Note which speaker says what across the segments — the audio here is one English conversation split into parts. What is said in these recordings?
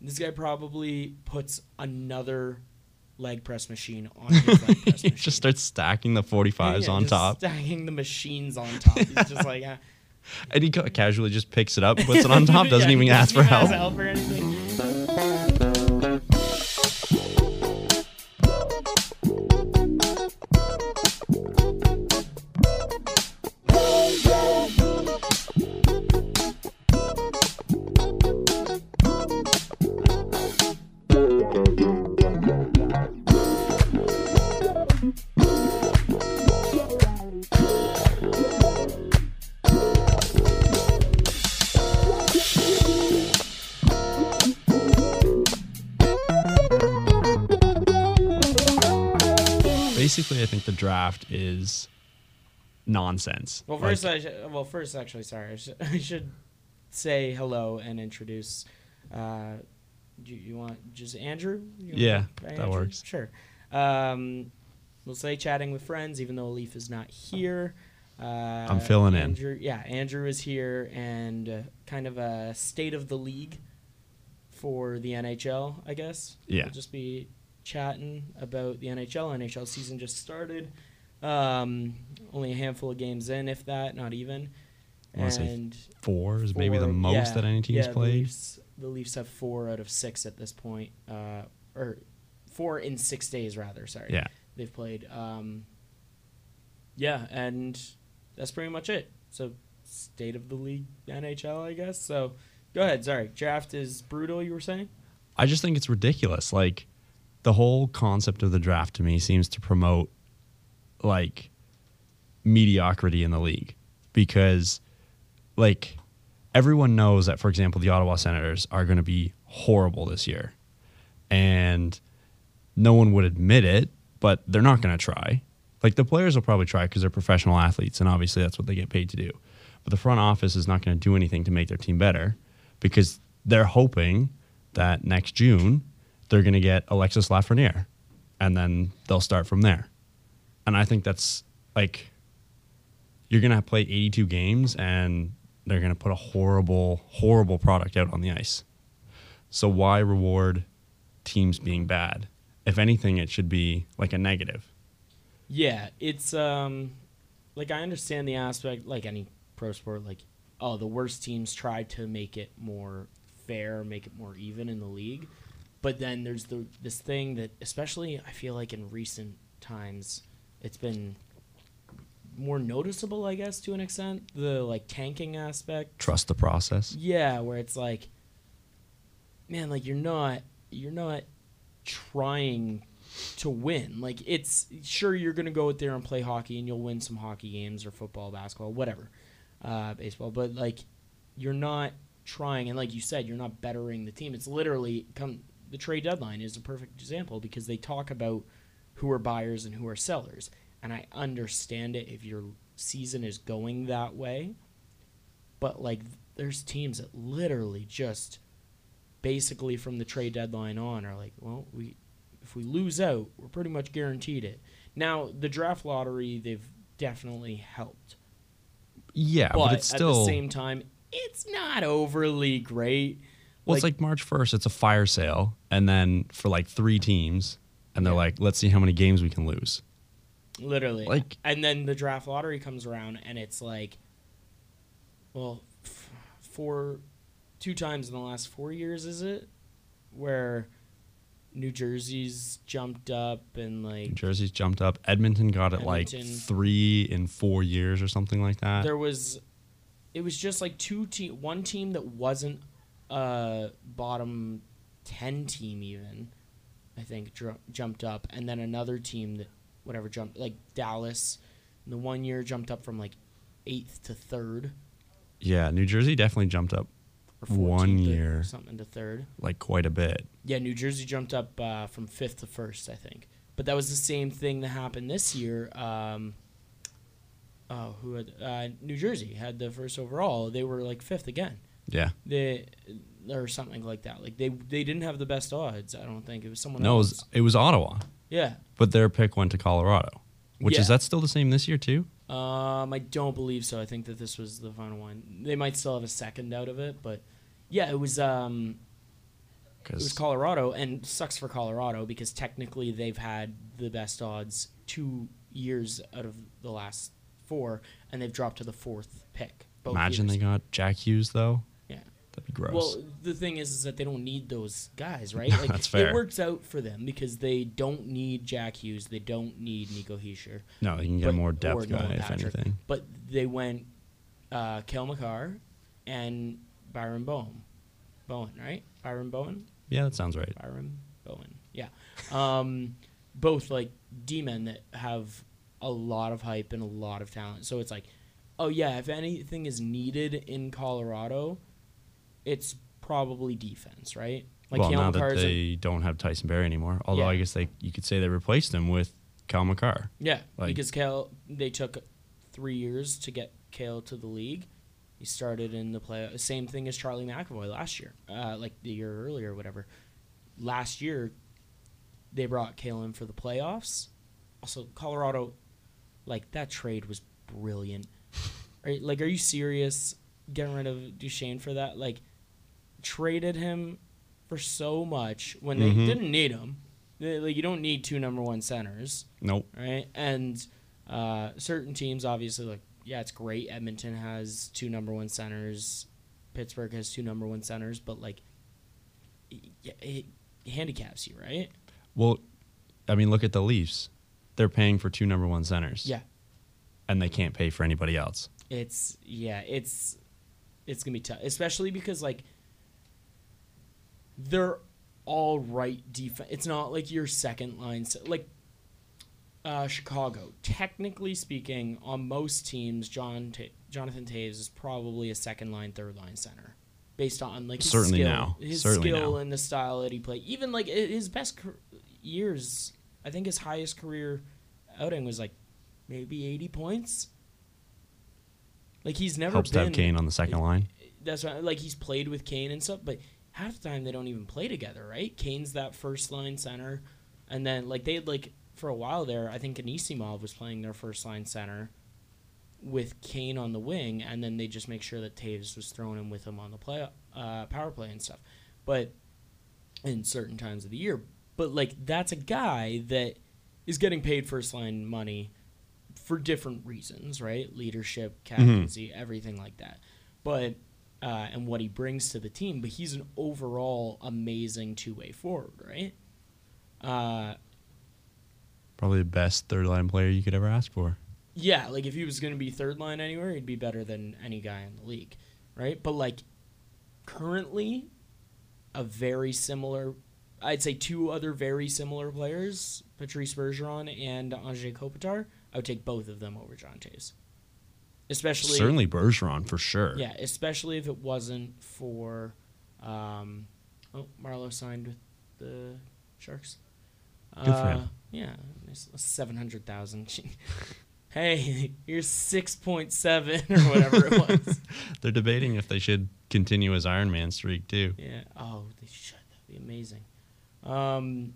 Speaker 1: This guy probably puts another leg press machine on his leg press
Speaker 2: he
Speaker 1: machine.
Speaker 2: just starts stacking the 45s
Speaker 1: Yeah,
Speaker 2: on
Speaker 1: just
Speaker 2: top.
Speaker 1: Stacking the machines on top. He's just like, ah.
Speaker 2: and he ca- casually just picks it up, puts it on top, doesn't even ask for help.
Speaker 1: or anything.
Speaker 2: Basically, I think the draft is nonsense.
Speaker 1: Well,
Speaker 2: Like,
Speaker 1: first, I should, well, first, actually, sorry, I should, I should say hello and introduce. Uh, do you want just Andrew? You want
Speaker 2: Yeah,
Speaker 1: by
Speaker 2: that works.
Speaker 1: Sure. Um, we'll say chatting with friends, even though Alif is not here. Uh, I'm
Speaker 2: filling in.
Speaker 1: Andrew, in. Yeah, Andrew is here, and uh, kind of a state of the league for the NHL, I guess.
Speaker 2: Yeah.
Speaker 1: We'll just be chatting about the NHL. NHL season just started. Um, only a handful of games in, if that, not even.
Speaker 2: I wanna say
Speaker 1: And
Speaker 2: four is maybe the
Speaker 1: four-
Speaker 2: most
Speaker 1: yeah,
Speaker 2: that any team's
Speaker 1: yeah, the
Speaker 2: played.
Speaker 1: Leafs, the Leafs have four out of six at this point, uh, or four in six days rather. Sorry.
Speaker 2: Yeah.
Speaker 1: They've played. Um, yeah, and that's pretty much it. So state of the league NHL, I guess. So go ahead. Sorry, draft is brutal. You were saying.
Speaker 2: I just think it's ridiculous. Like the whole concept of the draft to me seems to promote like mediocrity in the league because like everyone knows that for example the Ottawa Senators are going to be horrible this year. And no one would admit it, but they're not going to try. Like the players will probably try because they're professional athletes, and obviously that's what they get paid to do. But the front office is not going to do anything to make their team better because they're hoping that next June they're going to get Alexis Lafreniere, and then they'll start from there. And I think that's like you're going to play 82 games, and they're going to put a horrible, horrible product out on the ice. So why reward teams being bad? If anything, it should be like a negative.
Speaker 1: Yeah, it's um like I understand the aspect like any pro sport like oh the worst teams try to make it more fair, make it more even in the league. But then there's the this thing that especially I feel like in recent times it's been more noticeable I guess to an extent the like tanking aspect
Speaker 2: Trust the process.
Speaker 1: yeah, where it's like, man, like you're not you're not trying to win. Like it's sure you're gonna go out there and play hockey and you'll win some hockey games or football, basketball, whatever, uh, baseball. But like you're not trying, and like you said, you're not bettering the team. It's literally come the trade deadline is a perfect example because they talk about who are buyers and who are sellers. And I understand it if your season is going that way but like there's teams that literally just basically from the trade deadline on are like, well, we if we lose out, we're pretty much guaranteed it. Now, the draft lottery they've definitely helped.
Speaker 2: Yeah, but,
Speaker 1: but
Speaker 2: it's
Speaker 1: at the
Speaker 2: still
Speaker 1: same time, it's not overly great.
Speaker 2: well, it's
Speaker 1: like-
Speaker 2: like March first. It's a fire sale, and then for like three teams, and they're like, let's see how many games we can lose.
Speaker 1: Literally.
Speaker 2: Like-
Speaker 1: and then the draft lottery comes around and it's like well f- four two times in the last 4 years is it where New Jersey's jumped up and
Speaker 2: New
Speaker 1: like
Speaker 2: Jersey's jumped up. Edmonton got it like
Speaker 1: Edmonton.
Speaker 2: three in four years or something like that.
Speaker 1: there was it was just like two te- one team that wasn't a bottom 10 team even i think dr- jumped up and then another team that whatever jumped like dallas in the one year jumped up from like 8th to 3rd
Speaker 2: yeah, New Jersey definitely jumped up
Speaker 1: or 14th
Speaker 2: One
Speaker 1: to-
Speaker 2: year.
Speaker 1: something to 3rd
Speaker 2: like quite a bit.
Speaker 1: Yeah, New Jersey jumped up uh, from fifth to first, I think. But that was the same thing that happened this year. Um, oh, who had uh, New Jersey had the first overall? They were like fifth again,
Speaker 2: Yeah,
Speaker 1: they or something like that. Like they they didn't have the best odds. I don't think it was someone
Speaker 2: no, it
Speaker 1: else.
Speaker 2: was, it was Ottawa,
Speaker 1: yeah,
Speaker 2: but their pick went to Colorado. Which is
Speaker 1: Yeah.
Speaker 2: that still the same this year too?
Speaker 1: Um, I don't believe so. I think that this was the final one. They might still have a second out of it, but yeah, it was. Um, It was
Speaker 2: because
Speaker 1: Colorado, and sucks for Colorado because technically they've had the best odds two years out of the last four, and they've dropped to the fourth pick. both
Speaker 2: imagine
Speaker 1: years.
Speaker 2: they got Jack Hughes though.
Speaker 1: Yeah.
Speaker 2: That'd be gross.
Speaker 1: Well, the thing is, is that they don't need those guys, right?
Speaker 2: No, that's fair.
Speaker 1: It works out for them because they don't need Jack Hughes. They don't need Nico Heischer.
Speaker 2: no, they can get
Speaker 1: but-
Speaker 2: more
Speaker 1: or
Speaker 2: depth
Speaker 1: Nolan
Speaker 2: guy if
Speaker 1: Patrick.
Speaker 2: anything.
Speaker 1: But they went uh, Kel McCarr and Byron Bowen. Bowen, right? Byron Bowen?
Speaker 2: Yeah, that sounds right.
Speaker 1: Byron Bowen. Yeah. Um, both like D men that have a lot of hype and a lot of talent. So it's like, oh yeah, if anything is needed in Colorado, it's probably defense, right? Like
Speaker 2: well,
Speaker 1: Kale
Speaker 2: now that
Speaker 1: McCarr's a-
Speaker 2: they don't have Tyson Berry anymore, although
Speaker 1: Yeah.
Speaker 2: I guess they you could say they replaced him with Cal McCarr.
Speaker 1: yeah,
Speaker 2: like-
Speaker 1: because Kale they took three years to get Kale to the league. He started in the play. Same thing as Charlie McAvoy last year, uh, like the year earlier, or whatever. Last year, they brought Kale in for the playoffs. Also, Colorado, like that trade was brilliant. Are, like, are you serious getting rid of Duchesne for that? Like, traded him for so much when they
Speaker 2: Mhm.
Speaker 1: didn't need him. They- like, you don't need two number one centers
Speaker 2: Nope.
Speaker 1: right? And uh, certain teams, obviously, like yeah, it's great. Edmonton has two number one centers. Pittsburgh has two number one centers, but like, it, it handicaps you, right?
Speaker 2: Well, I mean, look at the Leafs. They're paying for two number one centers. And they can't pay for anybody else.
Speaker 1: it's yeah, it's it's gonna be tough, especially because like they're all right defense. It's not like your second line, s- like uh, Chicago. Technically speaking, on most teams, John Ta- Jonathan Taves is probably a second line, third line center, based on like his
Speaker 2: Certainly
Speaker 1: skill,
Speaker 2: now.
Speaker 1: his
Speaker 2: Certainly
Speaker 1: skill
Speaker 2: now.
Speaker 1: and the style that he played. Even like i- his best car- years, I think his highest career outing was like maybe eighty points. Like he's never
Speaker 2: Helps to
Speaker 1: been
Speaker 2: have Kane on the second line.
Speaker 1: that's why like he's played with Kane and stuff, but half the time they don't even play together, right? Kane's that first line center, and then like they had like for a while there, I think Anisimov was playing their first line center with Kane on the wing, and then they just make sure that Taves was thrown in with him on the play uh, power play and stuff, but in certain times of the year. But like that's a guy that is getting paid first line money for different reasons, right? Leadership, captaincy, everything like that. But uh, and what he brings to the team, but he's an overall amazing two way forward, right? Uh,
Speaker 2: Probably the best third line player you could ever ask for.
Speaker 1: yeah, like if he was going to be third line anywhere, he'd be better than any guy in the league, right? But like currently, a very similar, I'd say two other very similar players, Patrice Bergeron and Andre Kopitar. I would take both of them over John Taves, especially
Speaker 2: Certainly Bergeron for sure.
Speaker 1: Yeah, especially if it wasn't for, um, oh, Marlowe signed with the Sharks. Good
Speaker 2: for him.
Speaker 1: Yeah, seven hundred thousand. hey, you're six point seven or whatever it was.
Speaker 2: They're debating if they should continue his Iron Man streak too.
Speaker 1: Yeah. Oh, they should. That'd be amazing. Um,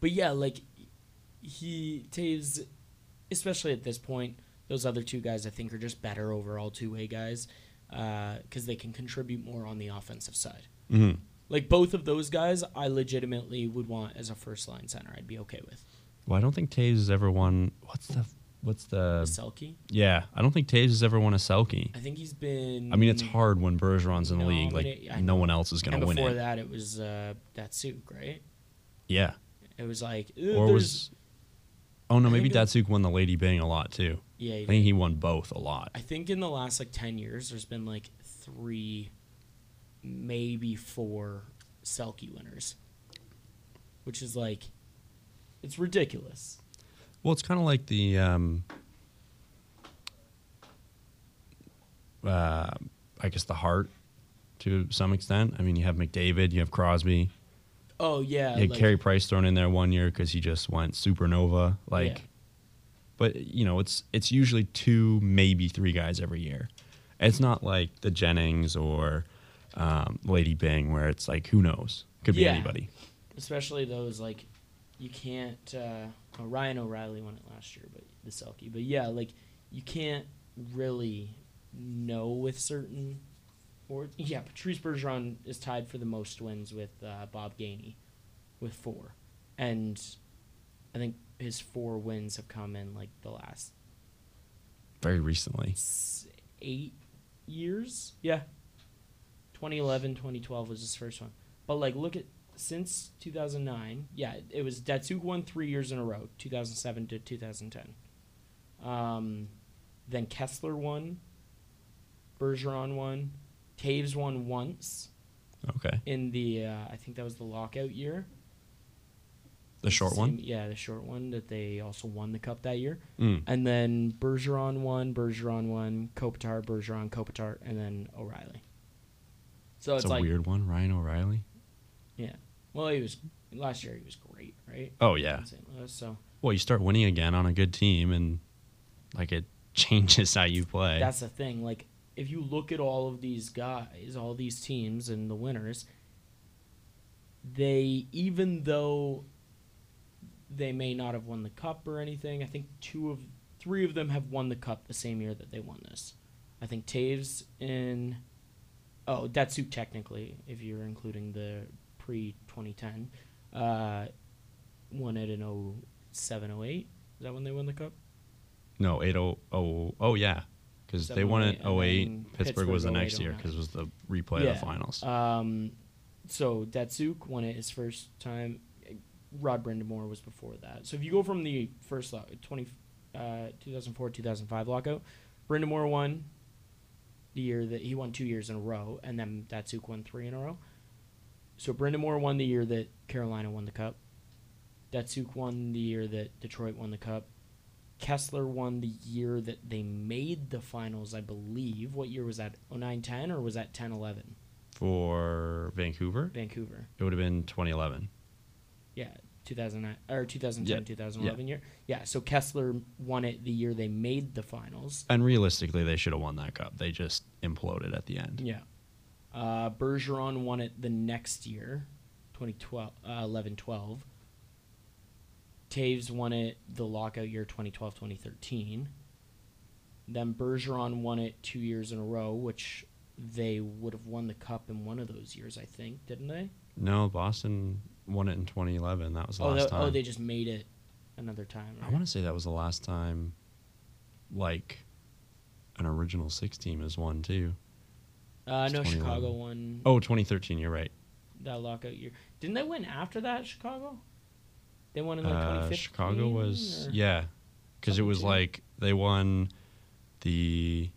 Speaker 1: but yeah, like he Taves, especially at this point, those other two guys I think are just better overall two way guys because they can contribute more on the offensive side.
Speaker 2: Mm-hmm.
Speaker 1: Like both of those guys, I legitimately would want as a first line center. I'd be okay with
Speaker 2: Well, I don't think Taves has ever won. What's the? What's the?
Speaker 1: Selke.
Speaker 2: Yeah, I don't think Taves has ever won a Selkie.
Speaker 1: I think he's been.
Speaker 2: I mean, it's hard when Bergeron's in the league. Like
Speaker 1: Nominate- I
Speaker 2: no one else is going
Speaker 1: And
Speaker 2: to win eh?
Speaker 1: before
Speaker 2: it.
Speaker 1: that, it was uh, Datsuk, right?
Speaker 2: Yeah.
Speaker 1: It was like
Speaker 2: Or was? Oh no,
Speaker 1: I
Speaker 2: maybe
Speaker 1: think it was-
Speaker 2: Datsuk won the Lady Bing a lot too.
Speaker 1: yeah.
Speaker 2: I
Speaker 1: he
Speaker 2: think he won both a lot.
Speaker 1: I think in the last like 10 years, there's been like three, maybe four Selkie winners, which is like, it's ridiculous.
Speaker 2: Well, it's kind of like the. Um, uh, I guess the heart, to some extent. I mean, you have McDavid, you have Crosby,
Speaker 1: Oh, yeah.
Speaker 2: you had
Speaker 1: like-
Speaker 2: Carey Price thrown in there one year because he just went supernova. Like,
Speaker 1: Yeah.
Speaker 2: but you know, it's it's usually two, maybe three guys every year. It's not like the Jennings or um, Lady Bing, where it's like who knows, could be
Speaker 1: Yeah.
Speaker 2: anybody.
Speaker 1: especially those like you can't uh well, Ryan O'Reilly won it last year but the Selkie but yeah like you can't really know with certain or yeah, Patrice Bergeron is tied for the most wins with uh, Bob Gainey, with four, and I think his four wins have come in like the last
Speaker 2: very recently.
Speaker 1: s- eight years. Yeah, 2011, 2012 was his first one. But like, look at since 2009. Yeah, it- it was Datsuk won three years in a row, 2007 to 2010. Um, then Kessler won. Bergeron won. Taves won once
Speaker 2: Okay,
Speaker 1: in the uh, I think that was the lockout year.
Speaker 2: the short
Speaker 1: Same-
Speaker 2: one.
Speaker 1: Yeah, the short one that they also won the cup that year.
Speaker 2: Mm.
Speaker 1: And then Bergeron won, Bergeron won, Kopitar, Bergeron, Kopitar, and then O'Reilly. So it's,
Speaker 2: It's a
Speaker 1: like,
Speaker 2: weird one, Ryan O'Reilly.
Speaker 1: yeah. Well, he was last year. He was great, right?
Speaker 2: Oh yeah.
Speaker 1: In St. Louis, so
Speaker 2: Well, you start winning again on a good team, and like it changes how you play.
Speaker 1: that's the thing. Like, if you look at all of these guys, all these teams, and the winners, they even though they may not have won the cup or anything, I think two of three of them have won the cup the same year that they won this. I think Taves in oh Datsuk technically, if you're including the pre 2010, uh, won it in 07, 08. Is that when they won the cup?
Speaker 2: no, eight oh oh oh yeah, because they won it
Speaker 1: 7-8, and
Speaker 2: 08.
Speaker 1: then
Speaker 2: Pittsburgh, was the
Speaker 1: Pittsburgh
Speaker 2: next
Speaker 1: 08,
Speaker 2: year
Speaker 1: 09.
Speaker 2: because it was the replay of
Speaker 1: Yeah.
Speaker 2: the finals.
Speaker 1: Um, so Datsuk won it his first time. Rod Brindamore was before that. So if you go from the first lock, 20, uh, 2004 2005 lockout, Brindamore won the year that he won two years in a row, and then Datsuk won three in a row. So Brindamore won the year that Carolina won the cup. Datsuk won the year that Detroit won the cup. Kessler won the year that they made the finals, I believe. What year was that? 09 10 or was that 10 11?
Speaker 2: For Vancouver,
Speaker 1: Vancouver.
Speaker 2: it would have been 2011.
Speaker 1: Yeah, 2009 or 2010,
Speaker 2: Yeah,
Speaker 1: 2011 year. Yeah, so Kessler won it the year they made the finals.
Speaker 2: And realistically, they should have won that cup. They just imploded at the end.
Speaker 1: Yeah. Uh, Bergeron won it the next year, 2012, uh, 11 12. Taves won it the lockout year 2012 2013. Then Bergeron won it two years in a row, which they would have won the cup in one of those years, I think, didn't they?
Speaker 2: No, Boston won it in 2011. That was the
Speaker 1: Oh,
Speaker 2: last
Speaker 1: that,
Speaker 2: time.
Speaker 1: oh, they just made it another time.
Speaker 2: I
Speaker 1: right?
Speaker 2: want to say that was the last time, like, an original six team has won too.
Speaker 1: Uh,
Speaker 2: It's
Speaker 1: no,
Speaker 2: 21.
Speaker 1: Chicago won
Speaker 2: Oh, 2013. You're right.
Speaker 1: that lockout year. Didn't they win after that? Chicago. They won in like
Speaker 2: Uh,
Speaker 1: 2015.
Speaker 2: Chicago was
Speaker 1: or-
Speaker 2: yeah, because it was
Speaker 1: 17?
Speaker 2: like they won the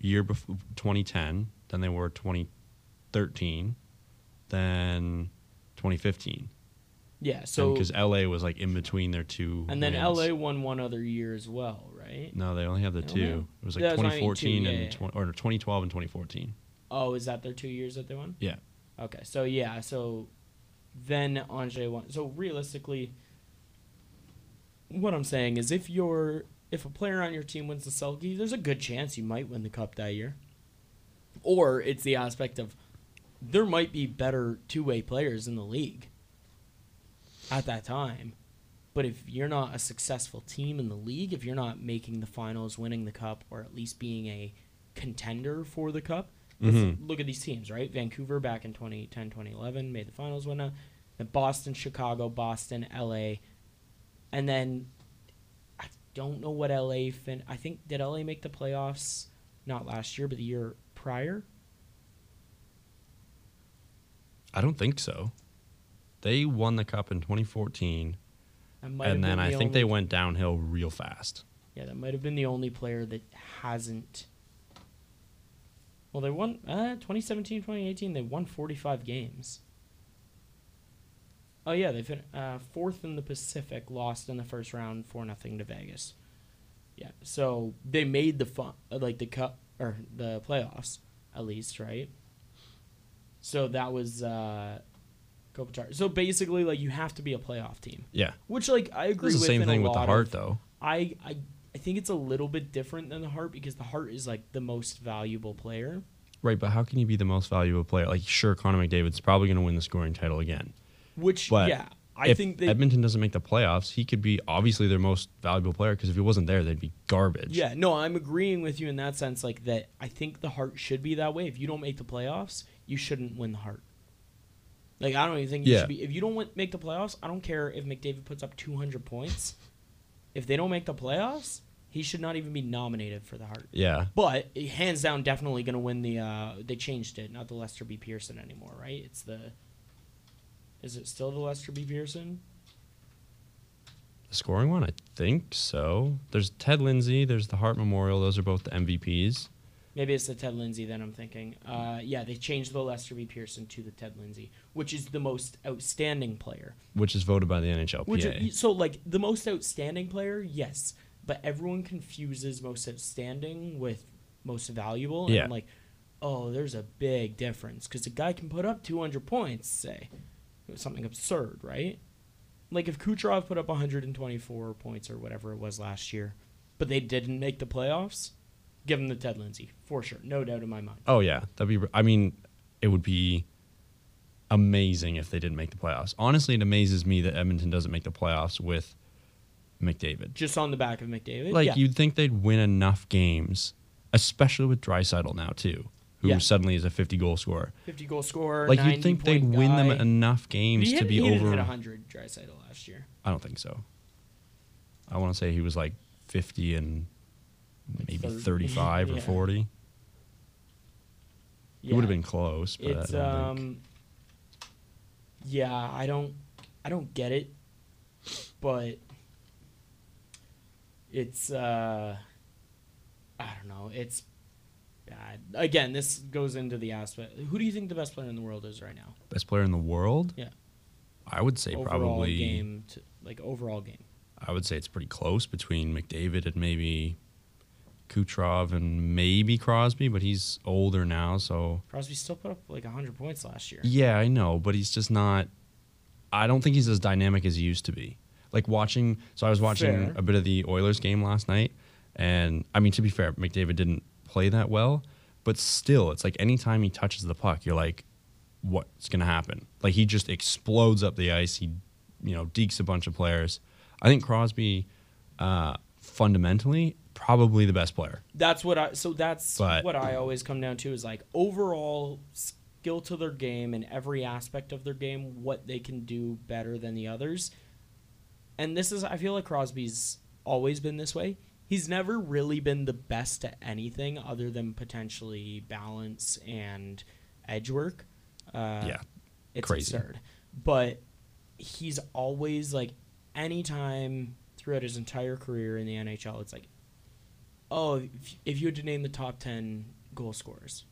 Speaker 2: year before 2010. Then they were 2013, then 2015.
Speaker 1: yeah.
Speaker 2: So
Speaker 1: So
Speaker 2: because LA was like in between their two.
Speaker 1: and then
Speaker 2: wins.
Speaker 1: LA won one other year as well, right?
Speaker 2: No, they only have the
Speaker 1: They
Speaker 2: two.
Speaker 1: only have-
Speaker 2: It was like
Speaker 1: Yeah, that's what I mean, two,
Speaker 2: 2014
Speaker 1: yeah,
Speaker 2: and
Speaker 1: yeah.
Speaker 2: 20, or 2012 and 2014.
Speaker 1: Oh, is that their two years that they won?
Speaker 2: Yeah.
Speaker 1: Okay, so yeah, so then Andre won. So realistically, what I'm saying is, if you're if a player on your team wins the Selkie, there's a good chance you might win the cup that year. Or it's the aspect of there might be better two way players in the league at that time. But if you're not a successful team in the league, if you're not making the finals, winning the cup, or at least being a contender for the cup, if-
Speaker 2: Mhm.
Speaker 1: look at these teams, right? Vancouver back in 2010, 2011 made the finals, whatnot. Then Boston, Chicago, Boston, LA. And then I don't know what LA fin. I think, did LA make the playoffs not last year, but the year prior?
Speaker 2: I don't think so. They won the cup in 2014,
Speaker 1: That might
Speaker 2: and
Speaker 1: have
Speaker 2: then
Speaker 1: been
Speaker 2: I
Speaker 1: the
Speaker 2: think they
Speaker 1: only-
Speaker 2: went downhill real fast.
Speaker 1: Yeah, that might have been the only player that hasn't. Well, they won uh, 2017, 2018. They won 45 games. Oh yeah, they fin- uh, fourth in the Pacific, lost in the first round, four nothing to Vegas. Yeah, so they made the fun, like the cup or the playoffs at least, right? So that was uh, Kopitar. So basically, like you have to be a playoff team,
Speaker 2: Yeah,
Speaker 1: which like I agree.
Speaker 2: it's the
Speaker 1: with
Speaker 2: same
Speaker 1: in a
Speaker 2: thing with the
Speaker 1: lot
Speaker 2: heart
Speaker 1: of-
Speaker 2: though.
Speaker 1: I, I I think it's a little bit different than the heart because the heart is like the most valuable player.
Speaker 2: Right, but how can you be the most valuable player? Like, sure, Connor McDavid's probably going to win the scoring title again,
Speaker 1: Which
Speaker 2: But-
Speaker 1: yeah, I
Speaker 2: if
Speaker 1: think they.
Speaker 2: Edmonton doesn't make the playoffs, he could be obviously their most valuable player because if he wasn't there, they'd be garbage.
Speaker 1: Yeah, no, I'm agreeing with you in that sense. Like that, I think the heart should be that way. If you don't make the playoffs, you shouldn't win the heart. Like I don't even think you
Speaker 2: Yeah.
Speaker 1: should be. If you don't win, make the playoffs, I don't care if McDavid puts up 200 points. If they don't make the playoffs, he should not even be nominated for the heart.
Speaker 2: Yeah.
Speaker 1: But eh, hands down, definitely going to win the. Uh, they changed it, not the Lester B. Pearson anymore, right? It's the. Is it still the Lester B. Pearson?
Speaker 2: The scoring one, I think so. There's Ted Lindsay, there's the Hart Memorial. Those are both the MVPs.
Speaker 1: Maybe it's the Ted Lindsay then I'm thinking. Uh, yeah, they changed the Lester B. Pearson to the Ted Lindsay, which is the most outstanding player.
Speaker 2: which is voted by the NHLPA.
Speaker 1: Which so like the most outstanding player, yes, but everyone confuses most outstanding with most valuable. And
Speaker 2: Yeah.
Speaker 1: I'm like, oh, there's a big difference because a guy can put up 200 points, say, It was something absurd, right? Like if Kucherov put up 124 points or whatever it was last year, but they didn't make the playoffs, give him the Ted Lindsay for sure, no doubt in my mind.
Speaker 2: oh yeah, that'd be. I mean, it would be amazing if they didn't make the playoffs. Honestly, it amazes me that Edmonton doesn't make the playoffs with McDavid.
Speaker 1: Just on the back of McDavid,
Speaker 2: Like
Speaker 1: yeah.
Speaker 2: you'd think they'd win enough games, especially with Drysidle now too, who
Speaker 1: Yeah.
Speaker 2: suddenly is a 50 goal scorer.
Speaker 1: 50 goal scorer.
Speaker 2: Like you'd think they'd
Speaker 1: 90-point
Speaker 2: win them
Speaker 1: guy.
Speaker 2: enough games
Speaker 1: He
Speaker 2: to
Speaker 1: hit-
Speaker 2: be
Speaker 1: he didn't
Speaker 2: over.
Speaker 1: hit 100 Drysaitel last year.
Speaker 2: I don't think so. I want to say he was like 50 and
Speaker 1: Like
Speaker 2: maybe
Speaker 1: 30.
Speaker 2: 35 or
Speaker 1: Yeah.
Speaker 2: 40. It would have been close, but uh,
Speaker 1: It's
Speaker 2: I don't think.
Speaker 1: um. Yeah, I don't, I don't get it, but it's uh, I don't know. It's bad. Again, this goes into the aspect. Who do you think the best player in the world is right now?
Speaker 2: best player in the world.
Speaker 1: Yeah.
Speaker 2: I would say
Speaker 1: overall
Speaker 2: probably.
Speaker 1: game, to, like overall game.
Speaker 2: I would say it's pretty close between McDavid and maybe Kucherov and maybe Crosby, but he's older now, so
Speaker 1: Crosby still put up like hundred points last year.
Speaker 2: yeah, I know, but he's just not. I don't think he's as dynamic as he used to be. Like watching, so I was watching
Speaker 1: Fair.
Speaker 2: a bit of the Oilers game last night, and I mean to be fair, McDavid didn't play that well, but still, it's like anytime he touches the puck, you're like, what's gonna happen? Like he just explodes up the ice. He, you know, dekes a bunch of players. I think Crosby, uh, fundamentally, probably the best player.
Speaker 1: that's what I so that's
Speaker 2: But-
Speaker 1: what I always come down to is like overall skill to their game and every aspect of their game, what they can do better than the others. And this is I feel like Crosby's always been this way. He's never really been the best at anything other than potentially balance and edge work. Uh,
Speaker 2: yeah,
Speaker 1: it's
Speaker 2: Crazy.
Speaker 1: absurd. But he's always like, anytime throughout his entire career in the NHL, it's like, oh, if, if you had to name the top 10 goal scorers,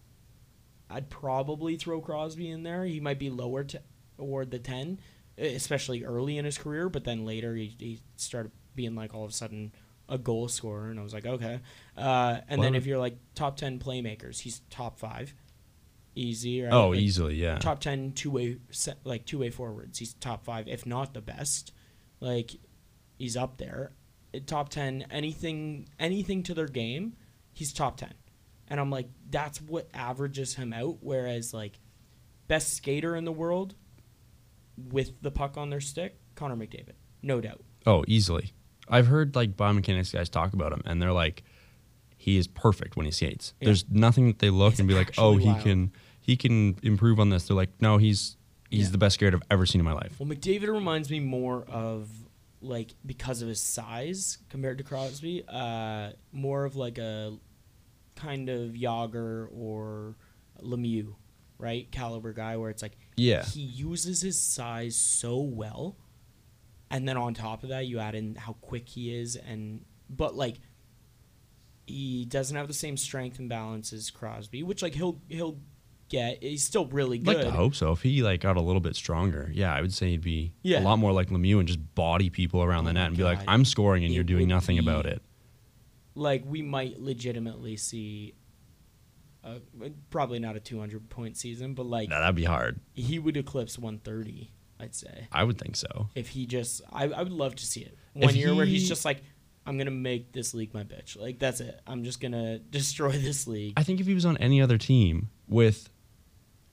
Speaker 1: I'd probably throw Crosby in there. He might be lower to, toward the 10, e- especially early in his career, but then later he, he started being like all of a sudden a goal scorer. And I was like, okay. Uh, and then
Speaker 2: Well-
Speaker 1: if you're like top 10 playmakers, he's top five. Easy, right?
Speaker 2: Oh,
Speaker 1: Like,
Speaker 2: easily, yeah.
Speaker 1: top 10 two-way se- like two-way forwards he's top 5 if not the best like he's up there Uh, top 10 anything anything to their game he's top 10 and i'm like that's what averages him out whereas like best skater in the world with the puck on their stick connor mcdavid no doubt
Speaker 2: Oh, easily. I've heard like biomechanics guys talk about him, and they're like, he is perfect when he skates.
Speaker 1: Yeah.
Speaker 2: There's nothing that they look
Speaker 1: He's
Speaker 2: and be like,
Speaker 1: actually
Speaker 2: oh, he
Speaker 1: wild."
Speaker 2: can he can improve on this. They're like, no, he's he's
Speaker 1: Yeah.
Speaker 2: the best skater I've ever seen in my life.
Speaker 1: Well, McDavid reminds me more of like because of his size compared to Crosby, uh, more of like a kind of Yager or Lemieux, right? Caliber guy where it's like
Speaker 2: Yeah.
Speaker 1: he uses his size so well, and then on top of that you add in how quick he is, and but like he doesn't have the same strength and balance as Crosby, which like he'll he'll get. He's still really
Speaker 2: I'd
Speaker 1: good.
Speaker 2: like to hope so. If he like got a little bit stronger, yeah, I would say he'd be
Speaker 1: Yeah.
Speaker 2: a lot more like Lemieux and just body people around
Speaker 1: Oh
Speaker 2: the
Speaker 1: my
Speaker 2: net and be like,
Speaker 1: God.
Speaker 2: I'm scoring and
Speaker 1: It
Speaker 2: you're
Speaker 1: would
Speaker 2: doing nothing
Speaker 1: be-
Speaker 2: about it.
Speaker 1: like we might legitimately see uh, probably not a 200 point season but like
Speaker 2: No, that'd be hard.
Speaker 1: he would eclipse 130 i'd say
Speaker 2: I would think so.
Speaker 1: if he just i, I would love to see it one
Speaker 2: If
Speaker 1: year where he's
Speaker 2: he-
Speaker 1: just like i'm gonna make this league my bitch like that's it i'm just gonna destroy this league
Speaker 2: I think if he was on any other team with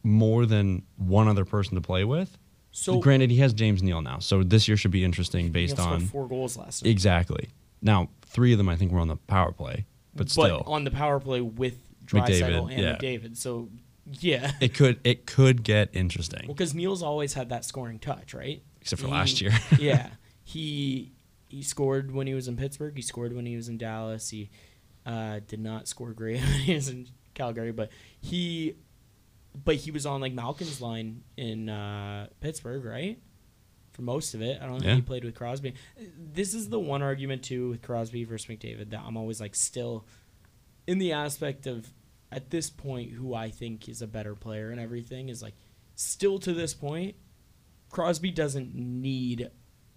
Speaker 2: more than one other person to play with,
Speaker 1: So
Speaker 2: Granted, he has James Neal now, so this year should be interesting
Speaker 1: he
Speaker 2: based
Speaker 1: scored
Speaker 2: on
Speaker 1: four goals last night.
Speaker 2: exactly. Now, three of them I think were on the power play, but still,
Speaker 1: on the power play with Drysdale
Speaker 2: McDavid,
Speaker 1: and
Speaker 2: yeah.
Speaker 1: McDavid. So yeah,
Speaker 2: it could it could get interesting,
Speaker 1: because Neil's always had that scoring touch, right?
Speaker 2: except for
Speaker 1: He-
Speaker 2: last year.
Speaker 1: Mm, yeah, he he scored when he was in Pittsburgh. He scored when he was in Dallas. He uh, did not score great when he was in Calgary, but he but he was on like Malkin's line in uh, Pittsburgh, right? For most of it, I don't know
Speaker 2: Yeah.
Speaker 1: if he played with Crosby. This is the one argument too with Crosby versus McDavid that I'm always like still in the aspect of at this point who I think is a better player and everything is like still to this point Crosby doesn't need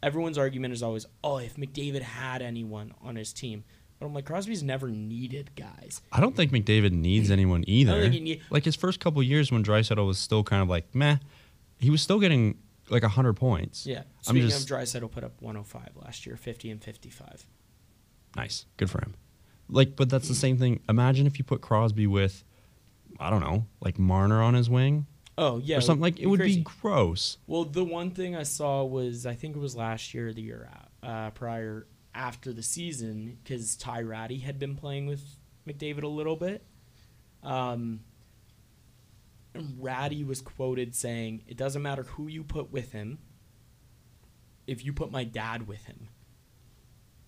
Speaker 1: everyone's argument is always oh if McDavid had anyone on his team but I'm like Crosby's never needed guys
Speaker 2: I don't think McDavid needs anyone either.
Speaker 1: think he need-
Speaker 2: like his first couple years when Drysaddle was still kind of like meh, he was still getting like hundred points.
Speaker 1: yeah
Speaker 2: I'm
Speaker 1: speaking
Speaker 2: just-
Speaker 1: of Drysdale put up 105 last year 50 and 55
Speaker 2: Nice. Good for him. Like, but that's the same thing. Imagine if you put Crosby with, I don't know, like Marner on his wing
Speaker 1: oh yeah
Speaker 2: or something. Like, it would
Speaker 1: crazy.
Speaker 2: be gross.
Speaker 1: Well, the one thing I saw was I think it was last year or the year out, uh, prior after the season because Ty Ratty had been playing with McDavid a little bit. Um, and Ratty was quoted saying, "It doesn't matter who you put with him. If you put my dad with him,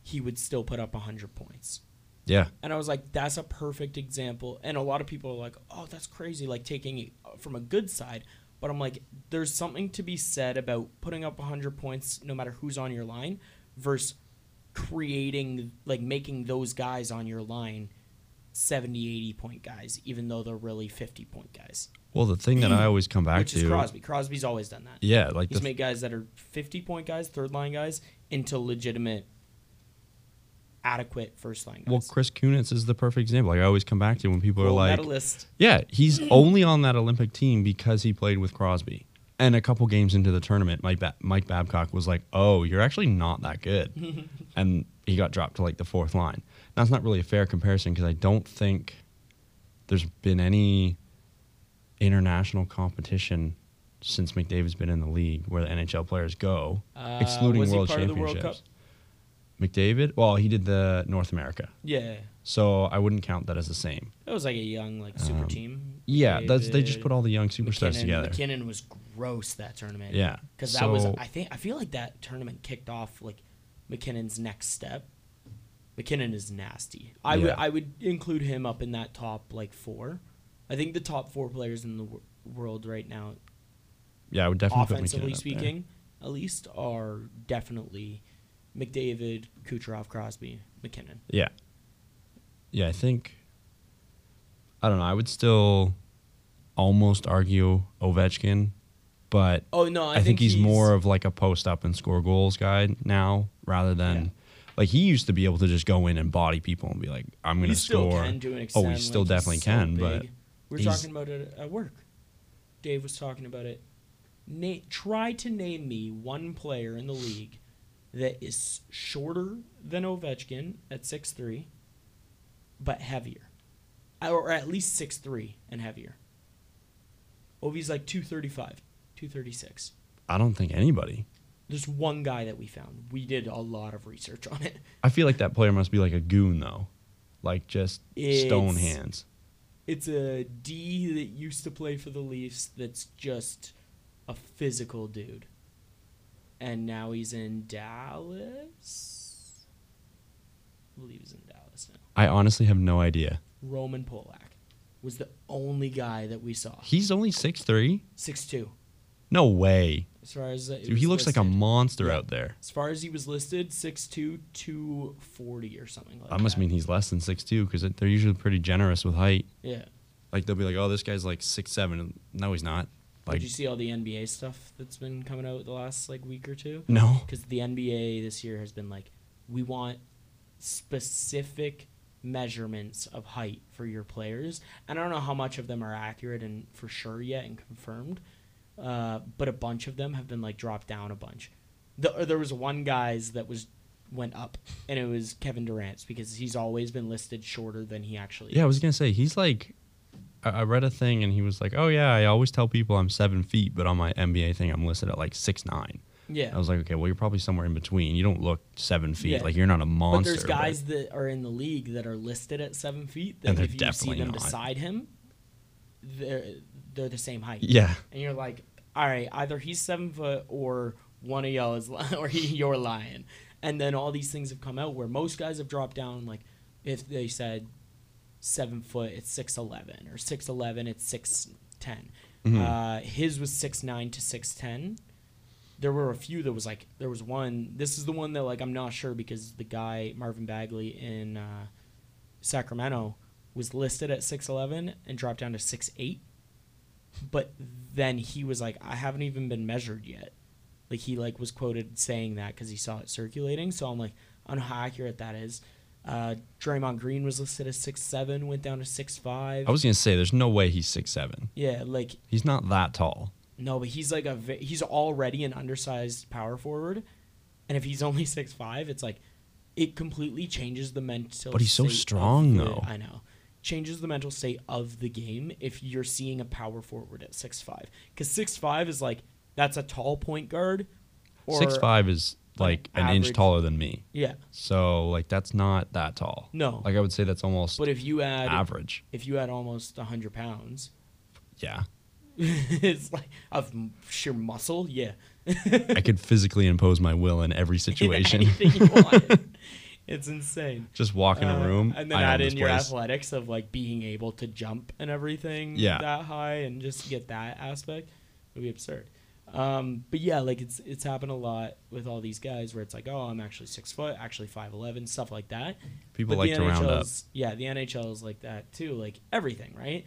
Speaker 1: he would still put up hundred points."
Speaker 2: Yeah.
Speaker 1: And I was like, that's a perfect example. And a lot of people are like, oh, that's crazy, like taking it uh, from a good side. But I'm like, there's something to be said about putting up 100 points no matter who's on your line versus creating, like making those guys on your line 70, 80 point guys, even though they're really 50 point guys.
Speaker 2: Well, the thing that I always come back
Speaker 1: Which
Speaker 2: to.
Speaker 1: is Crosby. Crosby's always done that.
Speaker 2: Yeah. Like,
Speaker 1: He's
Speaker 2: the,
Speaker 1: made guys that are 50 point guys, third line guys, into legitimate, adequate first line guys.
Speaker 2: well, Chris Kunitz is the perfect example. Like, I always come back to when people are
Speaker 1: Gold
Speaker 2: like,
Speaker 1: medalist.
Speaker 2: yeah, he's only on that Olympic team because he played with Crosby. And a couple games into the tournament, Mike, ba- Mike Babcock was like, "Oh, you're actually not that good," and he got dropped to like the fourth line. Now it's not really a fair comparison because I don't think there's been any international competition since McDavid's been in the league where the NHL players go,
Speaker 1: Uh,
Speaker 2: excluding
Speaker 1: was he
Speaker 2: World
Speaker 1: part of the World
Speaker 2: Championships. McDavid, well, he did the North America,
Speaker 1: Yeah,
Speaker 2: so I wouldn't count that as the same.
Speaker 1: it was like a young like super
Speaker 2: Um,
Speaker 1: team.
Speaker 2: Yeah, that's, they just put all the young superstars
Speaker 1: McKinnon,
Speaker 2: together.
Speaker 1: McKinnon was gross that tournament.
Speaker 2: Yeah,
Speaker 1: because that was
Speaker 2: so-
Speaker 1: I think I feel like that tournament kicked off like McKinnon's next step. McKinnon is nasty. I would
Speaker 2: Yeah.
Speaker 1: I would include him up in that top like four. I think the top four players in the w- world right now,
Speaker 2: Yeah, I would definitely put
Speaker 1: offensively
Speaker 2: McKinnon up there.
Speaker 1: speaking, at least, are definitely McDavid, Kucherov, Crosby, McKinnon.
Speaker 2: Yeah. Yeah, I think. I don't know. I would still almost argue Ovechkin, but
Speaker 1: Oh no, I,
Speaker 2: I, think, he's, more of like a post up and score goals guy now rather than.
Speaker 1: Yeah.
Speaker 2: Like he used to be able to just go in and body people and be like, "I'm going
Speaker 1: You
Speaker 2: to score."
Speaker 1: Still can to an extent.
Speaker 2: oh, he still
Speaker 1: like, he's
Speaker 2: definitely
Speaker 1: so
Speaker 2: can,
Speaker 1: big.
Speaker 2: but
Speaker 1: we were
Speaker 2: he's-
Speaker 1: talking about it at work. Dave was talking about it. Na- try to name me one player in the league that is shorter than Ovechkin at six three, but heavier, or at least six three and heavier. Ovi's like 235, 236.
Speaker 2: I don't think anybody.
Speaker 1: There's one guy that we found. We did a lot of research on it.
Speaker 2: I feel like that player must be like a goon though, like just stone
Speaker 1: It's-
Speaker 2: hands.
Speaker 1: It's a D that used to play for the Leafs that's just a physical dude. And now he's in Dallas. I believe he's in Dallas now.
Speaker 2: I honestly have no idea.
Speaker 1: Roman Polak was the only guy that we saw.
Speaker 2: He's only six three.
Speaker 1: Six two.
Speaker 2: No way.
Speaker 1: As far as uh, it
Speaker 2: Dude, he
Speaker 1: was
Speaker 2: looks like a
Speaker 1: listed.
Speaker 2: monster
Speaker 1: Yeah.
Speaker 2: out there.
Speaker 1: As far as he was listed, 6'2", 240 or something like
Speaker 2: I must
Speaker 1: that.
Speaker 2: mean he's less than six two because they're usually pretty generous with height.
Speaker 1: Yeah.
Speaker 2: Like they'll be like, "Oh, this guy's like six seven. No, he's not. Like,
Speaker 1: Did you see all the NBA stuff that's been coming out the last like week or two?
Speaker 2: no.
Speaker 1: because the NBA this year has been like, we want specific measurements of height for your players. And I don't know how much of them are accurate and for sure yet and confirmed, uh, but a bunch of them have been like dropped down a bunch. The, or there was one guy's that was went up, and it was Kevin Durant's because he's always been listed shorter than he actually.
Speaker 2: Yeah, I
Speaker 1: is.
Speaker 2: was gonna say he's like I I read a thing and he was like, "Oh yeah, I always tell people I'm seven feet, but on my NBA thing I'm listed at like six nine.
Speaker 1: Yeah.
Speaker 2: I was like, "Okay, well you're probably somewhere in between. You don't look seven feet.
Speaker 1: Yeah.
Speaker 2: Like you're not a
Speaker 1: but
Speaker 2: monster."
Speaker 1: there's guys that are in the league that are listed at seven feet that
Speaker 2: And they're
Speaker 1: if you see
Speaker 2: definitely
Speaker 1: them
Speaker 2: not.
Speaker 1: beside him, they're they're the same height.
Speaker 2: yeah,
Speaker 1: And you're like, all right, either he's seven foot or one of y'all is li- or he, you're lying. And then all these things have come out where most guys have dropped down. Like if they said seven foot, it's six eleven, or six eleven, it's six Uh, his was six nine to six ten. There were a few that was like there was one. This is the one that like I'm not sure because the guy Marvin Bagley in uh, Sacramento was listed at six eleven and dropped down to six eight but then he was like i haven't even been measured yet like he like was quoted saying that because he saw it circulating so i'm like i don't know how accurate that is uh draymond green was listed as six seven went down to six five
Speaker 2: I was gonna say there's no way he's six seven.
Speaker 1: yeah like
Speaker 2: He's not that tall.
Speaker 1: no but he's like a ve- he's already an undersized power forward and if he's only six five it's like it completely changes the mental
Speaker 2: But he's so
Speaker 1: state of
Speaker 2: strong,
Speaker 1: the-
Speaker 2: though.
Speaker 1: i know changes the mental state of the game if you're seeing a power forward at six five because six five is like that's a tall point guard or
Speaker 2: Six five is like an inch
Speaker 1: average-
Speaker 2: taller than me.
Speaker 1: yeah
Speaker 2: So like that's not that tall.
Speaker 1: No.
Speaker 2: Like I would say that's almost
Speaker 1: but if you add
Speaker 2: average.
Speaker 1: if you add almost 100 pounds
Speaker 2: Yeah.
Speaker 1: it's like of m- sheer muscle yeah
Speaker 2: I could physically impose my will in every situation.
Speaker 1: anything you want it's insane
Speaker 2: Just walk in a
Speaker 1: Uh,
Speaker 2: room.
Speaker 1: and then
Speaker 2: I own
Speaker 1: add
Speaker 2: this
Speaker 1: in your
Speaker 2: place.
Speaker 1: athletics of like being able to jump and everything
Speaker 2: Yeah.
Speaker 1: that high and just get that aspect it would be absurd um, but yeah like it's it's happened a lot with all these guys where it's like oh i'm actually six foot actually 5'11 stuff like that
Speaker 2: People
Speaker 1: But
Speaker 2: like to round up.
Speaker 1: NHL's yeah the nhl is like that too like everything right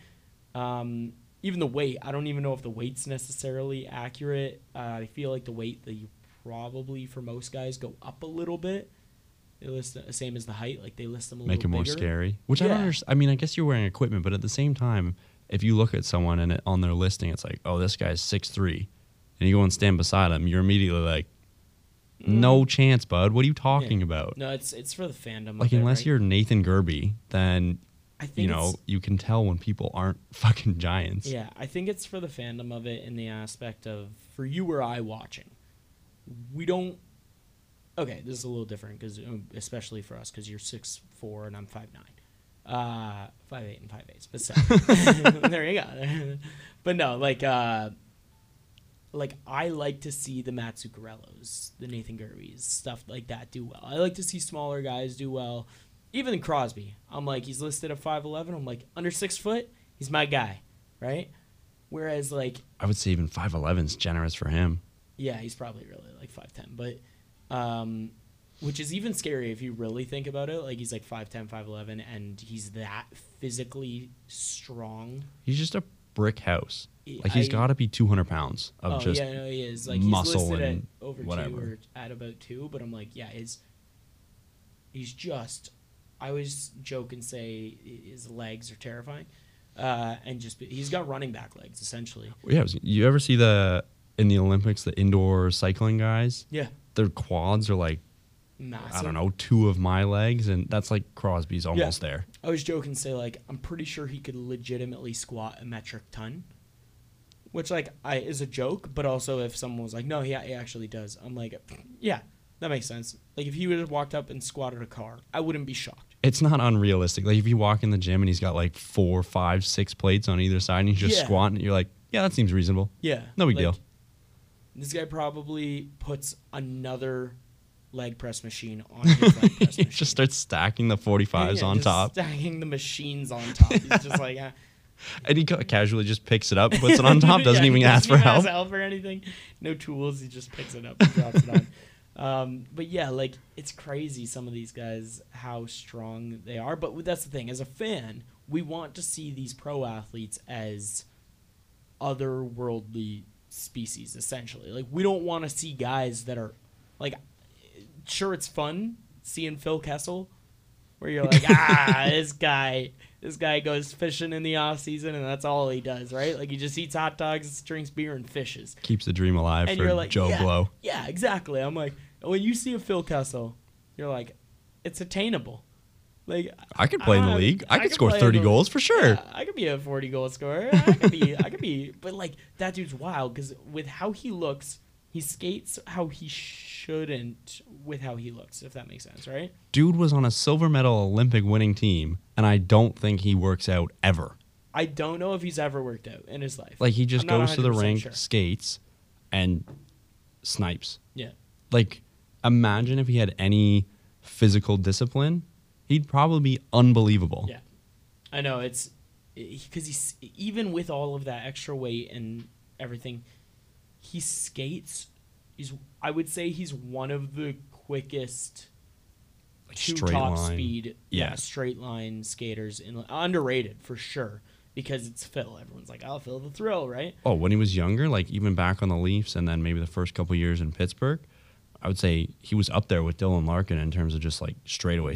Speaker 1: um, even the weight i don't even know if the weight's necessarily accurate uh, i feel like the weight that you probably for most guys go up a little bit they list the same as the height like they list them a
Speaker 2: Make it
Speaker 1: little
Speaker 2: more
Speaker 1: bigger.
Speaker 2: scary. Which I don't
Speaker 1: Yeah.
Speaker 2: understand. I mean, I guess you're wearing equipment, but at the same time, if you look at someone and it, on their listing, it's like, oh, this guy's six three, and you go and stand beside him, you're immediately like, no chance, bud. What are you talking about?
Speaker 1: Mm. No, it's it's for the fandom.
Speaker 2: Like,
Speaker 1: of it,
Speaker 2: unless
Speaker 1: right?
Speaker 2: you're Nathan Gerby, then
Speaker 1: I think
Speaker 2: you know
Speaker 1: it's-
Speaker 2: you can tell when people aren't fucking giants.
Speaker 1: Yeah, I think it's for the fandom of it in the aspect of for you or I watching. We don't. Okay, this is a little different because especially for us because you're six four and I'm five nine, uh, five eight and five eights. But so, there you go. but no, like. uh like I like to see the Matsucarellos, the Nathan Gerbys, stuff like that do well. I like to see smaller guys do well. Even Crosby, I'm like he's listed at five eleven. I'm like under six foot, he's my guy, right? Whereas like
Speaker 2: I would say even five eleven's generous for him.
Speaker 1: yeah, he's probably really like five ten, but um, which is even scary if you really think about it. Like he's like 5'10", 5'11", and he's that physically strong.
Speaker 2: He's just a brick house.
Speaker 1: I-
Speaker 2: Like he's
Speaker 1: I-
Speaker 2: got to be 200 pounds of
Speaker 1: oh
Speaker 2: just
Speaker 1: yeah, no, he is like
Speaker 2: muscle
Speaker 1: he's listed
Speaker 2: and
Speaker 1: at over two
Speaker 2: whatever.
Speaker 1: or at about two, but I'm like, yeah, his he's just. I always joke and say his legs are terrifying, uh, and just he's got running back legs essentially.
Speaker 2: yeah. it was- You ever see the in the Olympics the indoor cycling guys?
Speaker 1: Yeah,
Speaker 2: Their quads are like
Speaker 1: massive.
Speaker 2: I don't know two of my legs, and that's like Crosby's almost there.
Speaker 1: I was joking and say like I'm pretty sure he could legitimately squat a metric ton, which like I is a joke, but also if someone was like, no, yeah, he actually does. I'm like, yeah, that makes sense. Like if he would have walked up and squatted a car, I wouldn't be shocked.
Speaker 2: It's not unrealistic. Like if you walk in the gym and he's got like four, five, six plates on either side, and he's just
Speaker 1: Yeah.
Speaker 2: squatting, you're like, yeah, that seems reasonable.
Speaker 1: Yeah,
Speaker 2: No big
Speaker 1: like,
Speaker 2: deal.
Speaker 1: This guy probably puts another leg press machine on his leg press
Speaker 2: he
Speaker 1: machine.
Speaker 2: just starts stacking the
Speaker 1: Yeah,
Speaker 2: 45s
Speaker 1: yeah,
Speaker 2: on
Speaker 1: just
Speaker 2: top,
Speaker 1: stacking the machines on top. He's just like. ah.
Speaker 2: and he ca- casually just picks it up, puts it on top, doesn't even ask for help.
Speaker 1: or anything. No tools. He just picks it up and drops it on. Um, but yeah, like it's crazy some of these guys how strong they are. But that's the thing. As a fan, we want to see these pro athletes as otherworldly species, essentially. Like we don't want to see guys that are like. Sure, it's fun seeing Phil Kessel where you're like, ah, this guy, this guy goes fishing in the off season, and that's all he does, right? Like he just eats hot dogs, drinks beer, and fishes.
Speaker 2: Keeps the dream alive
Speaker 1: And
Speaker 2: for
Speaker 1: you're like,
Speaker 2: Joe
Speaker 1: yeah,
Speaker 2: Blow.
Speaker 1: yeah, exactly. I'm like, when you see a Phil Kessel, you're like, it's attainable. Like
Speaker 2: I could play in the
Speaker 1: Uh, I-
Speaker 2: league. I, could, score
Speaker 1: play in
Speaker 2: 30
Speaker 1: the-
Speaker 2: goals for sure.
Speaker 1: Yeah, I could be a 40 goal scorer. I could be, I could be, but like that dude's wild because with how he looks, he skates how he shouldn't with how he looks, if that makes sense, right?
Speaker 2: Dude was on a silver medal Olympic winning team, and I don't think he works out ever.
Speaker 1: I don't know if he's ever worked out in his life.
Speaker 2: Like he just
Speaker 1: I'm not
Speaker 2: goes to the
Speaker 1: 100%
Speaker 2: rink,
Speaker 1: sure.
Speaker 2: skates, and snipes.
Speaker 1: Yeah.
Speaker 2: Like, imagine if he had any physical discipline, he'd probably be unbelievable.
Speaker 1: Yeah. I know it's because he's even with all of that extra weight and everything, he skates. He's I would say he's one of the quickest
Speaker 2: Like,
Speaker 1: two
Speaker 2: straight
Speaker 1: top
Speaker 2: line.
Speaker 1: speed,
Speaker 2: Yeah.
Speaker 1: yeah. straight line skaters in underrated for sure because it's Phil. Everyone's like, "I'll Phil the thrill," right?
Speaker 2: Oh, when he was younger, like even back on the Leafs, and then maybe the first couple years in Pittsburgh, I would say he was up there with Dylan Larkin in terms of just like straightaway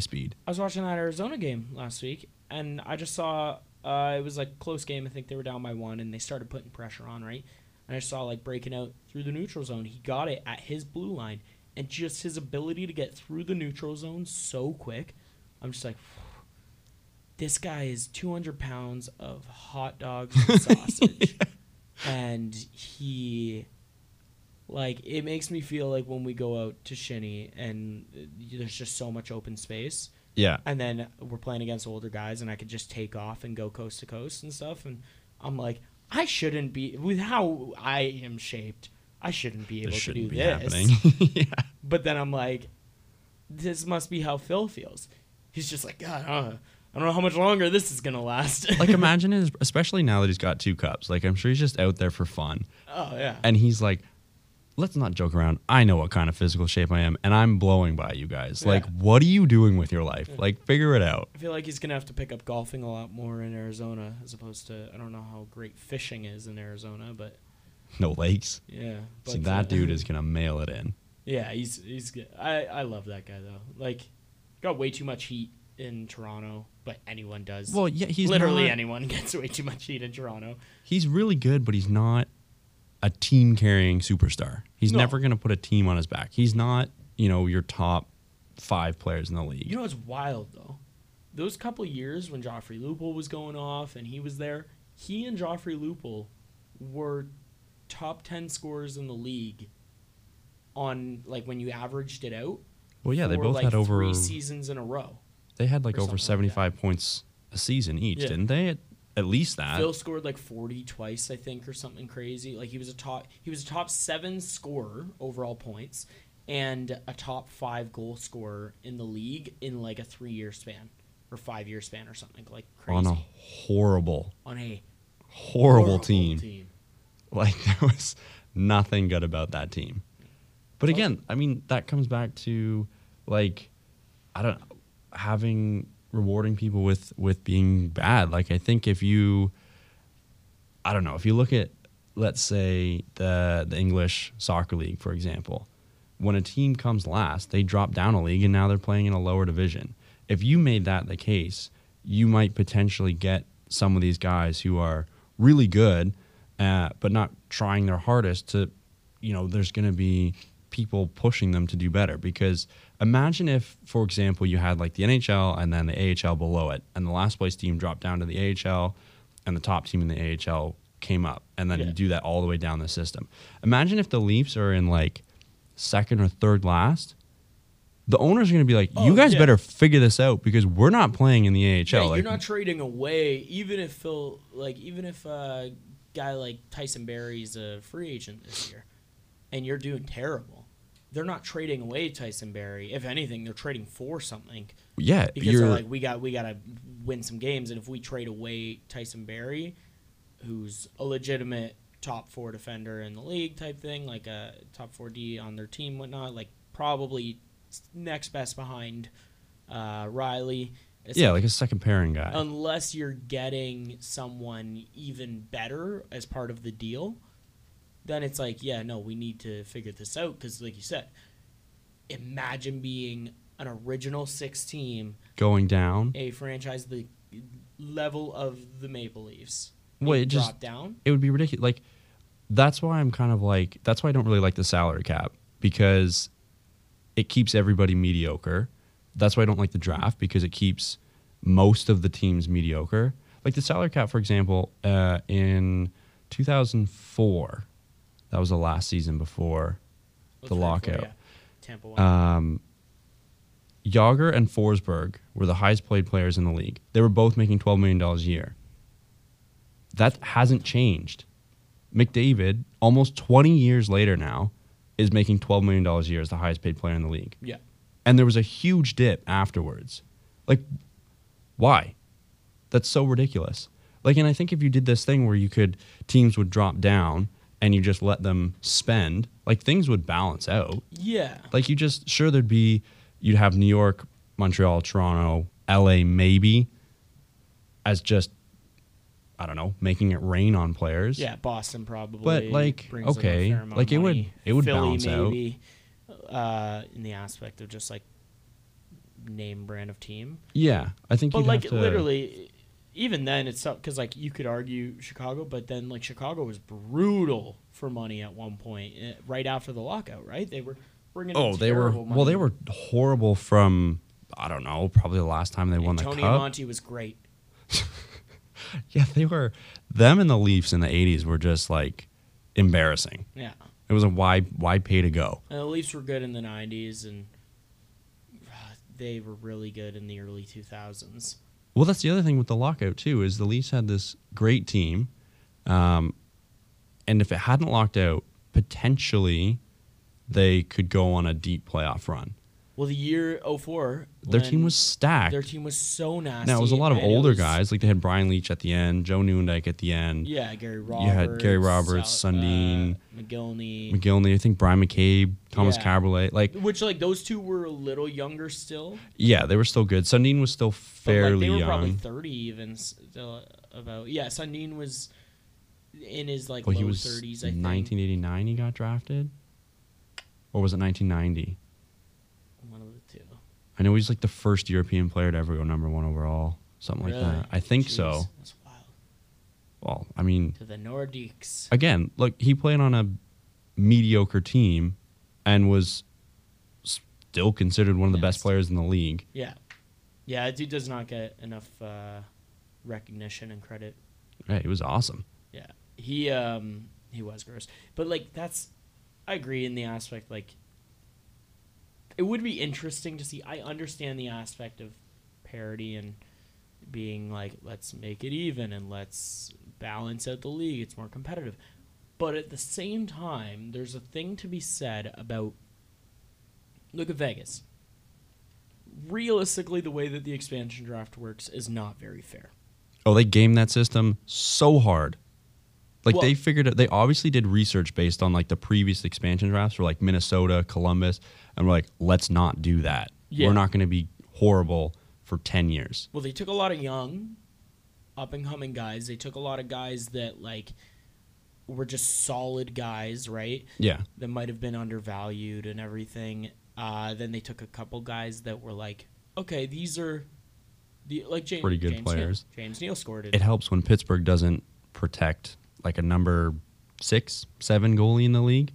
Speaker 2: speed.
Speaker 1: I was watching that Arizona game last week, and I just saw uh, it was like close game. I think they were down by one, and they started putting pressure on, right? And I saw like breaking out through the neutral zone. He got it at his blue line, and just his ability to get through the neutral zone so quick. I'm just like, this guy is 200 pounds of hot dogs and sausage, and he. Like it makes me feel like when we go out to Shinny and uh, there's just so much open space,
Speaker 2: Yeah.
Speaker 1: and then we're playing against older guys and I could just take off and go coast to coast and stuff and I'm like I shouldn't be with how I am shaped I shouldn't be able
Speaker 2: This
Speaker 1: to do
Speaker 2: shouldn't be
Speaker 1: this
Speaker 2: happening. yeah.
Speaker 1: but then I'm like this must be how Phil feels he's just like God I don't know, I don't know how much longer this is gonna last
Speaker 2: Like imagine his, especially now that he's got two cups. Like I'm sure he's just out there for fun.
Speaker 1: oh yeah
Speaker 2: And he's like, let's not joke around. I know what kind of physical shape I am, and I'm blowing by you guys. Like,
Speaker 1: Yeah.
Speaker 2: what are you doing with your life? Like, figure it out.
Speaker 1: I feel like he's gonna have to pick up golfing a lot more in Arizona as opposed to I don't know how great fishing is in Arizona but
Speaker 2: No lakes.
Speaker 1: yeah but,
Speaker 2: See,
Speaker 1: uh,
Speaker 2: that dude is gonna mail it in.
Speaker 1: Yeah, he's he's good. I I love that guy though. Like, got way too much heat in Toronto, but anyone does.
Speaker 2: Well, yeah, he's
Speaker 1: literally
Speaker 2: not-
Speaker 1: anyone gets way too much heat in Toronto.
Speaker 2: He's really good, but he's not a team carrying superstar. He's
Speaker 1: No.
Speaker 2: never gonna put a team on his back. He's not, you know, your top five players in the league.
Speaker 1: You know what's wild though? Those couple years when Joffrey Lupul was going off and he was there, he and Joffrey Lupul were top ten scorers in the league. On like when you averaged it out,
Speaker 2: well, yeah, they
Speaker 1: for,
Speaker 2: both
Speaker 1: like,
Speaker 2: had over.
Speaker 1: three seasons in a row.
Speaker 2: They had like
Speaker 1: or
Speaker 2: over
Speaker 1: something like that.
Speaker 2: seventy-five points a season each,
Speaker 1: Yeah.
Speaker 2: didn't they? At, at least that.
Speaker 1: Phil scored like 40 twice, I think, or something crazy. Like he was a top he was a top 7 scorer overall points and a top 5 goal scorer in the league in like a 3-year span or 5-year span or something like crazy
Speaker 2: on a horrible,
Speaker 1: On a
Speaker 2: horrible,
Speaker 1: horrible
Speaker 2: team. Like there was nothing good about that team. But
Speaker 1: Well-
Speaker 2: again, I mean that comes back to like I don't having rewarding people with with being bad. Like I think if you I don't know, if you look at let's say the the English soccer league for example, when a team comes last, they drop down a league and now they're playing in a lower division. If you made that the case, you might potentially get some of these guys who are really good, uh, but not trying their hardest to, you know, there's going to be people pushing them to do better. Because imagine if, for example, you had like the NHL and then the AHL below it, and the last place team dropped down to the AHL, and the top team in the AHL came up, and then
Speaker 1: Yeah.
Speaker 2: you do that all the way down the system. Imagine if the Leafs are in like second or third last. The owners are going to be like,
Speaker 1: Oh,
Speaker 2: "You guys
Speaker 1: yeah.
Speaker 2: better figure this out because we're not playing in the AHL."
Speaker 1: Yeah,
Speaker 2: like,
Speaker 1: you're not trading away even if Phil like even if a guy like Tyson Berry's a free agent this year and you're doing terrible. They're not trading away Tyson Berry. If anything, they're trading for something.
Speaker 2: yeah,
Speaker 1: because
Speaker 2: you're
Speaker 1: they're like we got we got to win some games and if we trade away Tyson Berry who's a legitimate top 4 defender in the league type thing like a top 4D on their team whatnot like probably next best behind uh, Riley It's
Speaker 2: yeah, like a second pairing guy.
Speaker 1: unless you're getting someone even better as part of the deal, then it's like, yeah, no, we need to figure this out because, like you said, imagine being an original six team,
Speaker 2: going down,
Speaker 1: a franchise the level of the Maple Leafs.
Speaker 2: Well,
Speaker 1: You
Speaker 2: it just-
Speaker 1: drop down.
Speaker 2: it would be ridiculous. Like that's why I'm kind of like that's why I don't really like the salary cap because it keeps everybody mediocre. that's why I don't like the draft because it keeps most of the teams mediocre. Like the salary cap, for example, uh, in 2004, that was the last season before
Speaker 1: Let's
Speaker 2: the
Speaker 1: root for-
Speaker 2: lockout.
Speaker 1: yeah. Tampa. won.
Speaker 2: Um, Yager and Forsberg were the highest played players in the league. They were both making $12 million a year. That hasn't changed. McDavid, almost 20 years later now, is making $12 million a year as the highest paid player in the league.
Speaker 1: yeah.
Speaker 2: And there was a huge dip afterwards. Like, why? That's so ridiculous. Like, and I think if you did this thing where you could, teams would drop down and you just let them spend, like, things would balance out.
Speaker 1: Yeah.
Speaker 2: Like you just sure there'd be you'd have New York, Montreal, Toronto, LA maybe as just I don't know, making it rain on players.
Speaker 1: Yeah, Boston probably.
Speaker 2: But, like,
Speaker 1: brings in a
Speaker 2: okay,
Speaker 1: fair amount
Speaker 2: like,
Speaker 1: of
Speaker 2: it would-
Speaker 1: money.
Speaker 2: it would
Speaker 1: Philly
Speaker 2: balance out.
Speaker 1: maybe, uh, in the aspect of just like name brand of team.
Speaker 2: Yeah. I think
Speaker 1: But
Speaker 2: you'd
Speaker 1: like
Speaker 2: have to,
Speaker 1: literally, even then it's tough because like you could argue Chicago, but then like Chicago was brutal for money at one point eh, right after the lockout. Right, they were bringing. in
Speaker 2: Oh, they were
Speaker 1: terrible
Speaker 2: well
Speaker 1: money.
Speaker 2: they were horrible from I don't know, probably the last time they won the
Speaker 1: Tony
Speaker 2: cup.
Speaker 1: Monty was great.
Speaker 2: yeah, they were them and the Leafs in the 80s were just like embarrassing.
Speaker 1: Yeah,
Speaker 2: It was a why why pay to go.
Speaker 1: and the Leafs were good in the '90s, and uh, they were really good in the early 2000s.
Speaker 2: Well, that's the other thing with the lockout too is the Leafs had this great team, um, and if it hadn't locked out, potentially they could go on a deep playoff run.
Speaker 1: Well, the year 04,
Speaker 2: Their
Speaker 1: when
Speaker 2: team was stacked.
Speaker 1: their team was so nasty.
Speaker 2: now it was a lot of
Speaker 1: and it
Speaker 2: older
Speaker 1: was-
Speaker 2: guys, like they had Brian Leach at the end, Joe Noondike at the end,
Speaker 1: Yeah, Gary Roberts.
Speaker 2: You had Gary Roberts,
Speaker 1: Sal-
Speaker 2: Sundin,
Speaker 1: uh, McGillney.
Speaker 2: McGillney, I think Brian McCabe, Thomas
Speaker 1: Yeah.
Speaker 2: Caberlet. Like,
Speaker 1: which like those two were a little younger still,
Speaker 2: yeah, they were still good. Sundin was still
Speaker 1: but
Speaker 2: fairly
Speaker 1: like, they were probably
Speaker 2: young.
Speaker 1: thirty even still uh, about. Yeah, Sundin was in his like
Speaker 2: Well,
Speaker 1: low
Speaker 2: he was
Speaker 1: thirties. I think.
Speaker 2: 1989. He got drafted, or was it 1990?
Speaker 1: One of the two.
Speaker 2: I know he's like the first European player to ever go number one overall, something like
Speaker 1: Really?
Speaker 2: that. I think
Speaker 1: Jeez,
Speaker 2: so.
Speaker 1: That's wild.
Speaker 2: Well, I mean,
Speaker 1: To the Nordiques.
Speaker 2: again, look, he played on a mediocre team and was still considered one of the best
Speaker 1: Nasty.
Speaker 2: players in the league.
Speaker 1: Yeah, yeah. That dude does not get enough uh, recognition and credit.
Speaker 2: Yeah, he was awesome.
Speaker 1: Yeah. He um he was gross. But like that's I agree in the aspect like it would be interesting to see I understand the aspect of parody and being like let's make it even and let's balance out the league. It's more competitive. But at the same time, there's a thing to be said about look at Vegas. Realistically, the way that the expansion draft works is not very fair.
Speaker 2: Oh, they gamed that system so hard. Like
Speaker 1: Well-
Speaker 2: they figured out, they obviously did research based on like the previous expansion drafts for like Minnesota, Columbus, and we're like, let's not do that.
Speaker 1: Yeah.
Speaker 2: We're not going to be horrible for 10 years.
Speaker 1: Well, they took a lot of young, up and coming guys. They took a lot of guys that like were just solid guys, right?
Speaker 2: Yeah.
Speaker 1: That might have been undervalued and everything. Uh, then they took a couple guys that were like, okay, these are the like James,
Speaker 2: Pretty good
Speaker 1: James
Speaker 2: players.
Speaker 1: Neal. James Neal scored it.
Speaker 2: it helps when Pittsburgh doesn't protect like a number six, seven goalie in the league.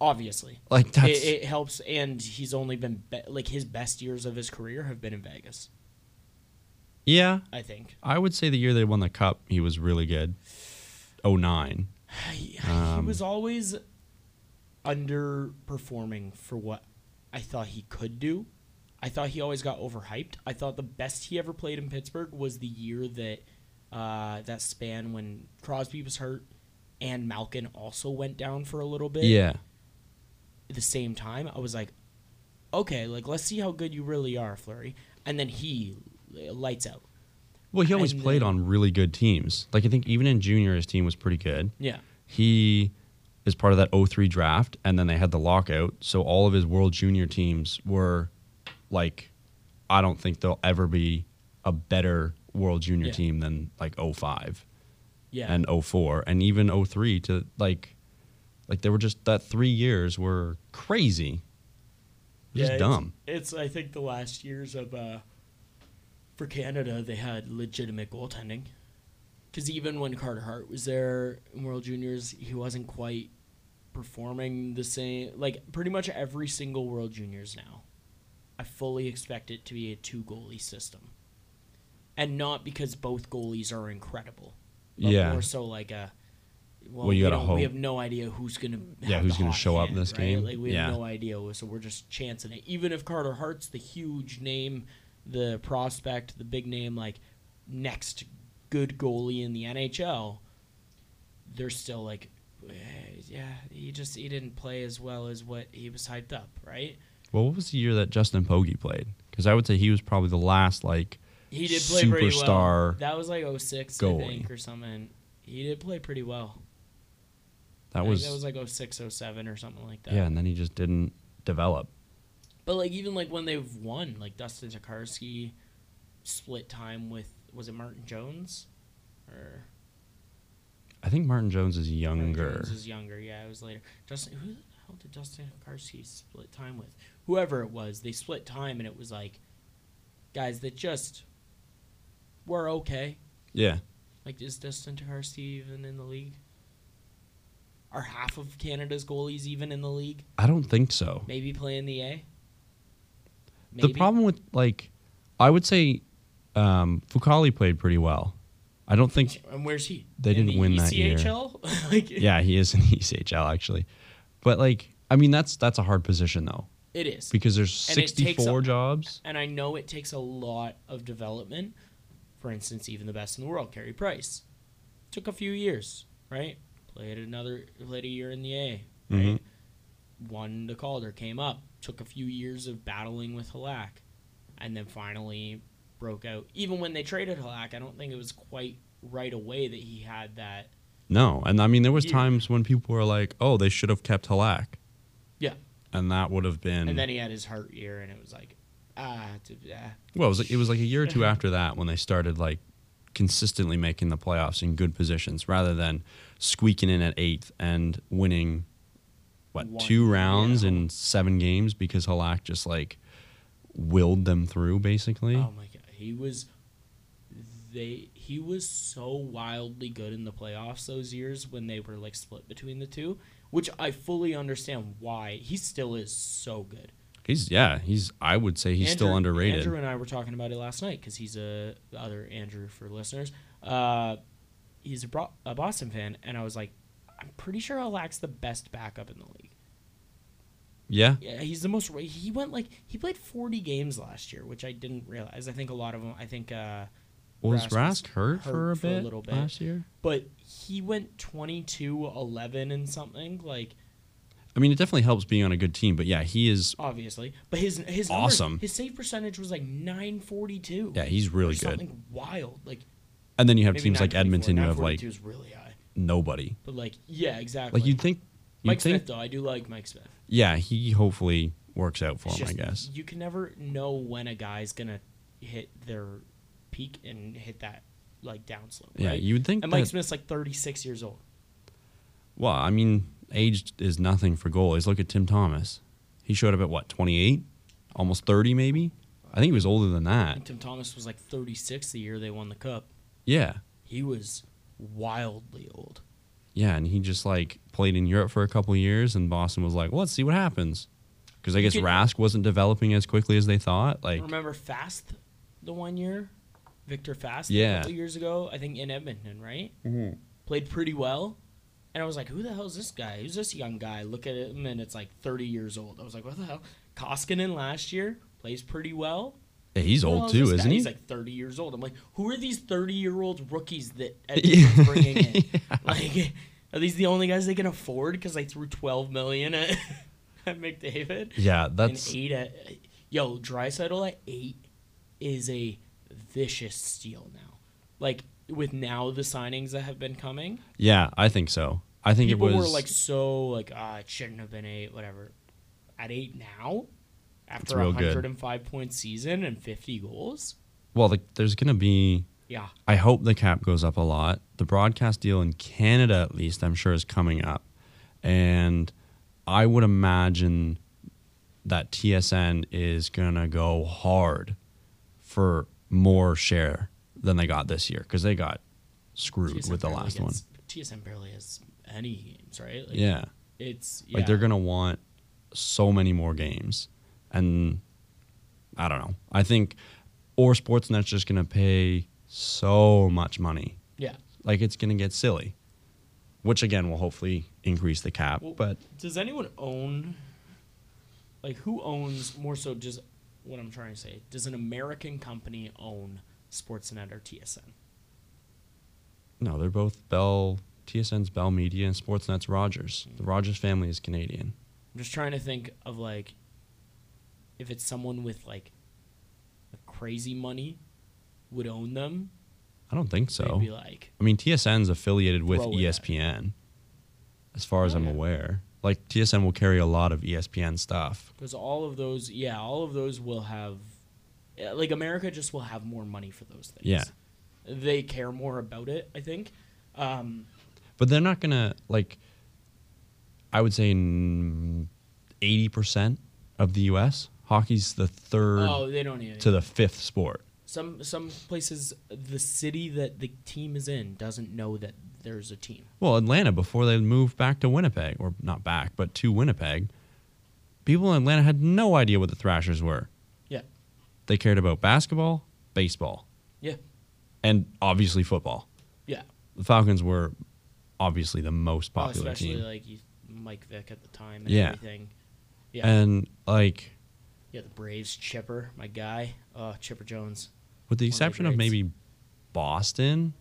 Speaker 1: Obviously,
Speaker 2: Like that's
Speaker 1: it, it helps, and he's only been be- like his best years of his career have been in Vegas.
Speaker 2: yeah.
Speaker 1: I think
Speaker 2: I would say the year they won the cup, he was really good. Oh nine.
Speaker 1: he,
Speaker 2: Um,
Speaker 1: he was always underperforming for what I thought he could do. I thought he always got overhyped. I thought the best he ever played in Pittsburgh was the year that uh, that span when Crosby was hurt and Malkin also went down for a little bit.
Speaker 2: Yeah,
Speaker 1: At the same time, I was like, okay, like let's see how good you really are, Flurry. And then he uh, lights out.
Speaker 2: well, he always
Speaker 1: And
Speaker 2: played
Speaker 1: then-
Speaker 2: on really good teams. Like I think even in junior, his team was pretty good.
Speaker 1: Yeah.
Speaker 2: He is part of that 03 draft, and then they had the lockout, so all of his world junior teams were like, I don't think they'll ever be a better world junior
Speaker 1: Yeah.
Speaker 2: team than like 05.
Speaker 1: Yeah.
Speaker 2: and 04 and even 03 to like like they were just that three years were crazy just
Speaker 1: Yeah, it's-
Speaker 2: dumb
Speaker 1: It's, I think the last years of uh, for Canada they had legitimate goaltending because even when Carter Hart was there in World Juniors, he wasn't quite performing the same. Like pretty much every single World Juniors now I fully expect it to be a two goalie system, and not because both goalies are incredible. But
Speaker 2: Yeah.
Speaker 1: More so like a. Well,
Speaker 2: Well, you
Speaker 1: we
Speaker 2: gotta
Speaker 1: don't- We
Speaker 2: hope.
Speaker 1: have no idea who's gonna.
Speaker 2: Yeah,
Speaker 1: have
Speaker 2: who's
Speaker 1: the
Speaker 2: gonna
Speaker 1: hot
Speaker 2: show up in
Speaker 1: hand,
Speaker 2: this
Speaker 1: right?
Speaker 2: game?
Speaker 1: Like we
Speaker 2: Yeah.
Speaker 1: have no idea, so we're just chancing it. Even if Carter Hart's the huge name, the prospect, the big name, like next good goalie in the NHL, they're still like, eh, yeah, he just he didn't play as well as what he was hyped up, right?
Speaker 2: Well, what was the year that Justin Pogge played? Because I would say he was probably the last like
Speaker 1: He did play pretty well.
Speaker 2: Superstar
Speaker 1: That was like 06, I
Speaker 2: goalie.
Speaker 1: think, or something. He did play pretty well. I
Speaker 2: that
Speaker 1: think
Speaker 2: was,
Speaker 1: that was like 06, 07 or something like that.
Speaker 2: yeah, and then he just didn't develop.
Speaker 1: But like even like when they've won, like Dustin Tokarski split time with was it Martin Jones? Or
Speaker 2: I think Martin Jones is
Speaker 1: Martin
Speaker 2: younger.
Speaker 1: Jones is younger, yeah, it was later. Justin who the hell did Dustin Tokarski split time with? Whoever it was, they split time and it was like guys that just were okay.
Speaker 2: yeah,
Speaker 1: Like is Dustin Tokarski even in the league? Are half of Canada's goalies even in the league?
Speaker 2: I don't think so.
Speaker 1: Maybe playing the A?
Speaker 2: The problem with like, I would say, um, Fukali played pretty well. I don't think.
Speaker 1: And where's he?
Speaker 2: They
Speaker 1: In
Speaker 2: didn't
Speaker 1: the E
Speaker 2: win that year.
Speaker 1: ECHL? like,
Speaker 2: Yeah, he is in E the ECHL actually, but like, I mean, that's that's a hard position though
Speaker 1: it is.
Speaker 2: because there's
Speaker 1: And it takes
Speaker 2: 64
Speaker 1: a-
Speaker 2: jobs.
Speaker 1: and I know it takes a lot of development. For instance, even the best in the world, Carey Price, took a few years, right? Played another, played a year in the A, right?
Speaker 2: Mm-hmm.
Speaker 1: Won the Calder, came up, took a few years of battling with Halak, and then finally broke out. Even when they traded Halak, I don't think it was quite right away that he had that.
Speaker 2: No, and I mean there was
Speaker 1: Yeah.
Speaker 2: times when people were like, "Oh, they should have kept Halak,"
Speaker 1: Yeah.
Speaker 2: and that would have been.
Speaker 1: And then he had his heart year, and it was like, ah, t- ah.
Speaker 2: well, it was, like, it was like a year or two after that when they started like consistently making the playoffs in good positions, rather than squeaking in at eighth and winning what
Speaker 1: One,
Speaker 2: two rounds
Speaker 1: yeah.
Speaker 2: in seven games because Halak just like willed them through basically.
Speaker 1: Oh my god, he was they he was so wildly good in the playoffs those years when they were like split between the two, which I fully understand why. He still is so good.
Speaker 2: He's yeah, he's I would say he's still
Speaker 1: Andrew-
Speaker 2: underrated.
Speaker 1: Andrew and I were talking about it last night because he's a the other Andrew for listeners. Uh, he's a, Bro- a Boston fan, and I was like, I'm pretty sure Alak's the best backup in the league.
Speaker 2: yeah,
Speaker 1: Yeah, he's the most. He went like he played 40 games last year, which I didn't realize. I think a lot of them. I think. Uh,
Speaker 2: was
Speaker 1: Rask was
Speaker 2: Rask hurt, for a
Speaker 1: hurt for a
Speaker 2: bit
Speaker 1: little bit.
Speaker 2: last year?
Speaker 1: but he went 22 11 and something like
Speaker 2: I mean, it definitely helps being on a good team, but yeah, he is.
Speaker 1: obviously but his his numbers-
Speaker 2: Awesome.
Speaker 1: his save percentage was like 942
Speaker 2: Yeah, he's
Speaker 1: or
Speaker 2: really good.
Speaker 1: something wild like
Speaker 2: And then you have
Speaker 1: maybe
Speaker 2: teams like
Speaker 1: 924.
Speaker 2: Edmonton who have like
Speaker 1: 942 is really high
Speaker 2: nobody.
Speaker 1: but like yeah exactly
Speaker 2: Like you'd think, you'd
Speaker 1: Mike
Speaker 2: think,
Speaker 1: Smith though I do like Mike Smith
Speaker 2: yeah, he hopefully works out for
Speaker 1: It's
Speaker 2: him. I guess.
Speaker 1: you can never know when a guy's gonna hit their peak and hit that like downslope
Speaker 2: Yeah,
Speaker 1: right?
Speaker 2: you would think.
Speaker 1: and Mike
Speaker 2: that-
Speaker 1: Smith's like 36 years old
Speaker 2: well, I mean, age is nothing for goalies. Look at Tim Thomas. He showed up at what, 28, almost 30, maybe. I think he was older than
Speaker 1: I think
Speaker 2: that.
Speaker 1: Tim Thomas was like 36 the year they won the cup
Speaker 2: Yeah,
Speaker 1: he was wildly old
Speaker 2: yeah, and he just like played in Europe for a couple of years, and Boston was like, well, let's see what happens. Because I
Speaker 1: You
Speaker 2: guess
Speaker 1: could-
Speaker 2: Rask wasn't developing as quickly as they thought. Like,
Speaker 1: Remember Fast the one year? Victor Fast a
Speaker 2: Yeah.
Speaker 1: couple years ago, I think in Edmonton, right? Played pretty well. And I was like, who the hell is this guy? Who's this young guy? Look at him and it's like 30 years old. I was like, what the hell? Koskinen last year plays pretty well.
Speaker 2: yeah, he's
Speaker 1: Who the hell
Speaker 2: old
Speaker 1: is
Speaker 2: too,
Speaker 1: this guy?
Speaker 2: isn't he?
Speaker 1: He's like 30 years old. I'm like, who are these 30 year old rookies that Edmonton's
Speaker 2: Yeah.
Speaker 1: bringing in? Like, are these the only guys they can afford because they threw 12 million at, at McDavid?
Speaker 2: yeah, that's
Speaker 1: an eight at yo Drysaddle at eight is a vicious steal now. Like with now the signings that have been coming,
Speaker 2: Yeah, I think so. I think
Speaker 1: people
Speaker 2: it was
Speaker 1: were like so like ah it shouldn't have been eight whatever. At eight now, after a
Speaker 2: real good.
Speaker 1: hundred and five point season and fifty goals,
Speaker 2: well, like there's gonna be.
Speaker 1: yeah,
Speaker 2: I hope the cap goes up a lot. The broadcast deal in Canada, at least, I'm sure, is coming up, and I would imagine that TSN is gonna go hard for more share than they got this year because they got screwed
Speaker 1: TSN
Speaker 2: with the
Speaker 1: barely
Speaker 2: last one.
Speaker 1: gets- TSN barely has any games, right? Like,
Speaker 2: yeah.
Speaker 1: it's
Speaker 2: Like they're
Speaker 1: yeah.
Speaker 2: gonna want so many more games, and I don't know. I think or Sportsnet's just going to pay so much money.
Speaker 1: Yeah.
Speaker 2: Like it's going to get silly, which again will hopefully increase the cap.
Speaker 1: Well,
Speaker 2: but
Speaker 1: Does anyone own, like, who owns more so? Does what I'm trying to say? Does an American company own Sportsnet or TSN?
Speaker 2: no, they're both Bell, TSN's Bell Media and Sportsnet's Rogers. The Rogers family is Canadian.
Speaker 1: I'm just trying to think of like, if it's someone with like, like crazy money, would own them.
Speaker 2: I don't think
Speaker 1: they'd
Speaker 2: so.
Speaker 1: be like,
Speaker 2: I mean, TSN's affiliated with E
Speaker 1: Throw it at Oh, it.
Speaker 2: ESPN, as far as I'm
Speaker 1: Okay.
Speaker 2: aware. Like TSN will carry a lot of E ESPN stuff.
Speaker 1: because all of those, yeah, all of those will have, yeah, like, America just will have more money for those things.
Speaker 2: Yeah.
Speaker 1: they care more about it. I think. Um,
Speaker 2: but they're not gonna like i would say mm, 80% of the us hockey's the third
Speaker 1: oh, they don't need it.
Speaker 2: to the fifth sport
Speaker 1: some some places the city that the team is in doesn't know that there's a team.
Speaker 2: well atlanta before they moved back to winnipeg or not back but to winnipeg people in atlanta had no idea what the thrashers were
Speaker 1: Yeah.
Speaker 2: they cared about basketball baseball
Speaker 1: Yeah.
Speaker 2: and obviously football
Speaker 1: Yeah.
Speaker 2: the falcons were obviously the most
Speaker 1: Oh,
Speaker 2: popular
Speaker 1: especially
Speaker 2: team
Speaker 1: like you, Mike Vick at the time and
Speaker 2: Yeah.
Speaker 1: everything. Yeah.
Speaker 2: and like
Speaker 1: yeah, the Braves Chipper, my guy. Oh, Chipper Jones.
Speaker 2: with
Speaker 1: One of
Speaker 2: the
Speaker 1: the
Speaker 2: exception of
Speaker 1: greats.
Speaker 2: maybe Boston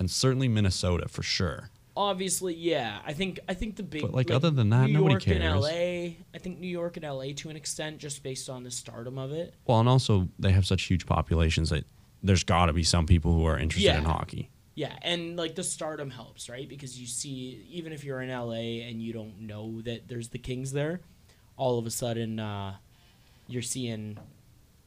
Speaker 2: and certainly Minnesota for sure.
Speaker 1: Obviously, yeah. I think I think the big
Speaker 2: But, like, other than that,
Speaker 1: New
Speaker 2: nobody
Speaker 1: York and
Speaker 2: cares.
Speaker 1: LA. I think New York and LA to an extent just based on the stardom of it.
Speaker 2: Well, and also they have such huge populations that there's got to be some people who are interested in
Speaker 1: Yeah.
Speaker 2: hockey.
Speaker 1: Yeah, and like the stardom helps, right? Because you see, even if you're in LA and you don't know that there's the Kings there, all of a sudden uh, you're seeing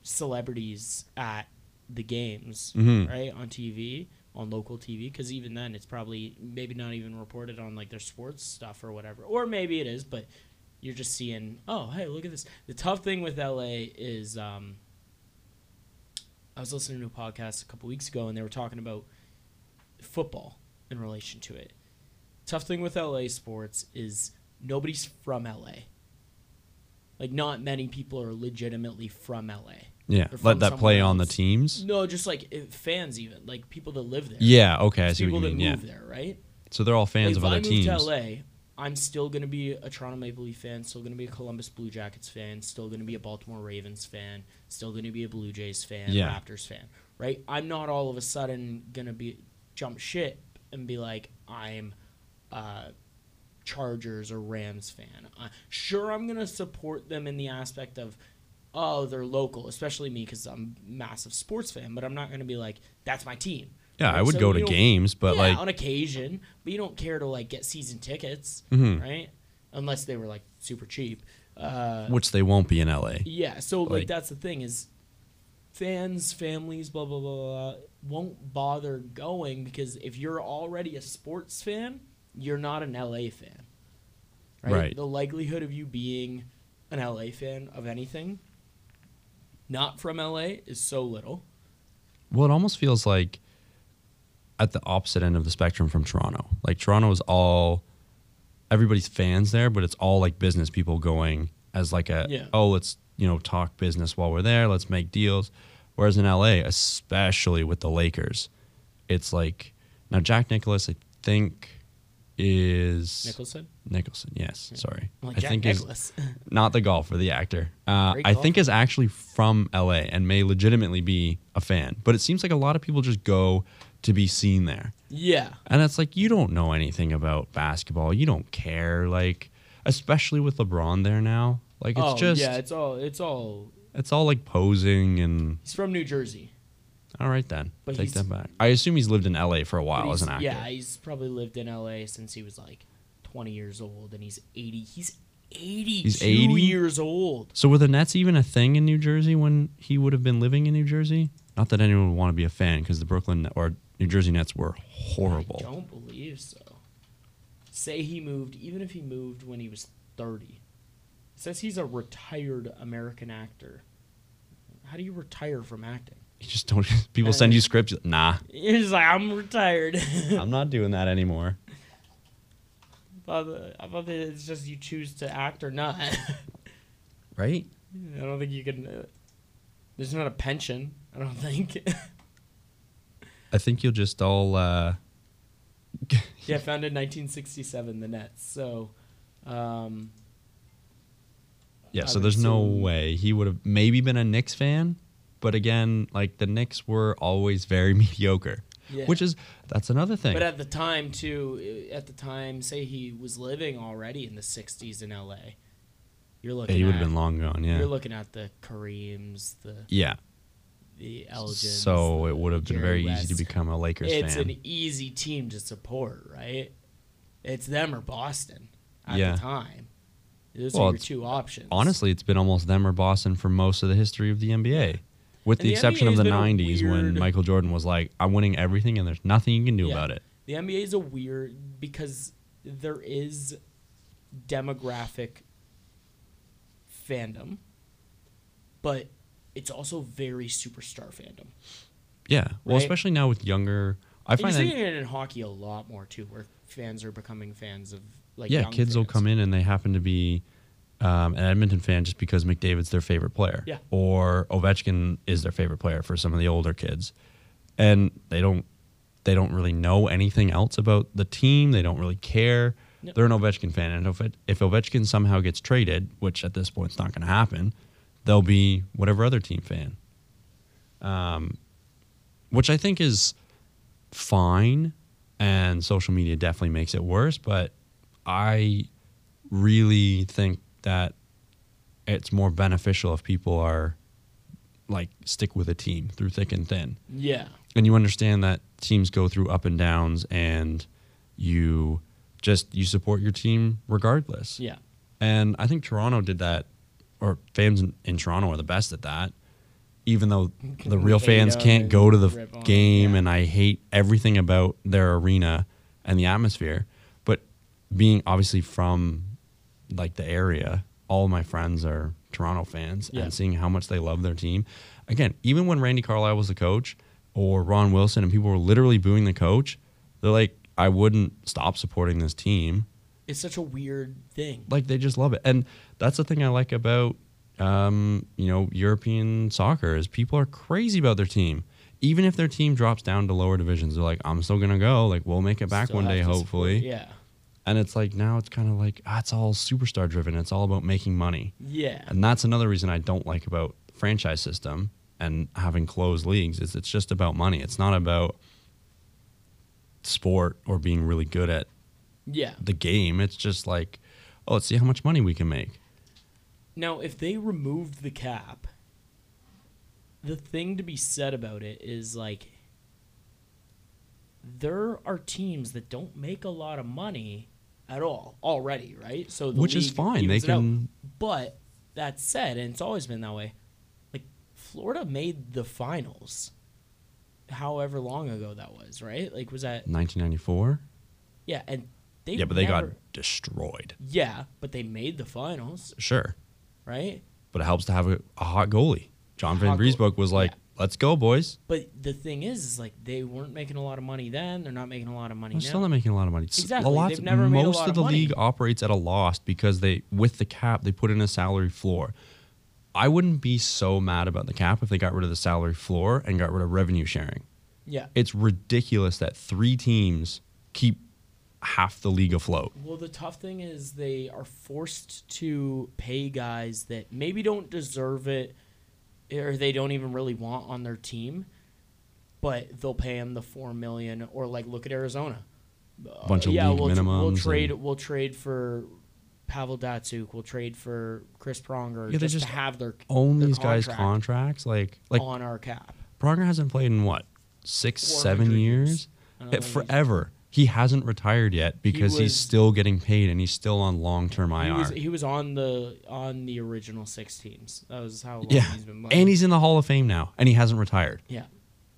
Speaker 1: celebrities at the games,
Speaker 2: Mhm.
Speaker 1: right? On TV, on local TV, because even then it's probably maybe not even reported on like their sports stuff or whatever. Or maybe it is, but you're just seeing, oh, hey, look at this. The tough thing with LA is um, I was listening to a podcast a couple weeks ago and they were talking about football in relation to it. Tough thing with LA sports is nobody's from LA. Like not many people are legitimately from LA.
Speaker 2: Yeah,
Speaker 1: They're from
Speaker 2: let that play
Speaker 1: somewhere
Speaker 2: on the
Speaker 1: else.
Speaker 2: teams.
Speaker 1: No, just like eh, fans even, like people that live there.
Speaker 2: Yeah, okay, I
Speaker 1: There's
Speaker 2: see
Speaker 1: people
Speaker 2: what you mean.
Speaker 1: that
Speaker 2: Yeah,
Speaker 1: move there, right?
Speaker 2: so they're all
Speaker 1: Like,
Speaker 2: fans of other
Speaker 1: if
Speaker 2: teams.
Speaker 1: I move to LA, I'm still going to be a Toronto Maple Leaf fan, still going to be a Columbus Blue Jackets fan, still going to be a Baltimore Ravens fan, still going to be a Blue Jays fan,
Speaker 2: Yeah.
Speaker 1: Raptors fan, right? I'm not all of a sudden going to be jump ship and be like I'm uh Chargers or Rams fan. Uh, sure, I'm going to support them in the aspect of, oh, they're local, especially me because I'm a massive sports fan, but I'm not going to be like, that's my team.
Speaker 2: yeah,
Speaker 1: Right?
Speaker 2: I would
Speaker 1: So
Speaker 2: go
Speaker 1: you
Speaker 2: to
Speaker 1: don't-
Speaker 2: games, but
Speaker 1: yeah,
Speaker 2: like,
Speaker 1: on occasion, but you don't care to like get season tickets,
Speaker 2: Mhm.
Speaker 1: right? Unless they were like super cheap. Uh,
Speaker 2: which they won't be in LA.
Speaker 1: yeah, so like,
Speaker 2: like-
Speaker 1: that's the thing is, fans, families, blah blah blah, blah won't bother going because if you're already a sports fan, you're not an LA fan, right?
Speaker 2: Right.
Speaker 1: The likelihood of you being an LA fan of anything, not from LA, is so little.
Speaker 2: Well, it almost feels like at the opposite end of the spectrum from Toronto. Like Toronto is all everybody's fans there, but it's all like business people going as like a
Speaker 1: Yeah.
Speaker 2: oh let's you know talk business while we're there, let's make deals. Whereas in LA, especially with the Lakers, it's like now Jack Nicholas I think is
Speaker 1: Nicholson,
Speaker 2: Nicholson. Yes, sorry,
Speaker 1: like
Speaker 2: I
Speaker 1: Jack
Speaker 2: think is
Speaker 1: Nicklaus.
Speaker 2: not the golfer, the actor. Uh,
Speaker 1: Great
Speaker 2: I think
Speaker 1: golfer.
Speaker 2: is actually from LA and may legitimately be a fan. But it seems like a lot of people just go to be seen there,
Speaker 1: yeah,
Speaker 2: and it's like you don't know anything about basketball. You don't care, like especially with LeBron there now. Like it's
Speaker 1: oh
Speaker 2: just
Speaker 1: yeah,
Speaker 2: it's,
Speaker 1: it's all it's all
Speaker 2: all like posing and
Speaker 1: He's from New Jersey.
Speaker 2: all right then
Speaker 1: But
Speaker 2: take
Speaker 1: he's-
Speaker 2: that back. I assume he's lived in LA for a
Speaker 1: but
Speaker 2: while as
Speaker 1: he's-
Speaker 2: an actor.
Speaker 1: Yeah, he's probably lived in LA since he was like 20 years old, and he's 80. He's 82
Speaker 2: 80?
Speaker 1: years old.
Speaker 2: So were the Nets even a thing in New Jersey when he would have been living in New Jersey? Not that anyone would want to be a fan because the Brooklyn or New Jersey Nets were horrible.
Speaker 1: I don't believe so. Say he moved, even if he moved when he was 30. It says he's a retired American actor. How do you retire from acting?
Speaker 2: You just don't. People send you scripts. you're like, Nah,
Speaker 1: He's like, I'm retired.
Speaker 2: I'm not doing that anymore.
Speaker 1: Father- I thought that it's just you choose to act or not.
Speaker 2: Right?
Speaker 1: I don't think you can. uh, There's not a pension, I don't think.
Speaker 2: I think you'll just all. Uh,
Speaker 1: yeah, founded in 1967, the Nets. So, um,
Speaker 2: Yeah,
Speaker 1: I
Speaker 2: so
Speaker 1: would
Speaker 2: there's no
Speaker 1: assume-
Speaker 2: way he would have maybe been a Knicks fan, but again, like the Knicks were always very mediocre,
Speaker 1: yeah.
Speaker 2: which is that's another thing.
Speaker 1: But uh, at the time, too, uh, at the time, say he was living already in the 60s in LA. You're
Speaker 2: Yeah,
Speaker 1: looking
Speaker 2: he would
Speaker 1: at,
Speaker 2: have been long gone.
Speaker 1: You're
Speaker 2: Yeah,
Speaker 1: looking at the Kareems, the
Speaker 2: yeah.
Speaker 1: the Elgins.
Speaker 2: So
Speaker 1: the
Speaker 2: it would have been very
Speaker 1: Jerry
Speaker 2: easy to
Speaker 1: West.
Speaker 2: become a Lakers
Speaker 1: It's
Speaker 2: fan.
Speaker 1: an e- easy team to support, right? It's them or Boston at
Speaker 2: Yeah.
Speaker 1: the time. Those
Speaker 2: Well,
Speaker 1: are your
Speaker 2: it's-
Speaker 1: two options.
Speaker 2: Honestly, it's been almost them or Boston for most of the history of the NBA, with
Speaker 1: And
Speaker 2: the
Speaker 1: the
Speaker 2: exception of
Speaker 1: NBA
Speaker 2: the
Speaker 1: has been a
Speaker 2: '90s when
Speaker 1: weird-
Speaker 2: Michael Jordan was like, "I'm winning everything, and there's nothing you can do
Speaker 1: Yeah.
Speaker 2: about it."
Speaker 1: The NBA is a weird because there is demographic fandom, but it's also very superstar fandom.
Speaker 2: Yeah. Well,
Speaker 1: Right.
Speaker 2: especially now with younger, I
Speaker 1: And you're
Speaker 2: find that
Speaker 1: seeing it in hockey a lot more too, where fans are becoming fans of like
Speaker 2: yeah,
Speaker 1: young
Speaker 2: kids will
Speaker 1: fans.
Speaker 2: come in and they happen to be um, an Edmonton fan just because McDavid's their favorite player,
Speaker 1: Yeah.
Speaker 2: or Ovechkin is their favorite player for some of the older kids, and they don't they don't really know anything else about the team. They don't really care.
Speaker 1: No.
Speaker 2: They're an Ovechkin fan, and if, it, if Ovechkin somehow gets traded, which at this point is not going to happen, they'll be whatever other team fan, um, which I think is fine, and social media definitely makes it worse. But I really think that it's more beneficial if people are like stick with a team through thick and thin.
Speaker 1: Yeah,
Speaker 2: And you understand that teams go through up and downs and you just you support your team regardless.
Speaker 1: yeah,
Speaker 2: And I think Toronto did that or fans in, in Toronto are the best at that. Even though the real
Speaker 1: Hate
Speaker 2: fans
Speaker 1: 'em
Speaker 2: can't
Speaker 1: and
Speaker 2: go to the
Speaker 1: rip on 'em,
Speaker 2: game
Speaker 1: yeah.
Speaker 2: and I hate everything about their arena and the atmosphere, but being obviously from like the area, all my friends are Toronto fans
Speaker 1: Yeah.
Speaker 2: and seeing how much they love their team. Again, even when Randy Carlisle was the coach or Ron Wilson and people were literally booing the coach, they're like, I wouldn't stop supporting this team.
Speaker 1: it's such a weird thing.
Speaker 2: Like they just love it. And that's the thing I like about um, you know, European soccer is people are crazy about their team. Even if their team drops down to lower divisions, they're like, I'm still gonna go. Like we'll make it back
Speaker 1: Still
Speaker 2: one
Speaker 1: have
Speaker 2: day,
Speaker 1: to support-
Speaker 2: hopefully.
Speaker 1: Yeah,
Speaker 2: And it's like now it's kind of like ah, it's all superstar driven. It's all about making money.
Speaker 1: yeah,
Speaker 2: And that's another reason I don't like about the franchise system and having closed leagues is it's just about money. It's not about sport or being really good at
Speaker 1: yeah.
Speaker 2: the game. It's just like, oh, let's see how much money we can make.
Speaker 1: Now, if they removed the cap, the thing to be said about it is like there are teams that don't make a lot of money at all already, right? So the
Speaker 2: Which is
Speaker 1: league
Speaker 2: fine. They
Speaker 1: evens it out.
Speaker 2: can-
Speaker 1: But that said, and it's always been that way. Like Florida made the finals, however long ago that was, right? Like was that
Speaker 2: 1994.
Speaker 1: yeah? And they
Speaker 2: Yeah, but they
Speaker 1: never-
Speaker 2: got destroyed.
Speaker 1: yeah, but they made the finals,
Speaker 2: Sure,
Speaker 1: right?
Speaker 2: but it helps to have a, a hot goalie. John Van
Speaker 1: Hot goalie.
Speaker 2: Briesbook was like,
Speaker 1: Yeah.
Speaker 2: let's go, boys.
Speaker 1: But the thing is, is like they weren't making a lot of money then. They're not making a lot of money
Speaker 2: They're
Speaker 1: now.
Speaker 2: still not making a lot of money. S-
Speaker 1: Exactly.
Speaker 2: A lot,
Speaker 1: They've never made a
Speaker 2: most
Speaker 1: lot
Speaker 2: of
Speaker 1: of
Speaker 2: the
Speaker 1: money.
Speaker 2: league operates at a loss because they, with the cap, they put in a salary floor. I wouldn't be so mad about the cap if they got rid of the salary floor and got rid of revenue sharing.
Speaker 1: yeah.
Speaker 2: It's ridiculous that three teams keep half the league afloat.
Speaker 1: Well, the tough thing is they are forced to pay guys that maybe don't deserve it, or they don't even really want on their team, but they'll pay them the four million. Or like, look at Arizona. Uh,
Speaker 2: Bunch of league
Speaker 1: we'll, We'll
Speaker 2: minimums
Speaker 1: trade.
Speaker 2: and-
Speaker 1: We'll trade for Pavel Datsuk. We'll trade for Chris Pronger
Speaker 2: Yeah, they
Speaker 1: just,
Speaker 2: just
Speaker 1: to have their
Speaker 2: Own
Speaker 1: their
Speaker 2: these guys'
Speaker 1: contract
Speaker 2: contracts, like like
Speaker 1: on our cap.
Speaker 2: Pronger hasn't played in what six,
Speaker 1: Four
Speaker 2: seven
Speaker 1: hundred years.
Speaker 2: years,
Speaker 1: I don't
Speaker 2: Eh,
Speaker 1: think he's-
Speaker 2: forever. He hasn't retired yet because he's
Speaker 1: was-
Speaker 2: still getting paid and he's still on long-term IR.
Speaker 1: He was, he was on the on the original six teams. That was how long
Speaker 2: Yeah.
Speaker 1: he's been playing.
Speaker 2: And he's in the Hall of Fame now and he hasn't retired.
Speaker 1: yeah.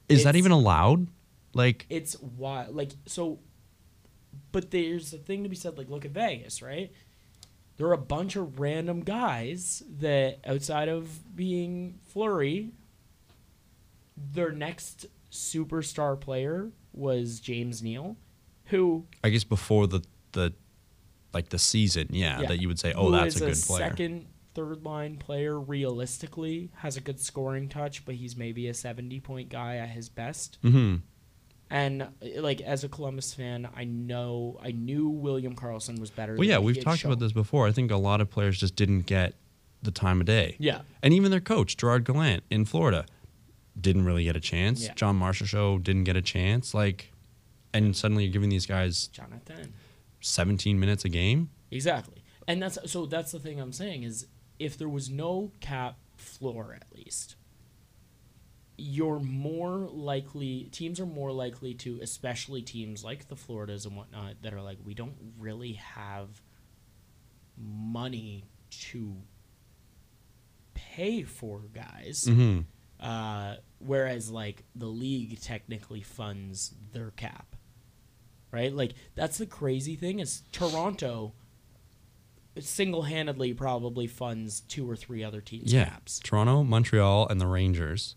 Speaker 2: Is that
Speaker 1: It's-
Speaker 2: even allowed? Like
Speaker 1: It's wild. Like so but there's a thing to be said, like look at Vegas, right? There are a bunch of random guys that outside of being Flurry, their next superstar player was James Neal, who
Speaker 2: I guess before the the like the season, yeah,
Speaker 1: Yeah.
Speaker 2: that you would say, "Oh,
Speaker 1: who
Speaker 2: that's
Speaker 1: is
Speaker 2: a good player."
Speaker 1: second third line player realistically has a good scoring touch, but he's maybe a 70 point guy at his best.
Speaker 2: Mm-hmm.
Speaker 1: And uh, like as a Columbus fan, I know I knew William Carlson was better.
Speaker 2: Well,
Speaker 1: than
Speaker 2: yeah,
Speaker 1: he
Speaker 2: we've
Speaker 1: had
Speaker 2: talked
Speaker 1: shown.
Speaker 2: about this before. I think a lot of players just didn't get the time of day.
Speaker 1: Yeah,
Speaker 2: And even their coach, Gerard Gallant in Florida, didn't really get a chance.
Speaker 1: Yeah.
Speaker 2: John Marshall Show didn't get a chance. Like, and suddenly you're giving these guys
Speaker 1: Jonathan.
Speaker 2: 17 minutes a game.
Speaker 1: Exactly. And that's so that's the thing I'm saying is if there was no cap floor at least you're more likely teams are more likely to especially teams like the Floridas and whatnot that are like we don't really have money to pay for guys
Speaker 2: Mm-hmm.
Speaker 1: uh, whereas like the league technically funds their cap right like that's the crazy thing is toronto single-handedly probably funds two or three other teams
Speaker 2: Yeah.
Speaker 1: caps
Speaker 2: Toronto, Montreal, and the Rangers,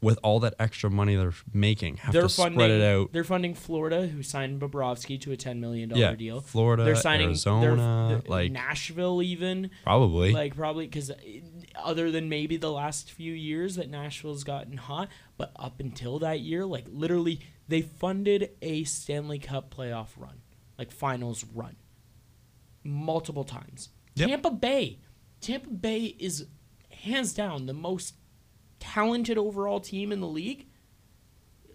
Speaker 2: with all that extra money they're making, have
Speaker 1: they're
Speaker 2: to
Speaker 1: funding
Speaker 2: spread it out.
Speaker 1: they're funding florida who signed Bobrovsky to a 10 million dollar
Speaker 2: Yeah,
Speaker 1: deal
Speaker 2: Florida,
Speaker 1: they're signing
Speaker 2: Arizona,
Speaker 1: they're, they're-
Speaker 2: like
Speaker 1: nashville even
Speaker 2: probably.
Speaker 1: Like probably because other than maybe the last few years that Nashville's gotten hot, but up until that year, like literally they funded a Stanley Cup playoff run, like finals run, multiple times.
Speaker 2: Yep.
Speaker 1: Tampa Bay, Tampa Bay is hands down the most talented overall team in the league.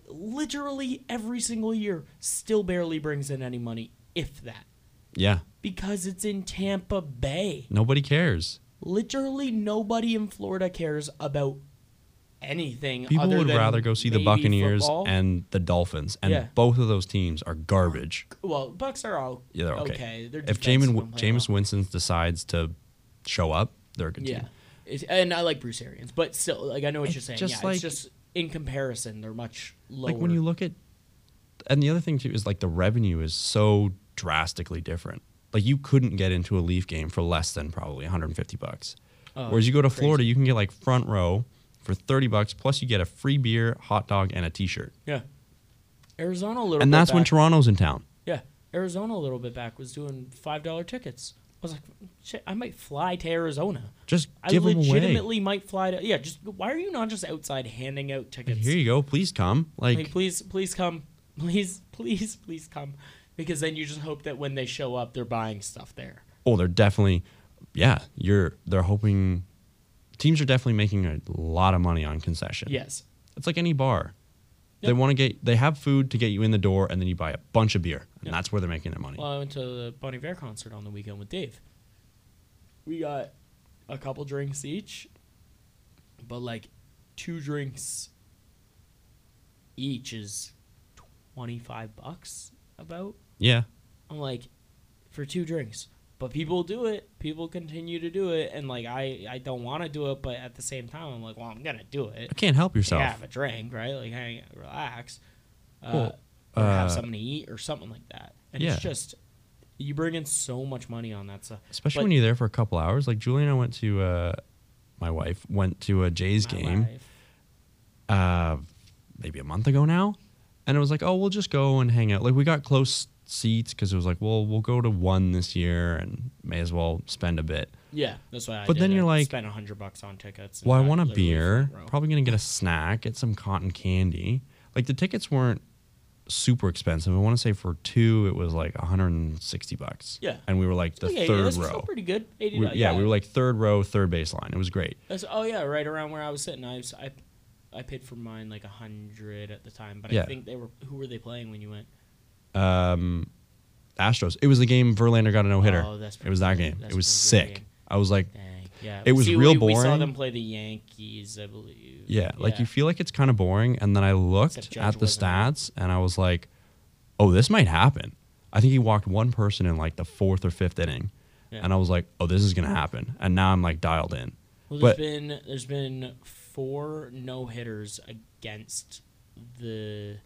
Speaker 1: Literally every single year, still barely brings in any money, if that,
Speaker 2: yeah,
Speaker 1: because it's in Tampa Bay
Speaker 2: nobody cares.
Speaker 1: literally nobody in Florida cares about anything.
Speaker 2: People
Speaker 1: other
Speaker 2: would
Speaker 1: than
Speaker 2: rather go see the
Speaker 1: maybe
Speaker 2: Buccaneers
Speaker 1: football.
Speaker 2: and the Dolphins, and
Speaker 1: Yeah.
Speaker 2: both of those teams are garbage.
Speaker 1: well, Bucks are all
Speaker 2: Yeah, they're okay.
Speaker 1: They're
Speaker 2: if
Speaker 1: Jamin
Speaker 2: Jamin James Winston decides to show up, they're a good
Speaker 1: yeah,
Speaker 2: team.
Speaker 1: It's- and I like Bruce Arians, but still, like I know what you're
Speaker 2: It's
Speaker 1: saying.
Speaker 2: just
Speaker 1: yeah,
Speaker 2: like-
Speaker 1: it's just in comparison, they're much lower.
Speaker 2: Like when you look at, and the other thing too is like the revenue is so drastically different. Like you couldn't get into a Leaf game for less than probably 150 bucks.
Speaker 1: Oh,
Speaker 2: Whereas you go to
Speaker 1: crazy.
Speaker 2: Florida, you can get like front row for 30 bucks plus you get a free beer, hot dog, and a T-shirt.
Speaker 1: yeah, Arizona a little,
Speaker 2: And
Speaker 1: bit
Speaker 2: that's when
Speaker 1: back-
Speaker 2: Toronto's in town.
Speaker 1: yeah, Arizona a little bit back was doing five dollar tickets. I was like, shit, I might fly to Arizona.
Speaker 2: Just
Speaker 1: I
Speaker 2: give them away.
Speaker 1: legitimately might fly to yeah. Just why are you not just outside handing out
Speaker 2: Like,
Speaker 1: tickets?
Speaker 2: here you go. Please come. Like,
Speaker 1: Like, please, please come, please, please, please come, because then you just hope that when they show up, they're buying stuff there.
Speaker 2: oh, they're definitely, yeah. You're they're hoping teams are definitely making a lot of money on concession.
Speaker 1: Yes,
Speaker 2: It's like any bar. They
Speaker 1: Yep.
Speaker 2: want to get they have food to get you in the door, and then you buy a bunch of beer, and
Speaker 1: Yep.
Speaker 2: that's where they're making their money.
Speaker 1: well, I went to the Bon Iver concert on the weekend with Dave. We got a couple drinks each, but like two drinks each is twenty five bucks about.
Speaker 2: yeah,
Speaker 1: I'm like, for two drinks. But people do it. People continue to do it, and like I, I don't want to do it, but at the same time, I'm like, well, I'm gonna do it.
Speaker 2: you can't help yourself.
Speaker 1: Yeah, have a drink, right? Like, hang, relax, uh,
Speaker 2: Well,
Speaker 1: or have
Speaker 2: uh,
Speaker 1: something to eat or something like that. And
Speaker 2: yeah.
Speaker 1: it's just you bring in so much money on that stuff,
Speaker 2: Especially
Speaker 1: But-
Speaker 2: when you're there for a couple hours. Like Julie and I went to uh, my wife went to a Jays
Speaker 1: My
Speaker 2: game
Speaker 1: life.
Speaker 2: uh, maybe a month ago now, and it was like, oh, we'll just go and hang out. Like we got close seats because it was like, well, we'll go to one this year and may as well spend a bit.
Speaker 1: Yeah, that's why. I
Speaker 2: But
Speaker 1: did
Speaker 2: then
Speaker 1: it.
Speaker 2: you're like,
Speaker 1: spent a hundred bucks on tickets. and
Speaker 2: Well, I
Speaker 1: got
Speaker 2: want a
Speaker 1: literally
Speaker 2: beer.
Speaker 1: front row.
Speaker 2: Probably gonna get a snack. Get some cotton candy. Like the tickets weren't super expensive. I want to say for two, it was like 160 bucks.
Speaker 1: Yeah.
Speaker 2: and we were like the
Speaker 1: Okay, yeah,
Speaker 2: third
Speaker 1: that's still
Speaker 2: row.
Speaker 1: pretty good.
Speaker 2: We-
Speaker 1: 80,
Speaker 2: yeah, we were like third row, third baseline. It was great.
Speaker 1: That's, oh yeah, right around where I was sitting. I was, I, I paid for mine like a hundred at the time, but
Speaker 2: Yeah.
Speaker 1: I think they were. Who were they playing when you went?
Speaker 2: Um, Astros. It was the game Verlander got a no hitter.
Speaker 1: Oh, that's
Speaker 2: it was that
Speaker 1: pretty-
Speaker 2: game.
Speaker 1: that's
Speaker 2: It was
Speaker 1: pretty good
Speaker 2: sick.
Speaker 1: game.
Speaker 2: I was like,
Speaker 1: Dang, yeah.
Speaker 2: It was
Speaker 1: See,
Speaker 2: real
Speaker 1: we, We saw
Speaker 2: boring.
Speaker 1: them play the Yankees, I believe.
Speaker 2: yeah, like you feel like it's kind of boring. And then I
Speaker 1: Except
Speaker 2: looked
Speaker 1: Judge
Speaker 2: at the
Speaker 1: wasn't there.
Speaker 2: stats and I was like, oh, this might happen. I think he walked one person in like the fourth or fifth inning.
Speaker 1: Yeah.
Speaker 2: And I was like, oh, this is going to happen. And now I'm like dialed in.
Speaker 1: Well, there's
Speaker 2: but
Speaker 1: been there's been four no hitters against the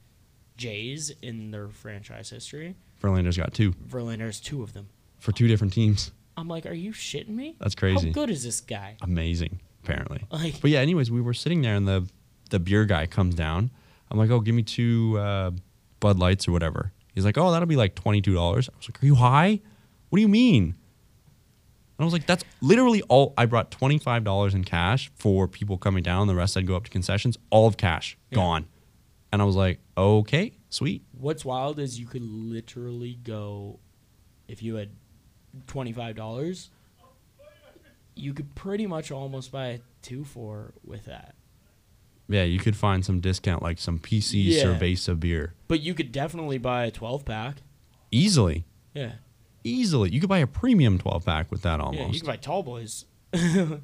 Speaker 1: Jays in their franchise history.
Speaker 2: Verlander's got two
Speaker 1: Verlander's two of them.
Speaker 2: for two different teams.
Speaker 1: I'm like, are you shitting me?
Speaker 2: That's crazy.
Speaker 1: How good is this guy?
Speaker 2: Amazing, apparently.
Speaker 1: Like,
Speaker 2: But yeah, anyways, we were sitting there and the the beer guy comes down. I'm like, oh, give me two uh, Bud Lights or whatever. He's like, oh, that'll be like twenty two dollars. I was like, are you high? What do you mean? And I was like, that's literally all. I brought twenty five dollars in cash for people coming down. The rest I'd go up to concessions. All of cash
Speaker 1: Yeah.
Speaker 2: gone. And I was like, okay, sweet.
Speaker 1: What's wild is you could literally go, if you had twenty five dollars, you could pretty much almost buy a two four with that.
Speaker 2: Yeah, you could find some discount, like some PC
Speaker 1: Yeah.
Speaker 2: Cerveza beer,
Speaker 1: But you could definitely buy a twelve pack.
Speaker 2: easily,
Speaker 1: Yeah,
Speaker 2: easily. You could buy a premium twelve pack with that
Speaker 1: yeah. You
Speaker 2: almost.
Speaker 1: could buy tall boys.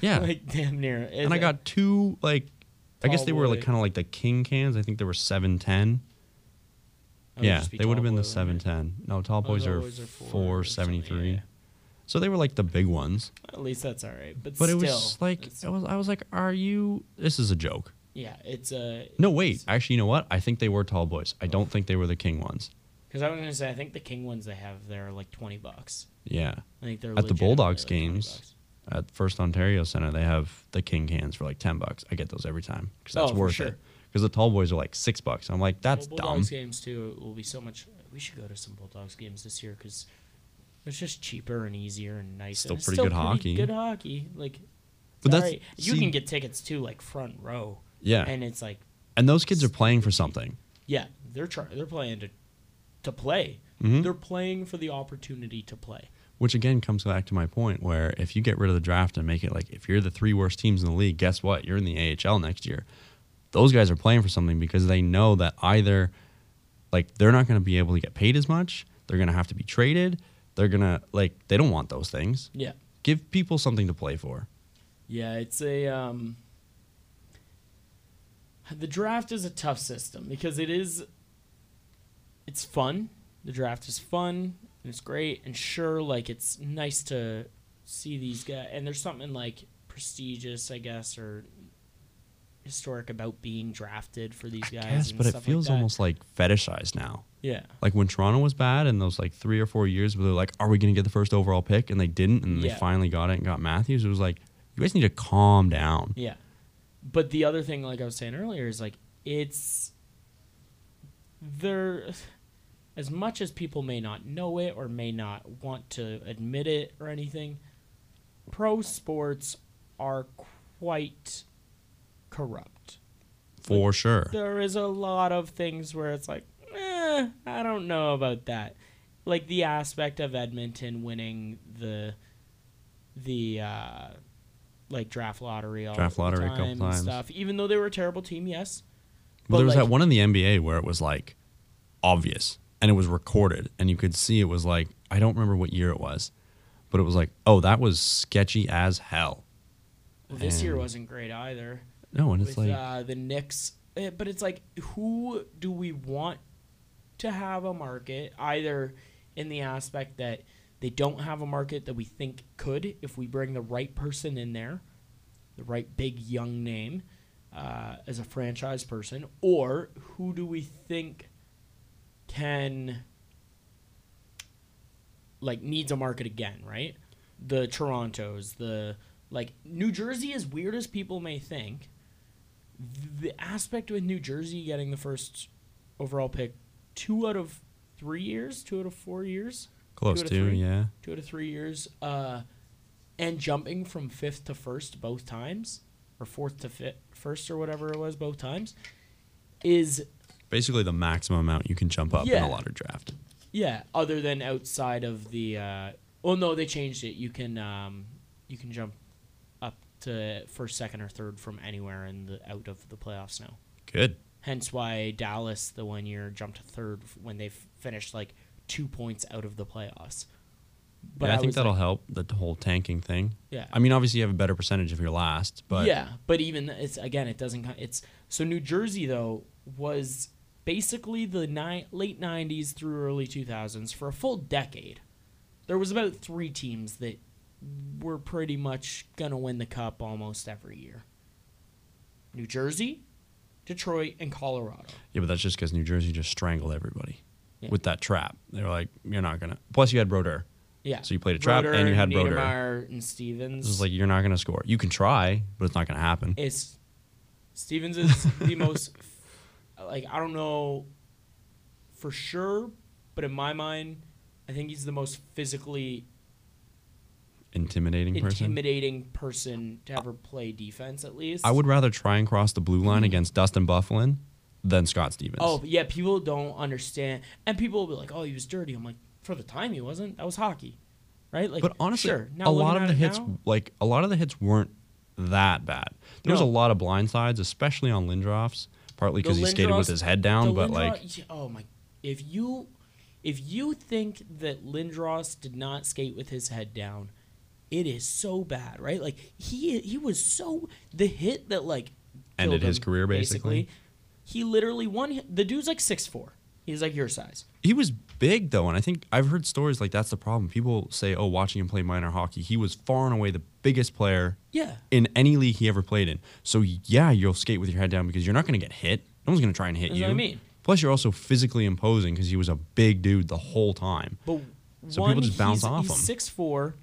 Speaker 2: Yeah,
Speaker 1: like damn near.
Speaker 2: and I got two like. I guess
Speaker 1: Tall
Speaker 2: they were like
Speaker 1: boy.
Speaker 2: kind of like the king cans. I think they were seven ten.
Speaker 1: That would
Speaker 2: Yeah,
Speaker 1: Oh, just be
Speaker 2: they would
Speaker 1: Tall
Speaker 2: have been
Speaker 1: Boy,
Speaker 2: the
Speaker 1: wouldn't
Speaker 2: seven
Speaker 1: it?
Speaker 2: ten. No, tall boys
Speaker 1: Tall
Speaker 2: are
Speaker 1: Boys are four or
Speaker 2: four
Speaker 1: something,
Speaker 2: seventy
Speaker 1: yeah,
Speaker 2: three.
Speaker 1: yeah.
Speaker 2: So they were like the big ones.
Speaker 1: At least that's all right. But,
Speaker 2: But
Speaker 1: still,
Speaker 2: it was like oh.
Speaker 1: it's-
Speaker 2: I was I was like, are you? This is a joke.
Speaker 1: yeah, it's a
Speaker 2: No, wait. Actually, you know what? I think they were tall boys. I don't think they were the king ones.
Speaker 1: Because I was gonna say, I think the King ones they have there are like twenty bucks.
Speaker 2: Yeah.
Speaker 1: I think they're
Speaker 2: At the
Speaker 1: legitimately,
Speaker 2: Bulldogs
Speaker 1: like, 20
Speaker 2: games,
Speaker 1: bucks.
Speaker 2: At First Ontario Center, they have the king cans for like ten bucks. I get those every time because that's
Speaker 1: Oh, for
Speaker 2: worth
Speaker 1: sure.
Speaker 2: it. Because the tall boys are like six bucks. I'm like, that's
Speaker 1: well,
Speaker 2: dumb.
Speaker 1: Bulldogs games too will be so much. We should go to some Bulldogs games this year because it's just cheaper and easier and nicer.
Speaker 2: Still
Speaker 1: It's
Speaker 2: pretty good hockey.
Speaker 1: Good hockey, like. But
Speaker 2: But that's-
Speaker 1: you
Speaker 2: see-
Speaker 1: can get tickets too, like front row,
Speaker 2: Yeah. And,
Speaker 1: and it's like,
Speaker 2: those kids are playing for something.
Speaker 1: yeah, they're try- they're playing to, to play.
Speaker 2: Mhm.
Speaker 1: They're playing for the opportunity to play.
Speaker 2: Which again comes back to my point where if you get rid of the draft and make it like if you're the three worst teams in the league, guess what? You're in the AHL next year. Those guys are playing for something because they know that either like they're not going to be able to get paid as much, they're going to have to be traded, they're going to like they don't want those things.
Speaker 1: Yeah.
Speaker 2: Give people something to play for.
Speaker 1: Yeah, it's a um the draft is a tough system because it is it's fun. The draft is fun and it's great and sure like it's nice to see these guys and there's something like prestigious, I guess, or historic about being drafted for these guys.
Speaker 2: Yes,
Speaker 1: and
Speaker 2: but it
Speaker 1: stuff like
Speaker 2: feels
Speaker 1: that.
Speaker 2: almost like fetishized now.
Speaker 1: Yeah.
Speaker 2: Like when Toronto was bad and those like three or four years where they're like, are we going to get the first overall pick? And they didn't. And they
Speaker 1: Yeah.
Speaker 2: finally got it and got Matthews. It was like, you guys need to calm down.
Speaker 1: Yeah. But the other thing, like I was saying earlier, is like it's there as much as people may not know it or may not want to admit it or anything, pro sports are quite corrupt.
Speaker 2: For sure.
Speaker 1: There is a lot of things where it's like, eh, I don't know about that. Like the aspect of Edmonton winning the the uh, like draft lottery all
Speaker 2: Draft
Speaker 1: the
Speaker 2: lottery a
Speaker 1: time
Speaker 2: couple
Speaker 1: and
Speaker 2: times.
Speaker 1: stuff. Even though they were a terrible team, yes.
Speaker 2: Well, there was
Speaker 1: like-
Speaker 2: that one in the NBA where it was like obvious and it was recorded and you could see it was like I don't remember what year it was, but it was like, oh, that was sketchy as hell.
Speaker 1: Well, this year
Speaker 2: And-
Speaker 1: wasn't great either.
Speaker 2: No, and it's
Speaker 1: With
Speaker 2: like
Speaker 1: uh, the Knicks, Eh, but it's like, who do we want to have a market? Either in the aspect that they don't have a market that we think could, if we bring the right person in there, the right big young name uh, as a franchise person, or who do we think can like needs a market again, right? The Torontos, the like New Jersey, as weird as people may think, the aspect with New Jersey getting the first overall pick two out of three years, two out of four years,
Speaker 2: close
Speaker 1: out of
Speaker 2: to,
Speaker 1: three.
Speaker 2: yeah.
Speaker 1: two out of three years, uh, and jumping from fifth to first both times, or fourth to fi- first or whatever it was both times, is
Speaker 2: Basically the maximum amount you can jump up in
Speaker 1: Yeah.
Speaker 2: a lottery draft.
Speaker 1: yeah. Other than outside of the, uh, well, no, they changed it. You can um, you can jump up to first, second, or third from anywhere in the out of the playoffs now.
Speaker 2: Good.
Speaker 1: Hence why Dallas the one year jumped to third f- when they f- finished like two points out of the playoffs.
Speaker 2: But I, think
Speaker 1: was
Speaker 2: that'll
Speaker 1: like-
Speaker 2: help the whole tanking thing.
Speaker 1: Yeah.
Speaker 2: I mean, obviously you have a better percentage if you're last, but
Speaker 1: yeah, but even th- it's again it doesn't co- it's so New Jersey though was basically the ni- late 90s through early 2000s for a full decade. There was about 3 teams that were pretty much going to win the cup almost every year. New Jersey, Detroit, and Colorado.
Speaker 2: Yeah, but that's just because New Jersey just strangled everybody
Speaker 1: Yeah.
Speaker 2: with that trap. They were like, you're not gonna. Plus, you had Broder.
Speaker 1: Yeah.
Speaker 2: So you played a trap and you had Broder.
Speaker 1: Niedermeyer and Stevens.
Speaker 2: It's just like you're not gonna score. You can try, but it's not gonna happen.
Speaker 1: It's Stevens is the most like I don't know for sure, but in my mind, I think he's the most physically
Speaker 2: intimidating person.
Speaker 1: intimidating person to ever play defense at least.
Speaker 2: I would rather try and cross the blue line against Dustin Bufflin than Scott Stevens.
Speaker 1: Mm-hmm. Oh but yeah, people don't understand, and people will be like, "Oh, he was dirty." I'm like, for the time, he wasn't. That was hockey, right? Like,
Speaker 2: but honestly,
Speaker 1: sure, now
Speaker 2: a
Speaker 1: looking
Speaker 2: lot of
Speaker 1: at
Speaker 2: the
Speaker 1: it
Speaker 2: hits,
Speaker 1: now-
Speaker 2: like a lot of the hits, weren't that bad. There was a
Speaker 1: No.
Speaker 2: lot of blindsides, especially on Lindros, partly because
Speaker 1: The
Speaker 2: he skated with
Speaker 1: Lindros-
Speaker 2: his head down.
Speaker 1: the
Speaker 2: But
Speaker 1: Lindros-
Speaker 2: like,
Speaker 1: yeah, oh my, if you, if you think that Lindros did not skate with his head down, it is so bad, right? Like he he was so the hit that like
Speaker 2: Ended
Speaker 1: killed
Speaker 2: his
Speaker 1: him,
Speaker 2: career, basically.
Speaker 1: He literally won. The dude's like six four. He's like your size.
Speaker 2: he was big though, and I think I've heard stories like that's the problem. People say, "Oh, watching him play minor hockey, he was far and away the biggest player
Speaker 1: Yeah.
Speaker 2: in any league he ever played in." So yeah, you'll skate with your head down because you're not going to get hit. No one's going to try and hit
Speaker 1: That's
Speaker 2: you.
Speaker 1: what I mean.
Speaker 2: Plus, you're also physically imposing because he was a big dude the whole time.
Speaker 1: But
Speaker 2: So
Speaker 1: one,
Speaker 2: people just bounce
Speaker 1: he's,
Speaker 2: off
Speaker 1: he's
Speaker 2: him.
Speaker 1: Six four.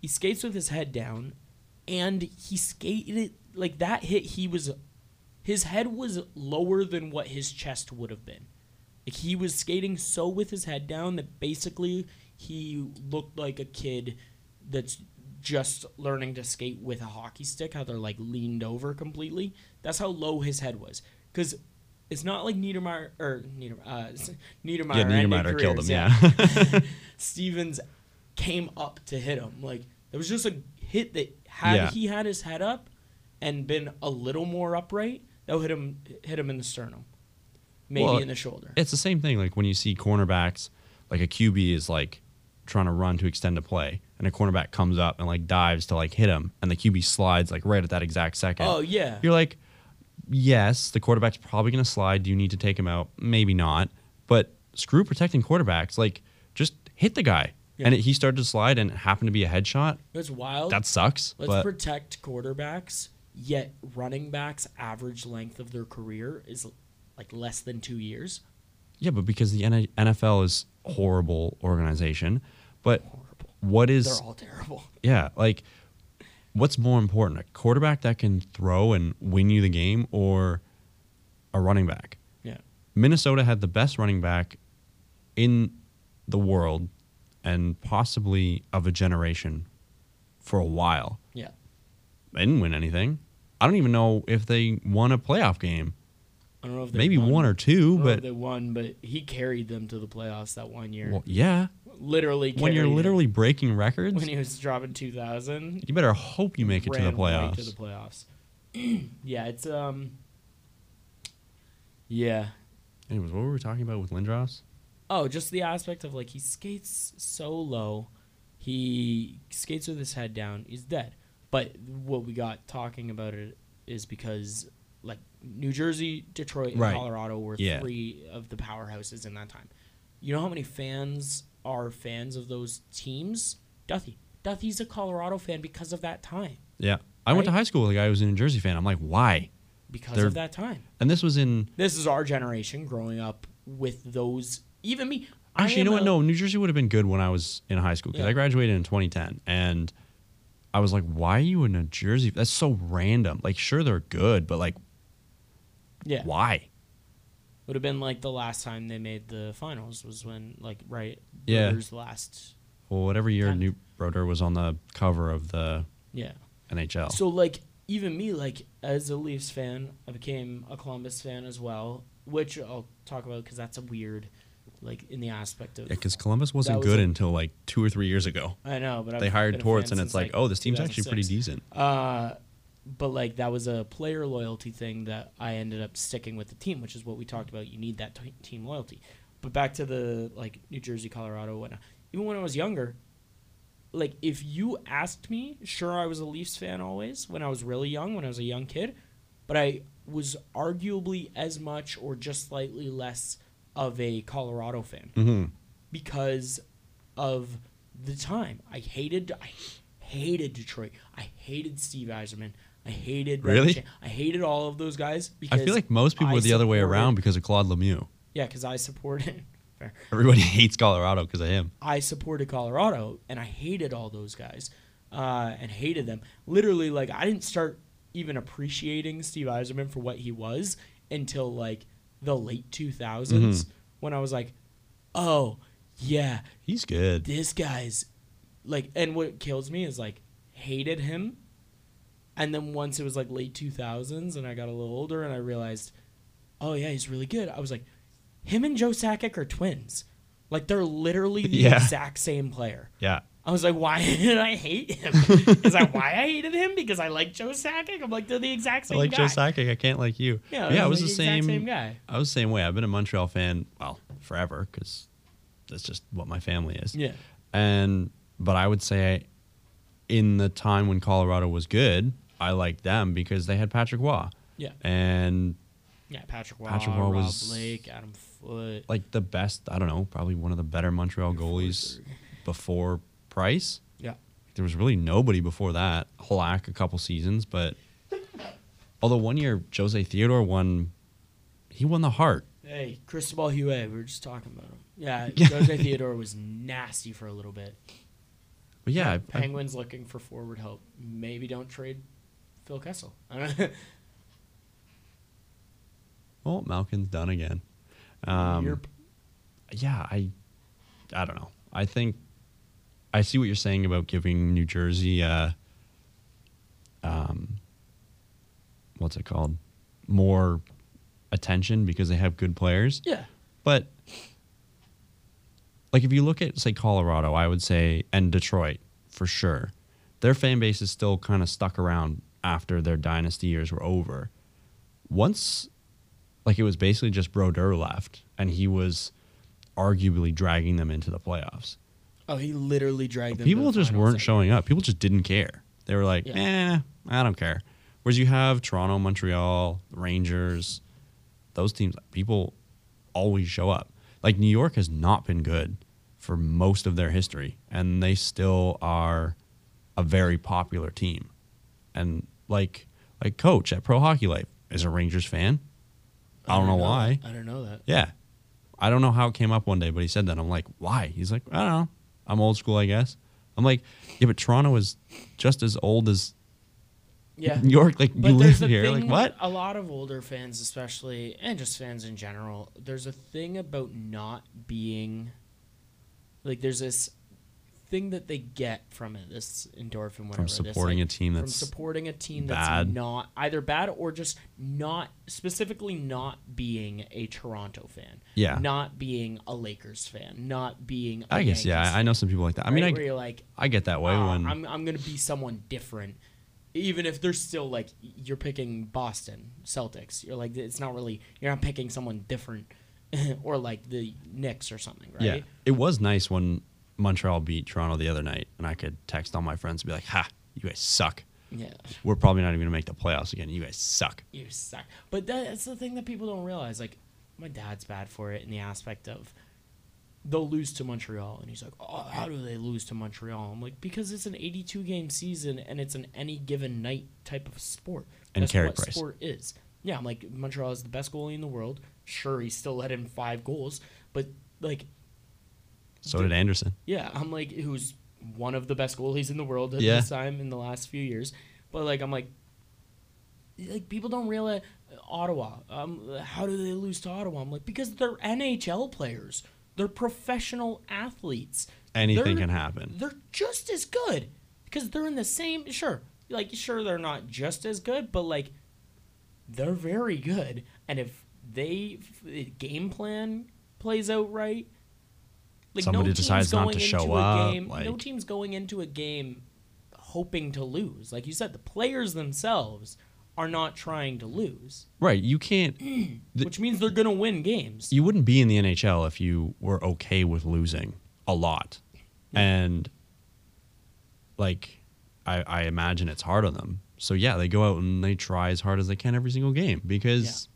Speaker 1: He skates with his head down, and he skated like that hit. He was, his head was lower than what his chest would have been. Like he was skating so with his head down that basically he looked like a kid that's just learning to skate with a hockey stick. How they're like leaned over completely. That's how low his head was. Because it's not like Niedermeyer or Niedermeyer. Uh, s- Niedermeyer,
Speaker 2: Yeah,
Speaker 1: ended
Speaker 2: Niedermeyer killed him.
Speaker 1: careers,
Speaker 2: Yeah.
Speaker 1: Stevens came up to hit him. Like there was just a hit that had
Speaker 2: Yeah.
Speaker 1: he had his head up and been a little more upright, that'll hit him hit him in the sternum. Maybe
Speaker 2: Well,
Speaker 1: in the shoulder.
Speaker 2: it's the same thing. Like when you see cornerbacks, like a QB is like trying to run to extend a play, and a cornerback comes up and like dives to like hit him, and the QB slides like right at that exact second.
Speaker 1: Oh yeah.
Speaker 2: You're like, yes, the quarterback's probably going to slide. Do you need to take him out? Maybe not. But screw protecting quarterbacks. Like, just hit the guy.
Speaker 1: Yeah.
Speaker 2: And it, he started to slide, and it happened to be a headshot.
Speaker 1: It's wild.
Speaker 2: That sucks.
Speaker 1: Let's
Speaker 2: but
Speaker 1: protect quarterbacks, yet running backs average length of their career is like less than two years.
Speaker 2: yeah, but because the N- NFL is horrible organization, but
Speaker 1: Horrible.
Speaker 2: what is
Speaker 1: They're all terrible.
Speaker 2: Yeah, like what's more important, a quarterback that can throw and win you the game or a running back?
Speaker 1: Yeah.
Speaker 2: Minnesota had the best running back in the world and possibly of a generation for a while.
Speaker 1: Yeah.
Speaker 2: They didn't win anything. I don't even know if they won a playoff game.
Speaker 1: I don't know if they
Speaker 2: Maybe
Speaker 1: won.
Speaker 2: one or two,
Speaker 1: I don't know if
Speaker 2: but
Speaker 1: they won, but he carried them to the playoffs that one year.
Speaker 2: well, yeah.
Speaker 1: literally
Speaker 2: When you're
Speaker 1: carried them.
Speaker 2: literally breaking records,
Speaker 1: when he was dropping 2000
Speaker 2: you better hope you make it to the
Speaker 1: ran right to
Speaker 2: playoffs.
Speaker 1: the playoffs yeah it's um yeah
Speaker 2: Anyways, what were we talking about with Lindros?
Speaker 1: oh just the aspect of like he skates so low he skates with his head down he's dead but what we got talking about it is because like new jersey detroit and
Speaker 2: Right.
Speaker 1: colorado were
Speaker 2: Yeah.
Speaker 1: three of the powerhouses in that time you know how many fans are fans of those teams duffy duffy's a colorado fan because of that time
Speaker 2: Yeah. I went to
Speaker 1: Right?
Speaker 2: high school with a guy who was a New Jersey fan. I'm like, why?
Speaker 1: because
Speaker 2: They're-
Speaker 1: of that time.
Speaker 2: And this was in
Speaker 1: This is our generation growing up with those. Even me, I
Speaker 2: actually, you
Speaker 1: am
Speaker 2: know what?
Speaker 1: a-
Speaker 2: No, New Jersey would have been good when I was in high school because
Speaker 1: Yeah.
Speaker 2: I graduated in 2010, and I was like, why are you in New Jersey? That's so random. Like, sure they're good, but like,
Speaker 1: yeah,
Speaker 2: why?
Speaker 1: would have been like the last time they made the finals was when like right,
Speaker 2: Yeah.
Speaker 1: Brewers last,
Speaker 2: Well, whatever year
Speaker 1: Kind of.
Speaker 2: New Broder was on the cover of the
Speaker 1: yeah.
Speaker 2: NHL.
Speaker 1: So like even me, like as a Leafs fan, I became a Columbus fan as well, which I'll talk about because that's a weird, like in the aspect of
Speaker 2: yeah, because Columbus wasn't
Speaker 1: was
Speaker 2: good
Speaker 1: a-
Speaker 2: until like two or three years ago.
Speaker 1: I know, but I've
Speaker 2: They hired
Speaker 1: been a fan
Speaker 2: Torts, and
Speaker 1: since,
Speaker 2: it's like, oh, this team's actually pretty
Speaker 1: 2006.
Speaker 2: decent.
Speaker 1: Uh, but like that was a player loyalty thing that I ended up sticking with the team, which is what we talked about. You need that t- team loyalty. But back to the like New Jersey, Colorado, whatnot. Even when I was younger, like if you asked me, sure I was a Leafs fan always when I was really young, when I was a young kid, but I was arguably as much or just slightly less of a Colorado fan
Speaker 2: hmm
Speaker 1: because of the time. I hated I hated Detroit. I hated Steve Eiserman. I hated Brad
Speaker 2: Really?
Speaker 1: Chan- I hated all of those guys
Speaker 2: I
Speaker 1: because
Speaker 2: feel like most people
Speaker 1: I
Speaker 2: were the other way
Speaker 1: supported-
Speaker 2: around because of Claude Lemieux.
Speaker 1: Yeah, because I supported fair.
Speaker 2: Everybody hates Colorado because of him.
Speaker 1: I supported Colorado and I hated all those guys uh, and hated them. Literally, like I didn't start even appreciating Steve Eiserman for what he was until like the late 2000s when I was like, oh yeah,
Speaker 2: He's good.
Speaker 1: this guy's like and what kills me is like hated him and then once it was like late 2000s and i got a little older and i realized oh yeah he's really good i was like him and joe sakic are twins like they're literally the
Speaker 2: Yeah.
Speaker 1: exact same player
Speaker 2: Yeah.
Speaker 1: i was like why did i hate him is that why i hated him because i like joe sakic i'm like they're the exact
Speaker 2: I
Speaker 1: same
Speaker 2: like
Speaker 1: guy
Speaker 2: Joe Sakic. I can't like you.
Speaker 1: yeah,
Speaker 2: yeah. I
Speaker 1: they're
Speaker 2: was the
Speaker 1: exact
Speaker 2: same.
Speaker 1: guy
Speaker 2: I was the same way. I've been a Montreal fan well forever because that's just what my family is.
Speaker 1: yeah
Speaker 2: And but I would say, in the time when Colorado was good, I liked them because they had Patrick Waugh
Speaker 1: yeah
Speaker 2: and
Speaker 1: yeah patrick Waugh,
Speaker 2: Patrick Waugh
Speaker 1: Rob
Speaker 2: was-
Speaker 1: blake adam foote
Speaker 2: like the best. I don't know, probably one of the better Montreal goalies before Price.
Speaker 1: yeah
Speaker 2: There was really nobody before that. Halak a couple seasons, but although one year Jose Theodore won, he won the heart.
Speaker 1: Hey, Cristobal Huey, we were just talking about him. Yeah,
Speaker 2: Yeah.
Speaker 1: Jose Theodore was nasty for a little bit.
Speaker 2: But yeah, I- I,
Speaker 1: Penguins looking for forward help. Maybe don't trade Phil Kessel. I don't know.
Speaker 2: oh Malkin's done again. Um,
Speaker 1: You're-
Speaker 2: yeah, I, I don't know. I think I see what you're saying about giving New Jersey, uh, um, what's it called, more attention because they have good players.
Speaker 1: yeah,
Speaker 2: But like if you look at say Colorado, I would say and Detroit for sure. Their fan base is still kind of stuck around after their dynasty years were over. Once like it was basically just Brodeur left and he was arguably dragging them into the playoffs.
Speaker 1: Oh, he literally dragged them. to
Speaker 2: People
Speaker 1: the
Speaker 2: just
Speaker 1: finals
Speaker 2: weren't
Speaker 1: that
Speaker 2: showing up. People just didn't care. They were like, eh, I don't care. Whereas you have Toronto, Montreal, Rangers, those teams, people always show up. Like New York has not been good for most of their history, and they still are a very popular team. And like, like coach at Pro Hockey Life is a Rangers fan.
Speaker 1: year.
Speaker 2: I don't know why.
Speaker 1: I don't know that.
Speaker 2: Yeah. I don't know how it came up one day, but he said that. I'm like, why? He's like, I don't know. I'm old school, I guess. I'm like, yeah, but Toronto is just as old as
Speaker 1: Yeah.
Speaker 2: New York. Like,
Speaker 1: But
Speaker 2: you
Speaker 1: there's
Speaker 2: live
Speaker 1: a
Speaker 2: here.
Speaker 1: thing
Speaker 2: Like, what?
Speaker 1: A lot of older fans, especially, and just fans in general, there's a thing about not being. Like, there's this thing that they get from it, this endorphin, whatever.
Speaker 2: From
Speaker 1: this,
Speaker 2: supporting
Speaker 1: like,
Speaker 2: a team
Speaker 1: from
Speaker 2: that's.
Speaker 1: supporting a team
Speaker 2: bad.
Speaker 1: that's not either bad or just not specifically not being a Toronto fan.
Speaker 2: Yeah.
Speaker 1: Not being a Lakers fan. Not being. I
Speaker 2: I guess, yeah. I, I know some people like that. I mean,
Speaker 1: where
Speaker 2: I,
Speaker 1: you're like,
Speaker 2: I get that way
Speaker 1: "Ah,
Speaker 2: when.
Speaker 1: I'm I'm gonna be someone different, even if they're still like you're picking Boston Celtics. You're like it's not really you're not picking someone different, or like the Knicks or something, right?
Speaker 2: Yeah. It was nice when Montreal beat Toronto the other night, and I could text all my friends and be like, ha, you guys suck.
Speaker 1: Yeah.
Speaker 2: We're probably not even going to make the playoffs again. You guys suck.
Speaker 1: you suck. But that's the thing that people don't realize. Like, my dad's bad for it in the aspect of they'll lose to Montreal, and he's like, "Oh, how do they lose to Montreal?" I'm like, because it's an 82 game season, and it's an any given night type of sport.
Speaker 2: And
Speaker 1: that's
Speaker 2: carry
Speaker 1: what
Speaker 2: price.
Speaker 1: sport is. Yeah, I'm like Montreal is the best goalie in the world. Sure, he still let in five goals, but like
Speaker 2: So did Anderson.
Speaker 1: yeah, I'm like, who's one of the best goalies in the world at
Speaker 2: Yeah.
Speaker 1: this time in the last few years. But like, I'm like, like people don't realize Ottawa. Um, how do they lose to Ottawa? I'm like, because they're NHL players. They're professional athletes.
Speaker 2: Anything
Speaker 1: They're-
Speaker 2: can happen.
Speaker 1: They're just as good because they're in the same. Sure, like sure they're not just as good, but like they're very good. And if they if the game plan plays out right,
Speaker 2: Somebody decides
Speaker 1: team's
Speaker 2: not
Speaker 1: going
Speaker 2: to show
Speaker 1: into
Speaker 2: up,
Speaker 1: A game, no
Speaker 2: like-
Speaker 1: team's going into a game hoping to lose. Like you said, the players themselves are not trying to lose,
Speaker 2: Right. You can't. The-
Speaker 1: which means they're gonna win games.
Speaker 2: you wouldn't be in the NHL if you were okay with losing a lot. And like I, I imagine it's hard on them. So yeah, they go out and they try as hard as they can every single game because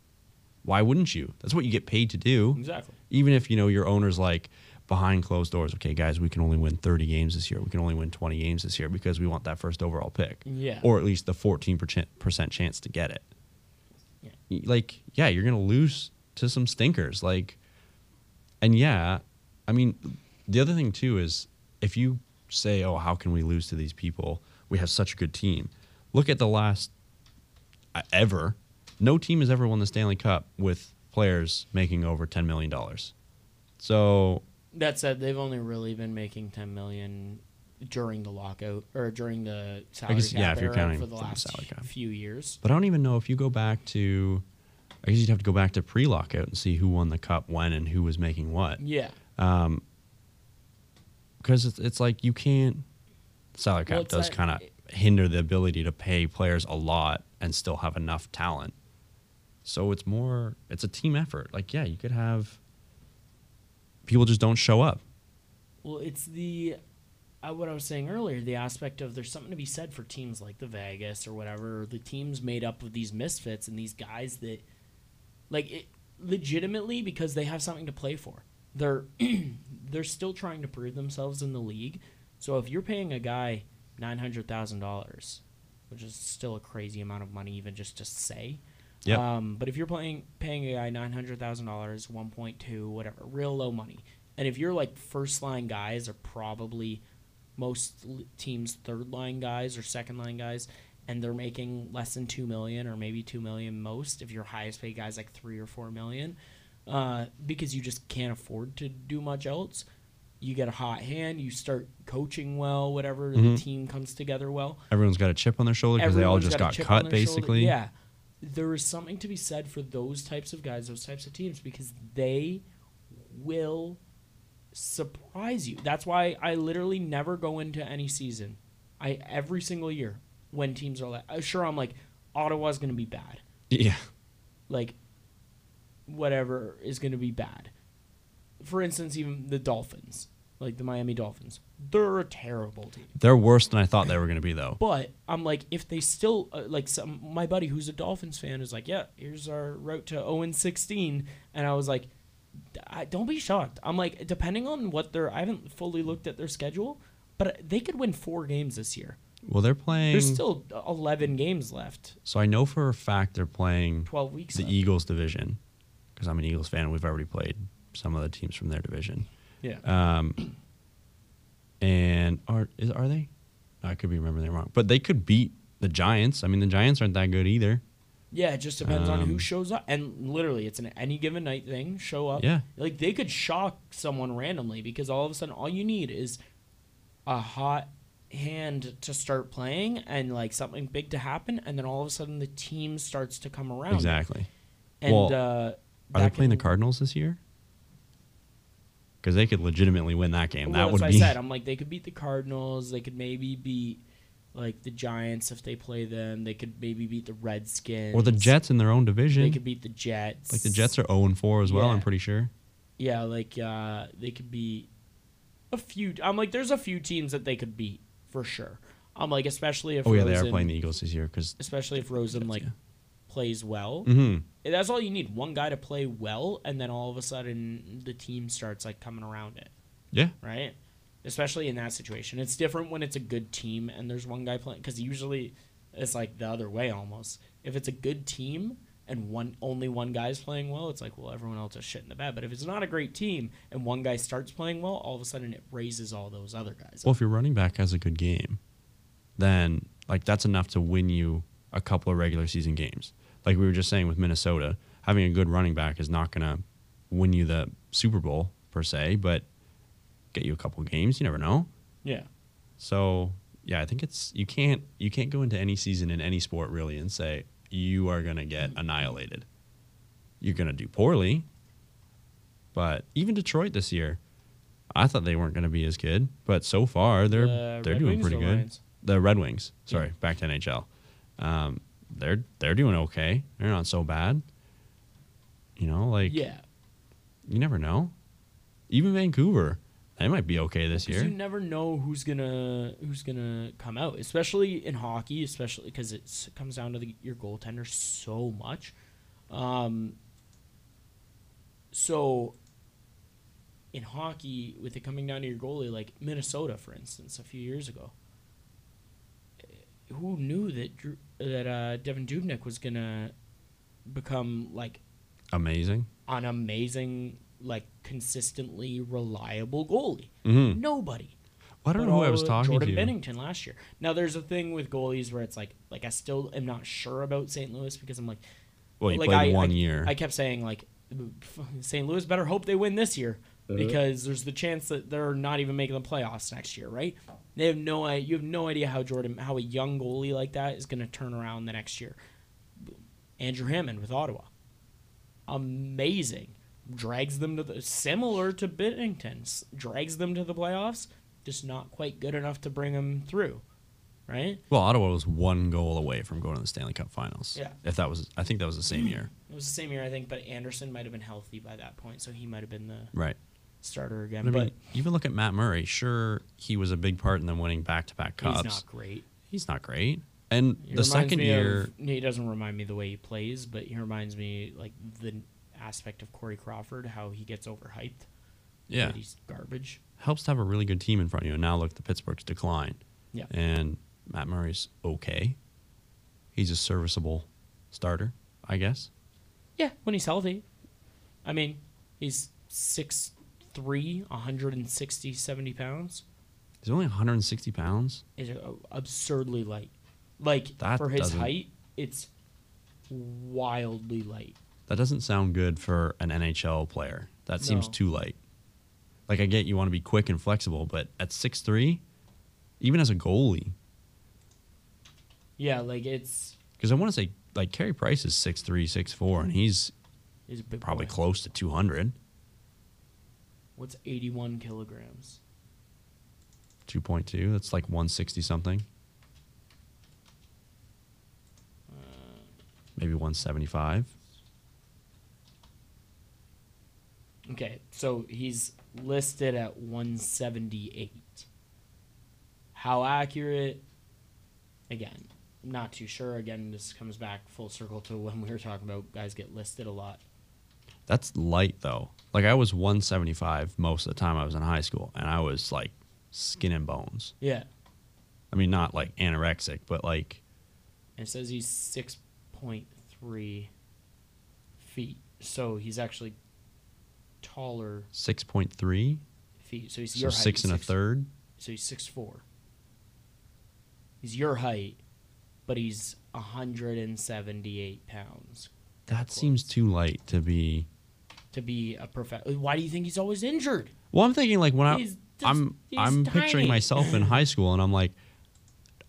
Speaker 2: why wouldn't you? That's what you get paid to do.
Speaker 1: Exactly.
Speaker 2: Even if you know your owner's like behind closed doors, okay guys, we can only win 30 games this year. We can only win 20 games this year because we want that first overall pick.
Speaker 1: Yeah.
Speaker 2: Or at least the 14% percent chance to get it
Speaker 1: Yeah.
Speaker 2: like yeah you're gonna lose to some stinkers like and yeah i mean the other thing too is if you say oh how can we lose to these people we have such a good team look at the last uh, ever no team has ever won the stanley cup with players making over $10 million so
Speaker 1: That said, they've only really been making ten million during the lockout or during the salary
Speaker 2: I guess-
Speaker 1: cap
Speaker 2: yeah, if you're
Speaker 1: era
Speaker 2: counting
Speaker 1: for the
Speaker 2: from the
Speaker 1: last
Speaker 2: salary cap.
Speaker 1: few years.
Speaker 2: But I don't even know if you go back to. I guess you'd have to go back to pre-lockout and see who won the cup when and who was making what.
Speaker 1: Yeah.
Speaker 2: Because it's, it's like you can't. Salary cap
Speaker 1: Well, it's
Speaker 2: does
Speaker 1: that-
Speaker 2: kind of hinder the ability to pay players a lot and still have enough talent. So it's more. It's a team effort. Like yeah, you could have. People just don't show up.
Speaker 1: Well, it's the uh, what I was saying earlier, the aspect of there's something to be said for teams like the Vegas or whatever, or the teams made up of these misfits and these guys that like it, legitimately because they have something to play for. They're they're still trying to prove themselves in the league. So if you're paying a guy $900,000, which is still a crazy amount of money even just to say,
Speaker 2: Yep.
Speaker 1: um, but if you're playing paying a guy nine hundred thousand dollars, one point two, whatever, real low money, and if you're like first line guys are probably most l- teams third line guys or second line guys, and they're making less than two million or maybe two million most. If your highest paid guys like three or four million, uh, because you just can't afford to do much else. You get a hot hand. You start coaching well. Whatever the team comes together well
Speaker 2: Everyone's got a chip on their shoulder because they all
Speaker 1: everyone's
Speaker 2: just
Speaker 1: a
Speaker 2: got,
Speaker 1: chip on
Speaker 2: cut
Speaker 1: their shoulder.
Speaker 2: basically.
Speaker 1: Yeah. There is something to be said for those types of guys, those types of teams, because they will surprise you. That's why I literally never go into any season. I every single year when teams are like, uh, sure, I'm like, Ottawa's going to be bad
Speaker 2: Yeah.
Speaker 1: like whatever is going to be bad. For instance, even the Dolphins, like the Miami Dolphins, they're a terrible team.
Speaker 2: They're worse than I thought they were going to be though.
Speaker 1: But I'm like, if they still uh, like some my buddy who's a Dolphins fan is like, yeah, here's our route to 0 and 16, and I was like, D- I, don't be shocked. I'm like, depending on what they're, I haven't fully looked at their schedule, but they could win four games this year.
Speaker 2: Well, they're playing.
Speaker 1: There's still 11 games left,
Speaker 2: so I know for a fact they're playing
Speaker 1: 12 weeks.
Speaker 2: the E
Speaker 1: left.
Speaker 2: Eagles division because I'm an Eagles fan. and We've already played some of the teams from their division.
Speaker 1: yeah.
Speaker 2: Um, and are is, are they? I could be remembering them wrong, but they could beat the Giants. I mean, the Giants aren't that good either.
Speaker 1: Yeah, it just depends on who
Speaker 2: Um,
Speaker 1: shows up. And literally, it's an any given night thing. Show up.
Speaker 2: Yeah.
Speaker 1: Like, they could shock someone randomly because all of a sudden, all you need is a hot hand to start playing and, like, something big to happen. And then all of a sudden, the team starts to come around.
Speaker 2: Exactly.
Speaker 1: And, uh,
Speaker 2: Well, Are they
Speaker 1: that
Speaker 2: playing the
Speaker 1: can-
Speaker 2: Cardinals this year? Because they could legitimately win that game.
Speaker 1: Well,
Speaker 2: that
Speaker 1: that's
Speaker 2: would
Speaker 1: what
Speaker 2: be.
Speaker 1: I said. I'm like, they could beat the Cardinals. They could maybe beat, like, the Giants if they play them. They could maybe beat the Redskins.
Speaker 2: or the Jets in their own division.
Speaker 1: They could beat the Jets.
Speaker 2: Like the Jets are 0 and 4 as well,
Speaker 1: Yeah.
Speaker 2: I'm pretty sure.
Speaker 1: Yeah, like uh, they could be a few. I'm like, there's a few teams that they could beat for sure. I'm like, especially if
Speaker 2: Oh, yeah,
Speaker 1: Rosen,
Speaker 2: they are playing the Eagles this year because.
Speaker 1: especially if Rosen like
Speaker 2: yeah.
Speaker 1: plays well.
Speaker 2: Mm
Speaker 1: And That's all you need. One guy to play well, and then all of a sudden the team starts like coming around it,
Speaker 2: Yeah.
Speaker 1: right? Especially in that situation, it's different when it's a good team and there's one guy playing because usually it's like the other way almost. If it's a good team and one only one guy's playing well, it's like well everyone else is shit in the bed. But if it's not a great team and one guy starts playing well, all of a sudden it raises all those other guys.
Speaker 2: Well, if your running back has a good game, then like that's enough to win you a couple of regular season games. Like we were just saying with Minnesota, having a good running back is not going to win you the Super Bowl per se, but get you a couple of games. You never know.
Speaker 1: yeah,
Speaker 2: So yeah, I think it's you can't you can't go into any season in any sport really and say you are gonna get annihilated. You're gonna do poorly. But even Detroit this year, I thought they weren't gonna be as good, but so far they're
Speaker 1: The
Speaker 2: they're
Speaker 1: Red
Speaker 2: doing
Speaker 1: Wings
Speaker 2: pretty
Speaker 1: or
Speaker 2: good.
Speaker 1: Lions?
Speaker 2: The Red Wings, sorry, back to NHL. Um, they're they're doing okay. They're not so bad. You know, like
Speaker 1: yeah.
Speaker 2: you never know. Even Vancouver, they might be okay this
Speaker 1: Because
Speaker 2: year.
Speaker 1: You never know who's gonna who's gonna come out, especially in hockey, especially because it comes down to the, your goaltender so much. Um, so in hockey, with it coming down to your goalie, like Minnesota, for instance, a few years ago, who knew that Drew, that uh, Devin Dubnik was gonna become like
Speaker 2: Amazing.
Speaker 1: an amazing, like consistently reliable goalie?
Speaker 2: Mhm.
Speaker 1: Nobody.
Speaker 2: I don't
Speaker 1: But
Speaker 2: know who I
Speaker 1: all-
Speaker 2: was talking
Speaker 1: Jordan
Speaker 2: to.
Speaker 1: Bennington last year. Now there's a thing with goalies where it's like, like I still am not sure about St. Louis because I'm like,
Speaker 2: Well, he
Speaker 1: like
Speaker 2: played
Speaker 1: I,
Speaker 2: one
Speaker 1: I,
Speaker 2: year.
Speaker 1: I kept saying like, St. Louis better hope they win this year. because there's the chance that they're not even making the playoffs next year, right? They have no i- you have no idea how Jordan how a young goalie like that is going to turn around the next year. Andrew Hammond with Ottawa, amazing, drags them to the similar to Bennington's, drags them to the playoffs, just not quite good enough to bring them through, right?
Speaker 2: Well, Ottawa was one goal away from going to the Stanley Cup Finals.
Speaker 1: Yeah.
Speaker 2: If that was, I think that was the same year.
Speaker 1: It was the same year I think, but Anderson might have been healthy by that point, so he might have been the
Speaker 2: Right.
Speaker 1: starter
Speaker 2: I
Speaker 1: again.
Speaker 2: mean,
Speaker 1: but
Speaker 2: even look at Matt Murray. Sure, he was a big part in them winning back-to-back cups.
Speaker 1: he's not great.
Speaker 2: He's not great. And
Speaker 1: He
Speaker 2: the
Speaker 1: reminds
Speaker 2: second
Speaker 1: me
Speaker 2: year,
Speaker 1: of- he doesn't remind me the way he plays, but he reminds me like the aspect of Corey Crawford, how he gets overhyped.
Speaker 2: yeah,
Speaker 1: that he's garbage.
Speaker 2: helps to have a really good team in front of you. And now look, the Pittsburgh's decline.
Speaker 1: Yeah.
Speaker 2: And Matt Murray's okay. He's a serviceable starter, I guess.
Speaker 1: Yeah, when he's healthy. I mean, he's 6'3", 160, 70 pounds.
Speaker 2: He's only 160 pounds.
Speaker 1: Is absurdly light. Like
Speaker 2: That
Speaker 1: for his
Speaker 2: doesn't-
Speaker 1: height, it's wildly light.
Speaker 2: That doesn't sound good for an NHL player. That seems
Speaker 1: No.
Speaker 2: too light. Like I get you want to be quick and flexible, but at 6'3", even as a goalie,
Speaker 1: Yeah, like it's
Speaker 2: because I want to say like Carey Price is 6'3", 6'4", and he's
Speaker 1: is a big
Speaker 2: probably
Speaker 1: boy.
Speaker 2: close to 200,
Speaker 1: What's eighty one kilograms?
Speaker 2: 2.2. That's like 160 something,
Speaker 1: Uh,
Speaker 2: maybe 175.
Speaker 1: Okay, so he's listed at 178. How accurate? Again, I'm not too sure. Again, this comes back full circle to when we were talking about guys get listed a lot.
Speaker 2: That's light though. Like I was 175 most of the time I was in high school, and I was like skin and bones.
Speaker 1: Yeah,
Speaker 2: I mean, not like anorexic, but like
Speaker 1: and it says he's 6.3 feet. So he's actually taller
Speaker 2: 6.3,
Speaker 1: feet. So he's
Speaker 2: so
Speaker 1: your
Speaker 2: six
Speaker 1: height.
Speaker 2: and a third.
Speaker 1: So he's six four. He's your height, but he's 178 pounds.
Speaker 2: That seems too light to be.
Speaker 1: to be a professional. Why do you think he's always injured?
Speaker 2: Well, I'm thinking like when I,
Speaker 1: He's just-
Speaker 2: I'm
Speaker 1: he's
Speaker 2: I'm
Speaker 1: tiny.
Speaker 2: picturing myself in high school, and I'm like,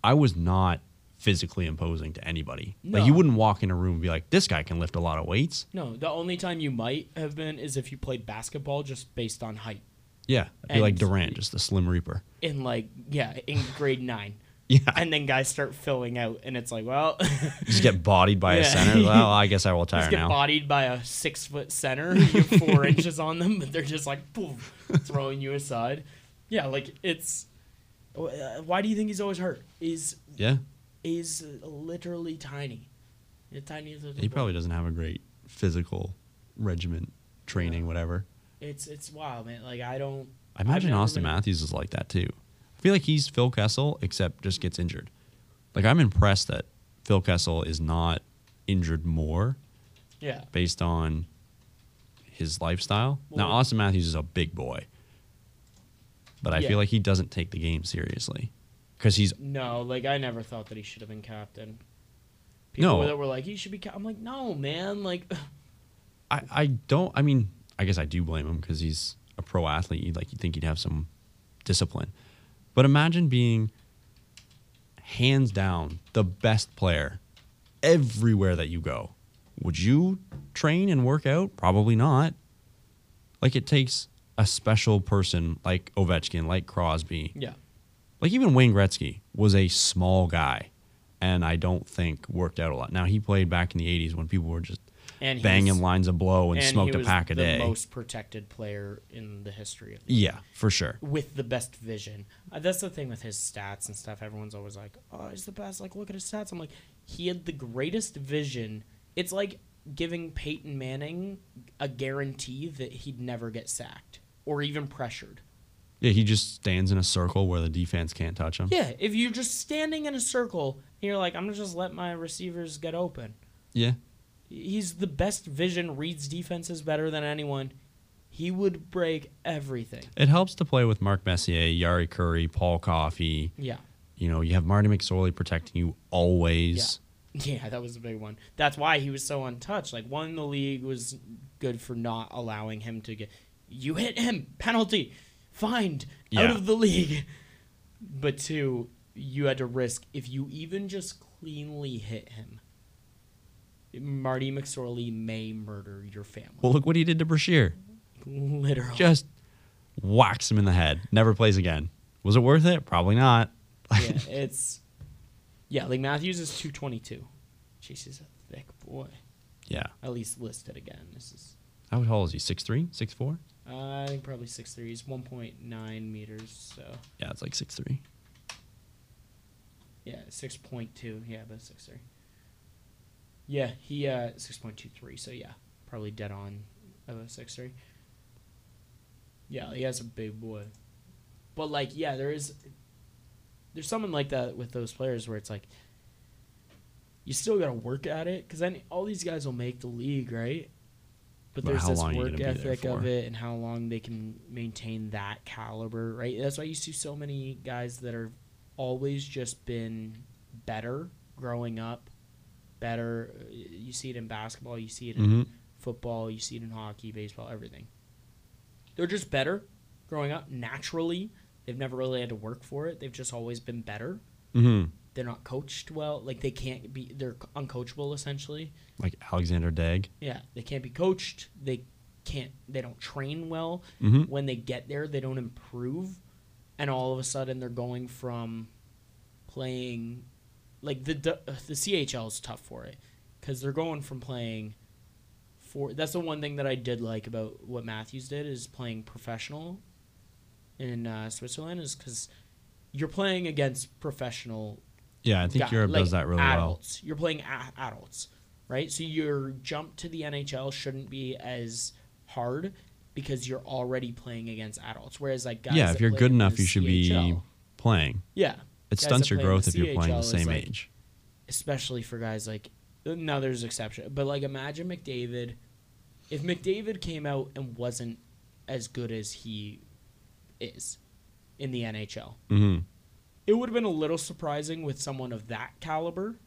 Speaker 2: I was not physically imposing to anybody. Like you
Speaker 1: No.
Speaker 2: wouldn't walk in a room and be like, this guy can lift a lot of weights.
Speaker 1: No, the only time you might have been is if you played basketball just based on height.
Speaker 2: Yeah, I'd be like
Speaker 1: And-
Speaker 2: Durant, just the Slim Reaper.
Speaker 1: In like, yeah, in grade nine.
Speaker 2: Yeah,
Speaker 1: And then guys start filling out, and it's like, well, just
Speaker 2: just get bodied by a
Speaker 1: Yeah.
Speaker 2: center. Well, I guess I will tire
Speaker 1: get
Speaker 2: now.
Speaker 1: bodied by a six foot center. You have four inches on them, but they're just like, boom, throwing you aside. Yeah, like it's. uh, Why do you think he's always hurt? He's
Speaker 2: Yeah,
Speaker 1: is literally tiny, the tiniest little.
Speaker 2: he
Speaker 1: boy.
Speaker 2: probably doesn't have a great physical regimen, training, whatever.
Speaker 1: It's it's wild, man. Like I don't.
Speaker 2: I imagine
Speaker 1: never
Speaker 2: Austin
Speaker 1: been-
Speaker 2: Matthews is like that too. I feel like he's Phil Kessel, except just gets injured. Like I'm impressed that Phil Kessel is not injured more
Speaker 1: Yeah.
Speaker 2: based on his lifestyle. now
Speaker 1: Well-
Speaker 2: Austin Matthews is a big boy, but I
Speaker 1: Yeah.
Speaker 2: feel like he doesn't take the game seriously because he's
Speaker 1: No, like I never thought that he should have been captain. People
Speaker 2: No.
Speaker 1: that were like he should be. Cap-. I'm like, no, man. Like,
Speaker 2: I, I don't I mean I guess I do blame him because he's a pro athlete you'd like you think he'd have some discipline but imagine being hands down the best player everywhere that you go would you train and work out probably not like it takes a special person like Ovechkin like Crosby
Speaker 1: yeah,
Speaker 2: like even Wayne Gretzky was a small guy and I don't think worked out a lot now he played back in the 80s when people were just
Speaker 1: and he
Speaker 2: banging
Speaker 1: was-
Speaker 2: lines of blow and,
Speaker 1: and he
Speaker 2: smoked a
Speaker 1: was
Speaker 2: pack a
Speaker 1: the
Speaker 2: day.
Speaker 1: Most protected player in the history of the
Speaker 2: yeah, for sure.
Speaker 1: with the best vision. Uh, that's the thing with his stats and stuff. Everyone's always like, "Oh, he's the best." Like, look at his stats. I'm like, he had the greatest vision. It's like giving Peyton Manning a guarantee that he'd never get sacked or even pressured.
Speaker 2: Yeah, he just stands in a circle where the defense can't touch him.
Speaker 1: Yeah, if you're just standing in a circle and you're like, I'm gonna just let my receivers get open.
Speaker 2: Yeah.
Speaker 1: He's the best vision, reads defenses better than anyone. He would break everything.
Speaker 2: It helps to play with Mark Messier, Yari Curry, Paul Coffey.
Speaker 1: Yeah.
Speaker 2: You know, you have Marty McSorley protecting you always.
Speaker 1: Yeah, that was a big one. That's why he was so untouched. Like one the league was good for not allowing him to get you hit him, penalty, fined, out
Speaker 2: Yeah.
Speaker 1: of the league. But two, you had to risk if you even just cleanly hit him. Marty McSorley may murder your family.
Speaker 2: Well, look what he did to Brashear.
Speaker 1: Literally.
Speaker 2: Just whacks him in the head. Never plays again. Was it worth it? Probably not.
Speaker 1: yeah, it's yeah. Like Matthews is two twenty two. Chase is a thick boy.
Speaker 2: yeah.
Speaker 1: At least listed again. This is
Speaker 2: How tall is he? 6'3? 6'4?
Speaker 1: uh, I think probably six three. He's one point nine meters. So
Speaker 2: Yeah, it's like 6'3.
Speaker 1: yeah, six point two. Yeah, about six three. Yeah, he uh six point two three. So yeah, probably dead on about six three. Yeah, he has a big boy. But like, yeah, there is there's something like that with those players where it's like you still got to work at it because then all these guys will make the league, right? But
Speaker 2: But
Speaker 1: there's
Speaker 2: how
Speaker 1: this
Speaker 2: long are you
Speaker 1: work
Speaker 2: gonna be there
Speaker 1: ethic of
Speaker 2: for?
Speaker 1: it and how long they can maintain that caliber, right? That's why you see so many guys that are always just been better growing up, better. uh, You see it in basketball, you see it in
Speaker 2: Mhm.
Speaker 1: football, you see it in hockey, baseball, everything. They're just better growing up naturally. They've never really had to work for it. They've just always been better.
Speaker 2: Mm-hmm.
Speaker 1: They're not coached well. Like they can't be. They're uncoachable essentially.
Speaker 2: Like Alexander Dag.
Speaker 1: Yeah, they can't be coached. They can't. They don't train well.
Speaker 2: Mhm.
Speaker 1: When they get there, they don't improve, and all of a sudden they're going from playing like the uh, the CHL is tough for it because they're going from playing for. That's the one thing that I did like about what Matthews did is playing professional in uh, Switzerland is because you're playing against professional
Speaker 2: Yeah, I think
Speaker 1: guy-
Speaker 2: Europe
Speaker 1: like,
Speaker 2: does that really
Speaker 1: adults. You're playing a- adults, right? So your jump to the NHL shouldn't be as hard because you're already playing against adults. Whereas like guys,
Speaker 2: well. Yeah,
Speaker 1: that
Speaker 2: if you're
Speaker 1: play
Speaker 2: good
Speaker 1: in
Speaker 2: enough,
Speaker 1: the
Speaker 2: you should be
Speaker 1: CHL
Speaker 2: playing.
Speaker 1: yeah,
Speaker 2: It
Speaker 1: Guys that
Speaker 2: stunts your
Speaker 1: play in the
Speaker 2: growth if you're playing
Speaker 1: CHL
Speaker 2: the
Speaker 1: is
Speaker 2: same
Speaker 1: like-
Speaker 2: age.
Speaker 1: especially for guys like now there's exception, but like imagine McDavid. If McDavid came out and wasn't as good as he is in the NHL,
Speaker 2: Mm-hmm.
Speaker 1: it would have been a little surprising with someone of that caliber.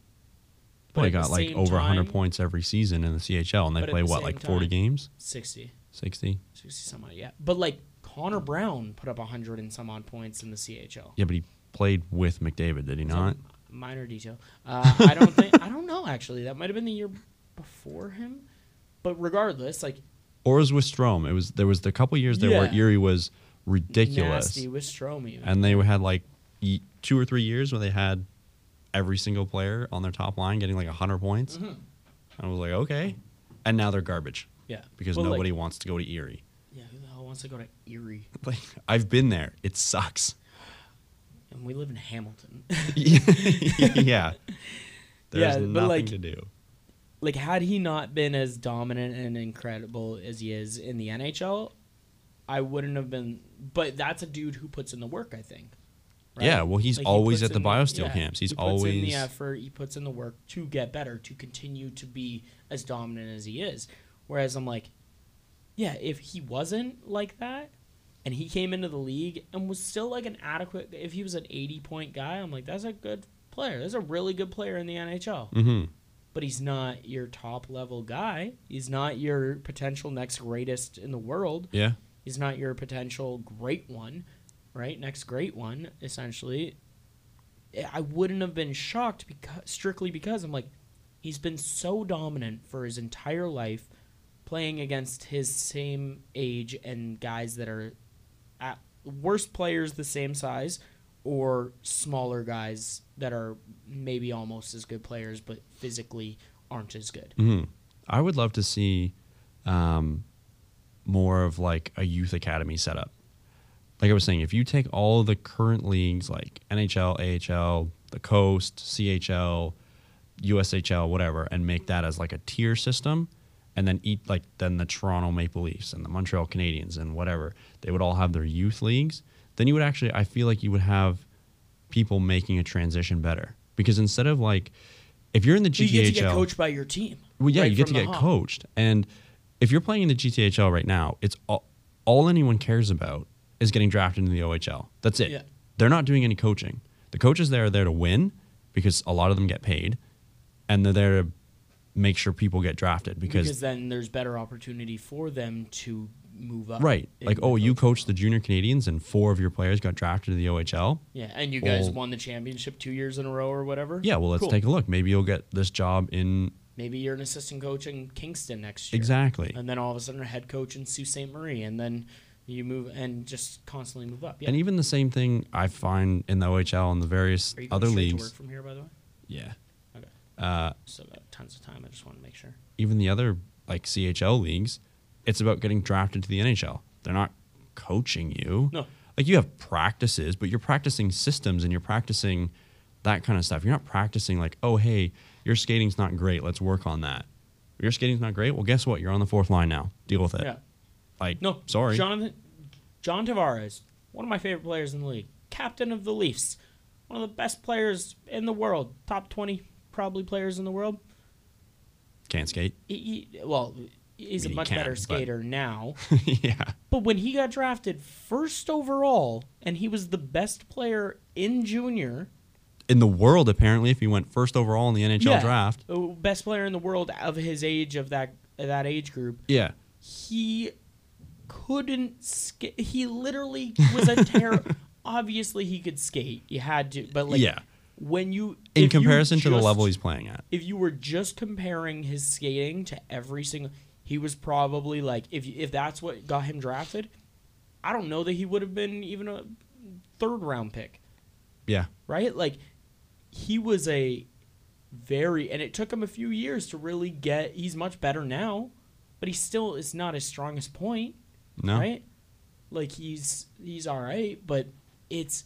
Speaker 2: But
Speaker 1: at
Speaker 2: they
Speaker 1: the
Speaker 2: got like
Speaker 1: same
Speaker 2: over 100
Speaker 1: time-
Speaker 2: points every season in the CHL, and they
Speaker 1: But at
Speaker 2: play
Speaker 1: the
Speaker 2: what,
Speaker 1: same
Speaker 2: like 40
Speaker 1: time-
Speaker 2: games,
Speaker 1: 60.
Speaker 2: 60?
Speaker 1: 60 some odd, yeah. But like Connor Brown put up 100 and some odd points in the CHL.
Speaker 2: Yeah, but he played with McDavid, did he not?
Speaker 1: Minor detail. Uh, I don't think, I don't know actually. That might have been the year before him. But regardless, like
Speaker 2: Or was with Strom? It was there was the couple years there where
Speaker 1: Yeah.
Speaker 2: Erie was ridiculous,
Speaker 1: nasty with Stromy.
Speaker 2: and they had like e- two or three years where they had every single player on their top line getting like 100 points.
Speaker 1: Mhm.
Speaker 2: And I was like, okay, and now they're garbage
Speaker 1: yeah.
Speaker 2: because
Speaker 1: Well, like-
Speaker 2: nobody wants to go to Erie.
Speaker 1: yeah, who the hell wants to go to Erie?
Speaker 2: Like I've been there, it sucks.
Speaker 1: And we live in Hamilton.
Speaker 2: yeah,
Speaker 1: Yeah,
Speaker 2: there's
Speaker 1: but,
Speaker 2: nothing
Speaker 1: like,
Speaker 2: to do.
Speaker 1: like had he not been as dominant and incredible as he is in the NHL, I wouldn't have been. But that's a dude who puts in the work. I think.
Speaker 2: Yeah, well, he's
Speaker 1: Like, he
Speaker 2: always
Speaker 1: puts
Speaker 2: at the
Speaker 1: in the-
Speaker 2: BioSteel
Speaker 1: yeah,
Speaker 2: camps. He's
Speaker 1: he puts in
Speaker 2: always
Speaker 1: the effort. He puts in the work to get better, to continue to be as dominant as he is. Whereas I'm like, yeah, if he wasn't like that, and he came into the league and was still like an adequate, if he was an 80 point guy, I'm like, that's a good player. That's a really good player in the NHL
Speaker 2: Mhm.
Speaker 1: but he's not your top level guy. He's not your potential next greatest in the world.
Speaker 2: Yeah,
Speaker 1: He's not your potential great one, right? Next great one, essentially. I- I wouldn't have been shocked because strictly because I'm like, he's been so dominant for his entire life, playing against his same age and guys that are at worst players the same size or smaller guys that are maybe almost as good players but physically aren't as good.
Speaker 2: hmm I would love to see um, more of like a youth academy setup. Like I was saying, if you take all the current leagues like NHL, AHL, the Coast, CHL, USHL, whatever, and make that as like a tier system, and then eat like then the Toronto Maple Leafs and the Montreal Canadiens and whatever, they would all have their youth leagues. Then you would actually, I feel like you would have people making a transition better because instead of like, if you're in the GTHL,
Speaker 1: You get to get coached by your team.
Speaker 2: well, yeah,
Speaker 1: right
Speaker 2: you get to
Speaker 1: from the
Speaker 2: get
Speaker 1: hop.
Speaker 2: coached, and if you're playing in the GTHL right now, it's all, all anyone cares about is getting drafted into the OHL. That's it.
Speaker 1: Yeah.
Speaker 2: They're not doing any coaching. The coaches there are there to win because a lot of them get paid, and they're there to make sure people get drafted because,
Speaker 1: because then there's better opportunity for them to move up.
Speaker 2: Right.
Speaker 1: in
Speaker 2: Like,
Speaker 1: the
Speaker 2: oh, you
Speaker 1: coaching.
Speaker 2: coached the junior Canadians and four of your players got drafted to the OHL.
Speaker 1: Yeah, and you guys
Speaker 2: Oh.
Speaker 1: won the championship two years in a row or whatever.
Speaker 2: Yeah, well, let's
Speaker 1: Cool.
Speaker 2: take a look. Maybe you'll get this job in
Speaker 1: Maybe you're an assistant coach in Kingston next year.
Speaker 2: exactly.
Speaker 1: And then all of a sudden, a head coach in Sault Ste. Marie, and then you move and just constantly move up. Yeah.
Speaker 2: And even the same thing I find in the OHL and the various
Speaker 1: Are you going
Speaker 2: other
Speaker 1: straight
Speaker 2: leagues.
Speaker 1: to work from here, by the way?
Speaker 2: Yeah.
Speaker 1: Okay.
Speaker 2: Uh,
Speaker 1: Still got tons of time. I just want to make sure.
Speaker 2: even the other like CHL leagues, it's about getting drafted to the NHL. They're not coaching you.
Speaker 1: No.
Speaker 2: Like you have practices, but you're practicing systems and you're practicing that kind of stuff. You're not practicing like, oh hey, your skating's not great. Let's work on that. Your skating's not great. Well, guess what? You're on the fourth line now. Deal with it.
Speaker 1: Yeah.
Speaker 2: Like
Speaker 1: No.
Speaker 2: Uh, sorry.
Speaker 1: Jonathan, John Tavares, one of my favorite players in the league, captain of the Leafs, one of the best players in the world, top 20 probably players in the world.
Speaker 2: Can't skate.
Speaker 1: He, he- well, he's
Speaker 2: I mean, he
Speaker 1: a much
Speaker 2: can,
Speaker 1: better
Speaker 2: but-
Speaker 1: skater now.
Speaker 2: yeah.
Speaker 1: But when he got drafted first overall and he was the best player in junior,
Speaker 2: In the world, apparently, if you went first overall in the NHL
Speaker 1: Yeah.
Speaker 2: draft,
Speaker 1: uh, best player in the world of his age of that that age group,
Speaker 2: yeah,
Speaker 1: he couldn't skate. He literally was a terror. Obviously, he could skate. You had to, but like,
Speaker 2: Yeah.
Speaker 1: when you if
Speaker 2: in
Speaker 1: you
Speaker 2: comparison to the
Speaker 1: just-
Speaker 2: level he's playing at.
Speaker 1: if you were just comparing his skating to every single, he was probably like, if if that's what got him drafted, I don't know that he would have been even a third round pick
Speaker 2: Yeah.
Speaker 1: right? Like he was a very and it took him a few years to really get he's much better now, but he still is not his strongest point,
Speaker 2: No.
Speaker 1: right? Like he's he's all right, but it's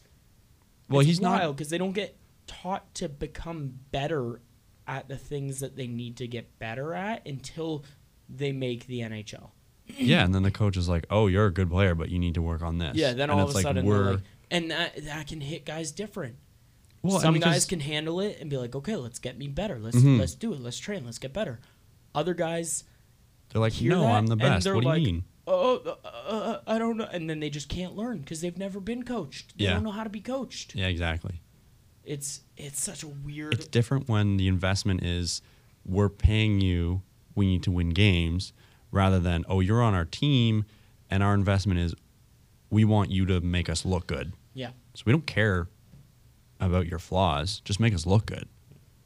Speaker 2: Well,
Speaker 1: it's
Speaker 2: he's not-
Speaker 1: wild because they don't get taught to become better at the things that they need to get better at until they make the NHL.
Speaker 2: yeah, and then the coach is like, "Oh, you're a good player, but you need to work on this."
Speaker 1: Yeah, then
Speaker 2: and
Speaker 1: all of
Speaker 2: it's
Speaker 1: a
Speaker 2: like,
Speaker 1: sudden they're
Speaker 2: we're
Speaker 1: like, and that that can hit guys different.
Speaker 2: well, and
Speaker 1: some
Speaker 2: because-
Speaker 1: guys can handle it and be like, okay, let's get me better. Let's
Speaker 2: Mhm.
Speaker 1: let's do it. Let's train. Let's get better. Other guys
Speaker 2: They're like,
Speaker 1: hear
Speaker 2: "No,
Speaker 1: that
Speaker 2: I'm the
Speaker 1: and
Speaker 2: best."
Speaker 1: they're
Speaker 2: What do
Speaker 1: like,
Speaker 2: you mean?
Speaker 1: Oh, uh, uh, I don't know. And then they just can't learn because they've never been coached. They
Speaker 2: Yeah.
Speaker 1: don't know how to be coached.
Speaker 2: Yeah, exactly.
Speaker 1: It's it's such a weird.
Speaker 2: It's different when the investment is we're paying you, we need to win games, rather than oh, you're on our team, and our investment is we want you to make us look good.
Speaker 1: yeah.
Speaker 2: So we don't care about your flaws; just make us look good.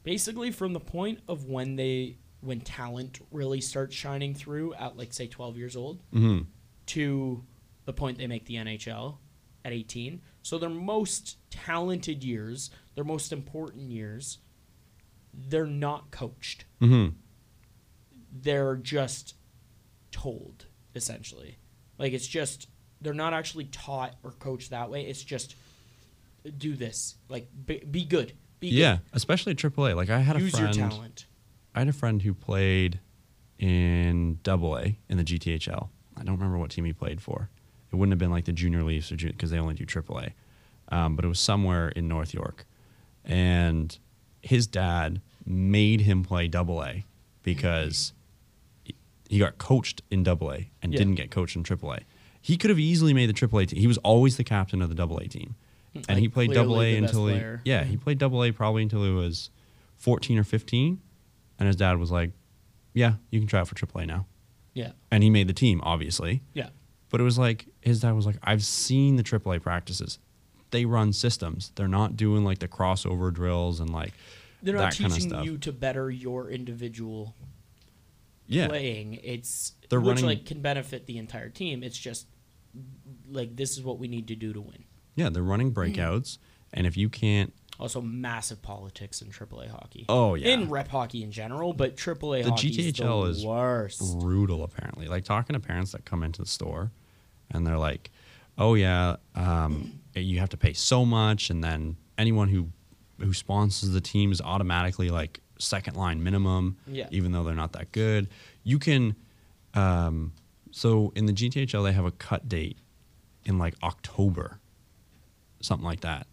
Speaker 1: Basically, from the point of when they when talent really starts shining through at like say 12 years old
Speaker 2: hmm
Speaker 1: to the point they make the NHL at 18. So their most talented years, their most important years, they're not coached.
Speaker 2: hmm
Speaker 1: They're just told, essentially. Like it's just they're not actually taught or coached that way. It's just do this. Like be, be good. Be
Speaker 2: Yeah, especially at AAA. Like I had
Speaker 1: good.
Speaker 2: a
Speaker 1: Use your
Speaker 2: friend.
Speaker 1: talent.
Speaker 2: I had a friend who played in Double A in the GTHL. I don't remember what team he played for. It wouldn't have been like the Junior Leafs or because they only do Triple A, um, but it was somewhere in North York, and his dad made him play Double A because he- he got coached in Double A and
Speaker 1: Yeah.
Speaker 2: didn't get coached in Triple A. He could have easily made the Triple A team. He was always the captain of the Double A team, and
Speaker 1: Like,
Speaker 2: he played
Speaker 1: clearly
Speaker 2: Double A
Speaker 1: the best
Speaker 2: until he
Speaker 1: player.
Speaker 2: yeah he played Double A probably until he was fourteen or fifteen, and his dad was like, "Yeah, you can try out for Triple A now,"
Speaker 1: Yeah.
Speaker 2: and he made the team obviously.
Speaker 1: Yeah.
Speaker 2: But it was like his dad was like, I've seen the AAA practices. They run systems. They're not doing like the crossover drills and like
Speaker 1: They're not
Speaker 2: that kind of
Speaker 1: teaching
Speaker 2: stuff.
Speaker 1: you to better your individual
Speaker 2: yeah,
Speaker 1: playing. It's
Speaker 2: They're
Speaker 1: which
Speaker 2: running-
Speaker 1: like can benefit the entire team. It's just like this is what we need to do to win.
Speaker 2: yeah, they're running breakouts. And if you can't,
Speaker 1: Also, massive politics in AAA hockey.
Speaker 2: Oh, yeah.
Speaker 1: in rep hockey in general, but AAA
Speaker 2: The
Speaker 1: hockey
Speaker 2: GTHL
Speaker 1: is
Speaker 2: is Mm.
Speaker 1: the worst.
Speaker 2: brutal apparently. Like talking to parents that come into the store, and they're like, "Oh yeah, um, you have to pay so much," and then anyone who who sponsors the team is automatically like second line minimum,
Speaker 1: Yeah.
Speaker 2: even though they're not that good. You can, um, so in the GTHL they have a cut date in like October, something like that,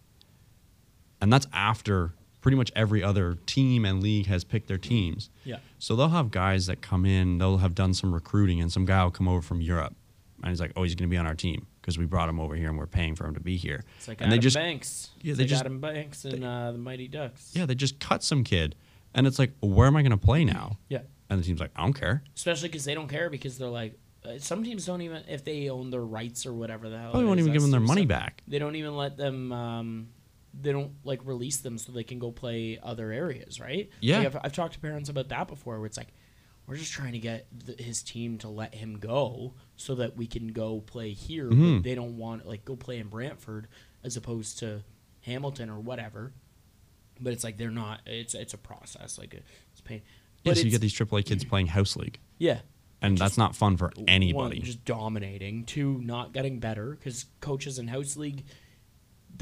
Speaker 2: and that's after pretty much every other team and league has picked their teams.
Speaker 1: Yeah.
Speaker 2: So they'll have guys that come in, they'll have done some recruiting, and some guy will come over from Europe. And he's like, oh, he's going to be on our team because we brought him over here and we're paying for him to be here.
Speaker 1: It's like
Speaker 2: and
Speaker 1: Adam
Speaker 2: they just,
Speaker 1: Banks.
Speaker 2: Yeah,
Speaker 1: It's
Speaker 2: they
Speaker 1: like
Speaker 2: just-
Speaker 1: Adam Banks and uh, the Mighty Ducks.
Speaker 2: yeah, they just cut some kid. And it's like, where am I going to play now?
Speaker 1: yeah.
Speaker 2: And the team's like, I don't care.
Speaker 1: Oh, Especially because they don't care because they're like, uh, some teams don't even if they own their rights or whatever the hell.
Speaker 2: Probably
Speaker 1: it
Speaker 2: won't
Speaker 1: is,
Speaker 2: even give
Speaker 1: that's
Speaker 2: them their
Speaker 1: through
Speaker 2: money
Speaker 1: some-
Speaker 2: back.
Speaker 1: They don't even let them. Um, they don't like release them so they can go play other areas, right?
Speaker 2: Yeah.
Speaker 1: Like, I've, I've talked to parents about that before, where it's like, we're just trying to get the, his team to let him go so that we can go play here. but
Speaker 2: Mhm.
Speaker 1: They don't want like go play in Brantford as opposed to Hamilton or whatever. But it's like they're not. It's it's a process. Like it's pain.
Speaker 2: Yeah,
Speaker 1: But
Speaker 2: so you
Speaker 1: it's-
Speaker 2: get these AAA kids playing house league,
Speaker 1: yeah
Speaker 2: and
Speaker 1: Just-
Speaker 2: that's not fun for anybody.
Speaker 1: one, just dominating. Two, not getting better because coaches in house league.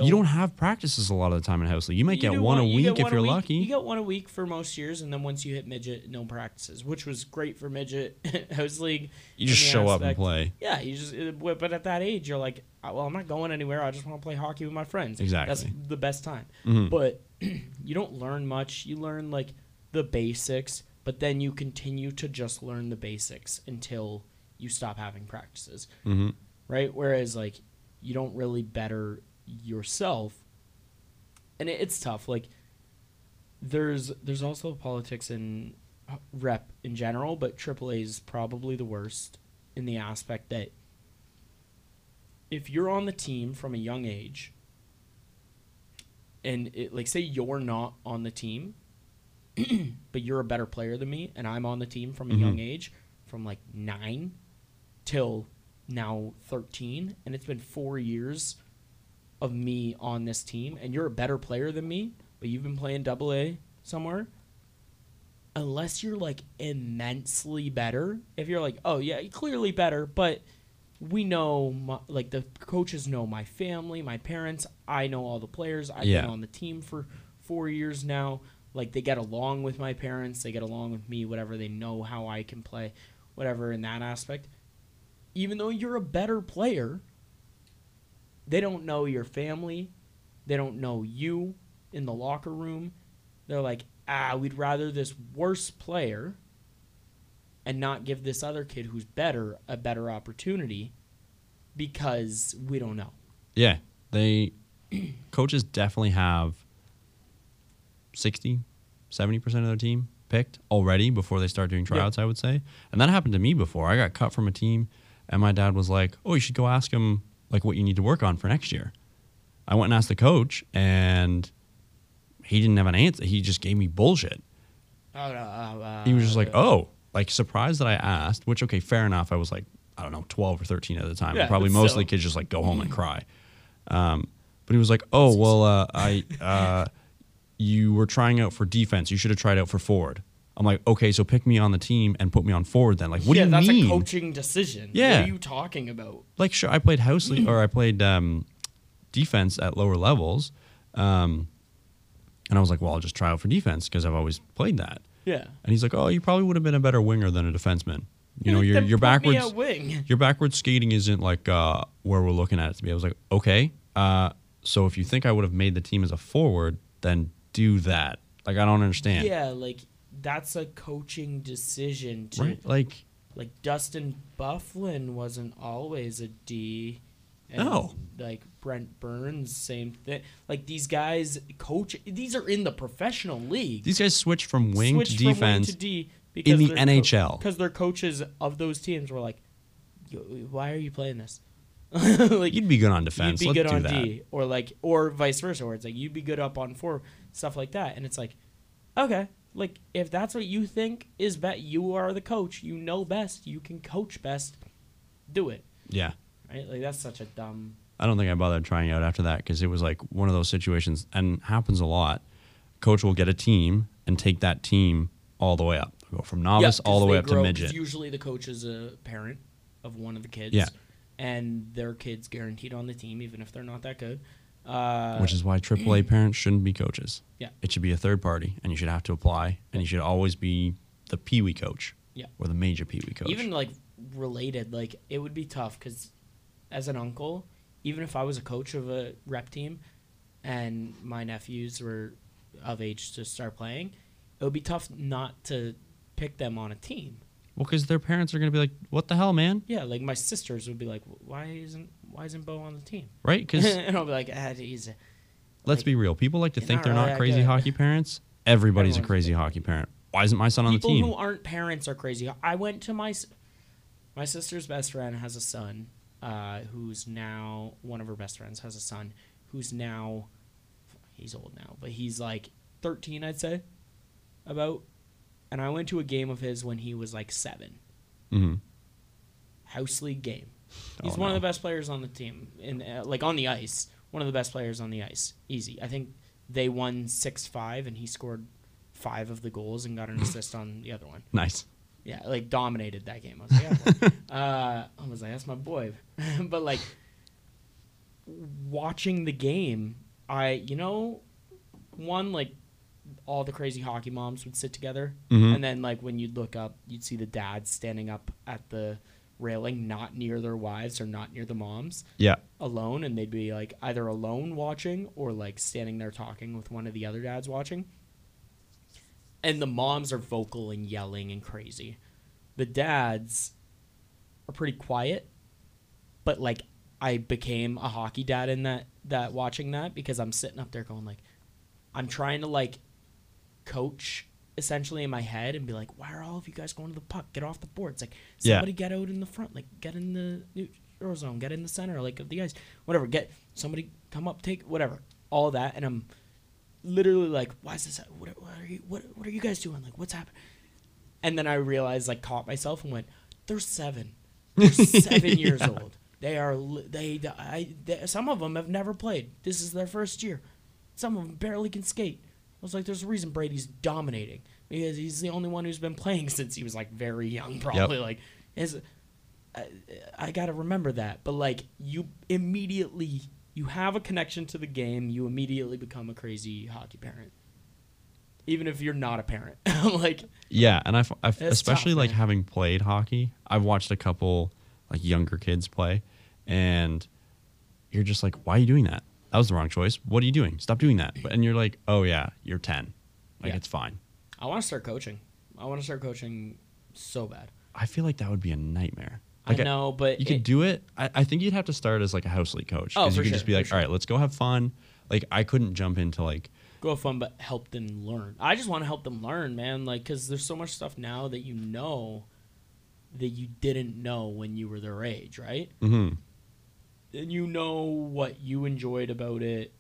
Speaker 2: you don't have practices a lot of the time in house league. You might
Speaker 1: You
Speaker 2: get
Speaker 1: do
Speaker 2: one a
Speaker 1: you
Speaker 2: week
Speaker 1: get
Speaker 2: if
Speaker 1: one a
Speaker 2: you're
Speaker 1: week-
Speaker 2: lucky.
Speaker 1: You get one a week for most years, and then once you hit midget, no practices, which was great for midget house league.
Speaker 2: You
Speaker 1: in
Speaker 2: just
Speaker 1: the
Speaker 2: show up and
Speaker 1: aspect-
Speaker 2: play.
Speaker 1: Yeah, you just. uh, w- But at that age, you're like, "Uh, well, I'm not going anywhere. I just want to play hockey with my friends.
Speaker 2: Exactly.
Speaker 1: That's the best time.
Speaker 2: Mhm.
Speaker 1: But you don't learn much. You learn like the basics, but then you continue to just learn the basics until you stop having practices
Speaker 2: hmm
Speaker 1: right? Whereas like you don't really better yourself, and it, it's tough. Like there's there's also politics in h- rep in general, but AAA is probably the worst in the aspect that if you're on the team from a young age, and it, like say you're not on the team. but you're a better player than me, and I'm on the team from a
Speaker 2: Mhm.
Speaker 1: young age, from like nine till now 13 and it's been four years of me on this team and you're a better player than me but you've been playing double a somewhere unless you're like immensely better if you're like oh yeah clearly better but we know my, like the coaches know my family my parents i know all the players i've
Speaker 2: Yeah.
Speaker 1: been on the team for four years now like they get along with my parents they get along with me whatever they know how i can play whatever in that aspect even though you're a better player, they don't know your family. They don't know you in the locker room. They're like, ah, we'd rather this worse player and not give this other kid who's better a better opportunity because we don't know.
Speaker 2: Yeah, they coaches definitely have 60, 70% of their team picked already before they start doing tryouts, I would say. And that happened to me before. I got cut from a team and my dad was like, "Oh, you should go ask him like what you need to work on for next year." I went and asked the coach and he didn't have an answer. He just gave me bullshit.
Speaker 1: Uh,
Speaker 2: He was just like, "Oh, like surprised that I asked." Which okay, fair enough. I was like, I don't know, twelve or thirteen at the time.
Speaker 1: Yeah,
Speaker 2: Probably
Speaker 1: but
Speaker 2: most
Speaker 1: still.
Speaker 2: of the kids just like go home and cry. Um, but he was like, "Oh well, uh, I uh, you were trying out for defense. You should have tried out for forward." I'm like, "Okay, so pick me on the team and put me on forward then." Like, what
Speaker 1: yeah,
Speaker 2: do you
Speaker 1: that's
Speaker 2: mean?
Speaker 1: a coaching decision.
Speaker 2: Yeah.
Speaker 1: What are you talking about?
Speaker 2: like sure i played house league or i played um, defense at lower levels um, and i was like well i'll just try out for defense because i've always played that
Speaker 1: Yeah.
Speaker 2: and he's like oh you probably would have been a better winger than a defenseman you know your,
Speaker 1: Then
Speaker 2: your
Speaker 1: put me
Speaker 2: backwards
Speaker 1: at wing.
Speaker 2: your backwards skating isn't like uh, where we're looking at it to be i was like okay uh, so if you think i would have made the team as a forward then do that like i don't understand
Speaker 1: Yeah, like that's a coaching decision to
Speaker 2: right like
Speaker 1: like Dustin Bufflin wasn't always a D.
Speaker 2: No.
Speaker 1: Like Brent Burns, same thing. Like these guys coach these are in the professional league.
Speaker 2: these guys switch from wing
Speaker 1: Switch
Speaker 2: to
Speaker 1: from wing
Speaker 2: defense
Speaker 1: to D because
Speaker 2: the
Speaker 1: their
Speaker 2: NHL.
Speaker 1: Because their coaches of those teams were like, "Yo, why are you playing this? like
Speaker 2: you'd be good on defense
Speaker 1: You'd be
Speaker 2: Let's
Speaker 1: good
Speaker 2: do
Speaker 1: on
Speaker 2: that
Speaker 1: D, or like, or vice versa, where it's like you'd be good up on four, stuff like that, and it's like, okay, like if that's what you think is bet, you are the coach, you know best, you can coach best, do it,
Speaker 2: yeah
Speaker 1: right? Like that's such a dumb.
Speaker 2: I don't think I bothered trying out after that because it was like one of those situations and happens a lot. Coach will get a team and take that team all the way up. They'll go from novice all the way up to midget.
Speaker 1: Usually, the coach is a parent of one of the kids,
Speaker 2: Yeah.
Speaker 1: and their kids guaranteed on the team, even if they're not that good. Uh,
Speaker 2: which is why AAA parents shouldn't be coaches.
Speaker 1: Yeah.
Speaker 2: It should be a third party and you should have to apply and you should always be the pee wee coach.
Speaker 1: Yeah.
Speaker 2: Or the major pee wee coach.
Speaker 1: even like related like it would be tough because as an uncle even if i was a coach of a rep team and my nephews were of age to start playing it would be tough not to pick them on a team
Speaker 2: well, because their parents are going to be like, what the hell, man?
Speaker 1: yeah like my sisters would be like why isn't why isn't bo on the team
Speaker 2: Right? Because
Speaker 1: and i'll be like ah, he's a-"
Speaker 2: let's
Speaker 1: Like,
Speaker 2: be real. People like to
Speaker 1: they're
Speaker 2: think
Speaker 1: not
Speaker 2: they're
Speaker 1: really
Speaker 2: not
Speaker 1: that
Speaker 2: crazy
Speaker 1: good.
Speaker 2: hockey parents. Everybody's a
Speaker 1: Everyone's-
Speaker 2: crazy hockey parent. Why isn't my son on the
Speaker 1: people
Speaker 2: team?
Speaker 1: who aren't parents are crazy i went to my s- My sister's best friend has a son uh, who's now one of her best friends has a son who's now he's old now, but he's like 13, I'd say, about. And I went to a game of his when he was like seven,
Speaker 2: Mm-hmm.
Speaker 1: house league game. He's
Speaker 2: Oh,
Speaker 1: one
Speaker 2: no.
Speaker 1: of the best players on the team, in uh, like on the ice. One of the best players on the ice, easy. I think they won six five, and he scored five of the goals and got an assist on the other one.
Speaker 2: Nice.
Speaker 1: Yeah, like dominated that game. I was like, yeah, boy. uh, I was like, that's my boy. but like watching the game, I you know, one like all the crazy hockey moms would sit together,
Speaker 2: Mhm.
Speaker 1: and then like when you'd look up, you'd see the dads standing up at the railing, not near their wives or not near the moms,
Speaker 2: Yeah.
Speaker 1: alone, and they'd be like either alone watching or like standing there talking with one of the other dads watching. And the moms are vocal and yelling and crazy. The dads are pretty quiet, but like I became a hockey dad in that that watching that because I'm sitting up there going like I'm trying to like coach essentially in my head and be like, why are all of you guys going to the puck? Get off the board. It's like
Speaker 2: Yeah.
Speaker 1: somebody get out in the front, like get in the neutral zone, get in the center, like of the guys, whatever. Get somebody come up, take whatever, all that, and I'm literally like, why is this? What, are- what are you? What, what are you guys doing? Like, what's happening? And then I realized, like, caught myself and went, they're seven, they're seven years old. They are li- they, I, they some of them have never played. This is their first year. Some of them barely can skate. I was like, there's a reason Brady's dominating because he's the only one who's been playing since he was like very young, probably. Like, is I gotta remember that. But like you immediately you have a connection to the game, you immediately become a crazy hockey parent. Even if you're not a parent. I'm like
Speaker 2: Yeah, and I've, I've
Speaker 1: It's
Speaker 2: especially
Speaker 1: tough,
Speaker 2: like
Speaker 1: man.
Speaker 2: having played hockey, I've watched a couple like younger kids play, and you're just like, why are you doing that? That was the wrong choice. What are you doing? Stop doing that. But, and you're like, oh yeah, you're ten, like
Speaker 1: Yeah.
Speaker 2: it's fine.
Speaker 1: I wanna start coaching. I wanna start coaching so bad.
Speaker 2: I feel like that would be a nightmare. Like,
Speaker 1: I know, but
Speaker 2: you could
Speaker 1: it-
Speaker 2: do it. I, I think you'd have to start as like a house league coach
Speaker 1: Oh,
Speaker 2: because you
Speaker 1: for
Speaker 2: could just
Speaker 1: sure,
Speaker 2: be
Speaker 1: for
Speaker 2: like,
Speaker 1: sure.
Speaker 2: all right, let's go have fun. Like I couldn't jump into like
Speaker 1: go fun but help them learn i just want to help them learn man like because there's so much stuff now that you know that you didn't know when you were their age right
Speaker 2: Mhm.
Speaker 1: and you know what you enjoyed about it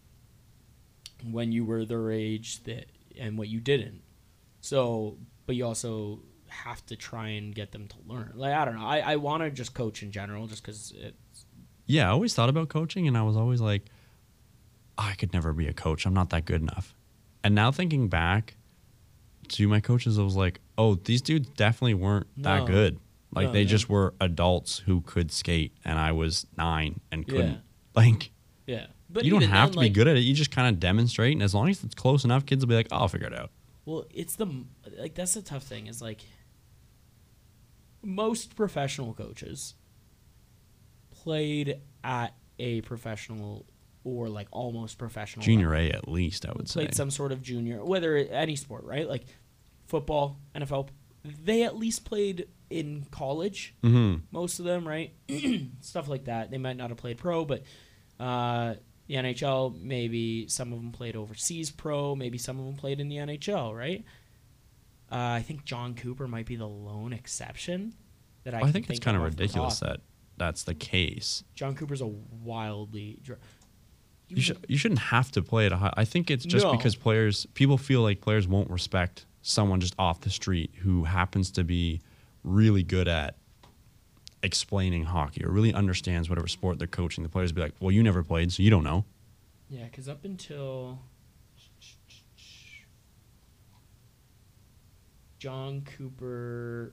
Speaker 1: when you were their age that and what you didn't so but you also have to try and get them to learn like i don't know i, I want to just coach in general just because it's
Speaker 2: yeah, I always thought about coaching and I was always like, I could never be a coach. I'm not that good enough. And now thinking back to my coaches, I was like, oh, these dudes definitely weren't that
Speaker 1: No.
Speaker 2: good. Like
Speaker 1: No,
Speaker 2: they
Speaker 1: yeah.
Speaker 2: just were adults who could skate and I was nine and
Speaker 1: Yeah.
Speaker 2: couldn't. Like
Speaker 1: yeah but
Speaker 2: you don't
Speaker 1: even
Speaker 2: have
Speaker 1: then,
Speaker 2: to
Speaker 1: like,
Speaker 2: be good at it. You just kind of demonstrate and as long as it's close enough, kids will be like, I'll figure it out.
Speaker 1: Well, it's the like that's the tough thing is like most professional coaches played at a professional or like almost professional
Speaker 2: Junior
Speaker 1: level.
Speaker 2: A at least, I would say.
Speaker 1: played some sort of junior whether it- any sport right like football NFL they at least played in college
Speaker 2: hmm
Speaker 1: most of them, right? Stuff like that. They might not have played pro, but uh, the NHL, maybe some of them played overseas pro, maybe some of them played in the NHL, right? Uh, I think John Cooper might be the lone exception that I,
Speaker 2: I,
Speaker 1: can
Speaker 2: think it's
Speaker 1: think
Speaker 2: kind of
Speaker 1: off the
Speaker 2: ridiculous
Speaker 1: top.
Speaker 2: that that's the case.
Speaker 1: John Cooper's a wildly. dr- He
Speaker 2: You,
Speaker 1: was a-
Speaker 2: should, you shouldn't have to play at a high. I think it's just
Speaker 1: No.
Speaker 2: because players, people feel like players won't respect someone just off the street who happens to be really good at explaining hockey or really understands whatever sport they're coaching. The players be like, well, you never played, so you don't know.
Speaker 1: Yeah, because up until John Cooper,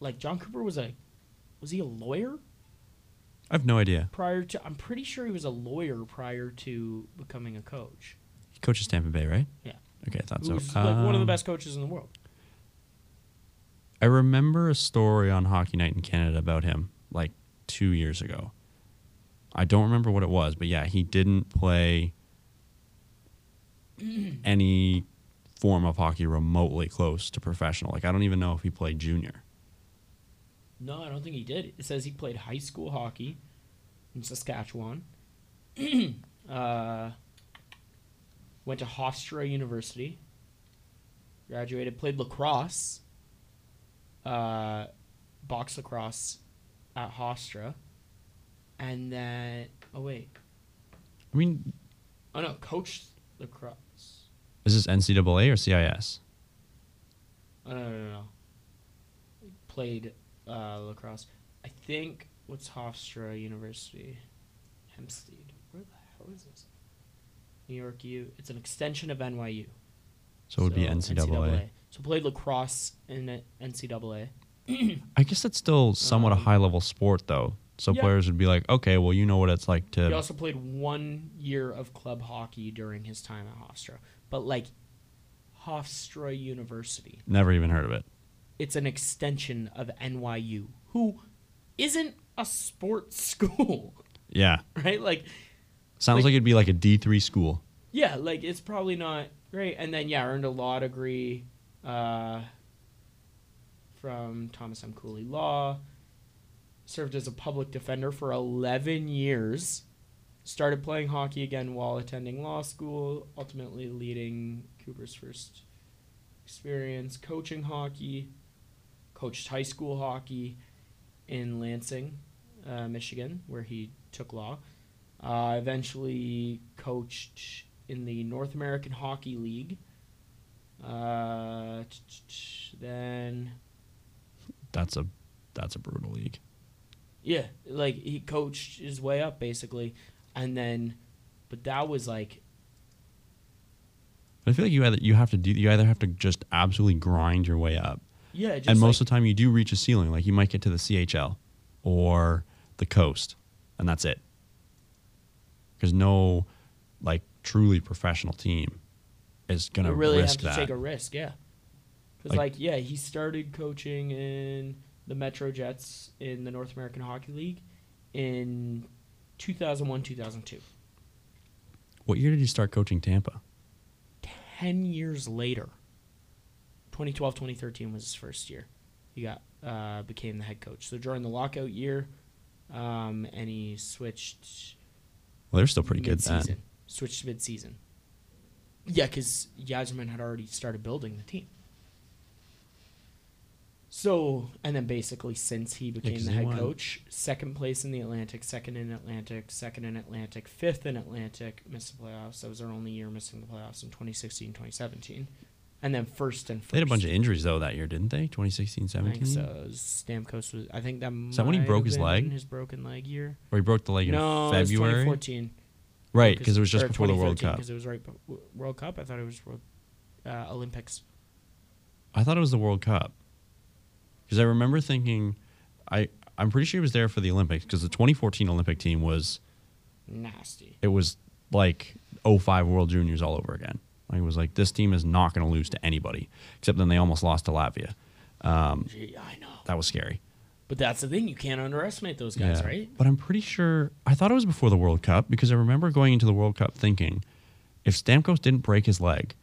Speaker 1: like John Cooper was a was he a lawyer
Speaker 2: I have no idea.
Speaker 1: prior to? I'm pretty sure he was a lawyer prior to becoming a coach.
Speaker 2: He coaches Tampa Bay, right?
Speaker 1: Yeah,
Speaker 2: Okay, I thought
Speaker 1: who
Speaker 2: so.
Speaker 1: was like one of the
Speaker 2: Um,
Speaker 1: best coaches in the world.
Speaker 2: I remember a story on Hockey Night in Canada about him like two years ago. I don't remember what it was, but yeah, he didn't play any form of hockey remotely close to professional. Like, I don't even know if he played junior.
Speaker 1: No, I don't think he did. It says he played high school hockey in Saskatchewan. uh, went to Hofstra University. Graduated, played lacrosse. uh, box lacrosse at Hofstra, and then oh wait,
Speaker 2: I mean,
Speaker 1: oh no, coached lacrosse.
Speaker 2: is this NCAA or CIS?
Speaker 1: Oh, no, no, no, no. Played uh, lacrosse. I think what's Hofstra University, Hempstead. Where the hell is this? New York U. It's an extension of NYU.
Speaker 2: So it would be NCAA.
Speaker 1: So played lacrosse in a- NCAA.
Speaker 2: I guess that's still somewhat a
Speaker 1: Um,
Speaker 2: high level sport though. So
Speaker 1: yeah.
Speaker 2: players would be like, okay, well, you know what it's like
Speaker 1: He
Speaker 2: to.
Speaker 1: also played one year of club hockey during his time at Hofstra. But like Hofstra University,
Speaker 2: Never even heard of it.
Speaker 1: it's an extension of NYU, who isn't a sports school,
Speaker 2: Yeah.
Speaker 1: right? Like
Speaker 2: Sounds
Speaker 1: Like-
Speaker 2: like, it'd be like a D3 school.
Speaker 1: yeah, like it's probably not great. And then yeah, earned a law degree uh, from Thomas M. Cooley Law. Served as a public defender for eleven years. Started playing hockey again while attending law school. Ultimately leading Cooper's first experience coaching hockey. Coached high school hockey in Lansing, uh, Michigan, where he took law. Uh, eventually coached in the North American Hockey League. Uh, t- t- t- then
Speaker 2: That's a that's a brutal league.
Speaker 1: yeah, like he coached his way up basically, and then, but that was like
Speaker 2: But I feel like you either you have to do you either have to just absolutely grind your way up,
Speaker 1: yeah, just
Speaker 2: and most
Speaker 1: like-
Speaker 2: of the time you do reach a ceiling. Like you might get to the CHL or the coast, and that's it. Because no, like truly professional team is gonna
Speaker 1: you really have
Speaker 2: risk
Speaker 1: to
Speaker 2: that.
Speaker 1: take a risk, yeah. Because
Speaker 2: Like-
Speaker 1: like, yeah, he started coaching in the Metro Jets in the North American Hockey League in 2001 2002.
Speaker 2: what year did you start coaching Tampa?
Speaker 1: 10 years later 2012 2013 was his first year he got uh, became the head coach so during the lockout year um, and he switched
Speaker 2: Well, they're still pretty good
Speaker 1: mid-season.
Speaker 2: then.
Speaker 1: switched mid-season yeah because Yasmin had already started building the team so and then basically since he became
Speaker 2: 'cause
Speaker 1: the
Speaker 2: he
Speaker 1: head
Speaker 2: won.
Speaker 1: coach second place in the atlantic second in atlantic second in atlantic fifth in atlantic missed the playoffs that was their only year missing the playoffs in 2016 2017 and then first and first
Speaker 2: They had a bunch of injuries though that year, didn't they? 2016,
Speaker 1: I
Speaker 2: 17?
Speaker 1: think so. It was- Stamkos was. I think that.
Speaker 2: Is that when he
Speaker 1: might
Speaker 2: broke
Speaker 1: have
Speaker 2: his
Speaker 1: been
Speaker 2: leg?
Speaker 1: His broken leg year.
Speaker 2: Where he broke the leg
Speaker 1: no,
Speaker 2: in February.
Speaker 1: it was 2014.
Speaker 2: Right, because it was just before the World Cup.
Speaker 1: Because it was right before World Cup. I thought it was World uh, Olympics.
Speaker 2: I thought it was the World Cup. Because I remember thinking, I I'm pretty sure he was there for the Olympics because the 2014 Olympic team was
Speaker 1: Nasty.
Speaker 2: it was like 05 World Juniors all over again. Like it was like this team is not going to lose to anybody, except then they almost lost to Latvia. Um,
Speaker 1: Gee, I know.
Speaker 2: that was scary.
Speaker 1: But that's the thing. You can't underestimate those guys,
Speaker 2: Yeah.
Speaker 1: right?
Speaker 2: But I'm pretty sure I thought it was before the World Cup because I remember going into the World Cup thinking if Stamkos didn't break his leg,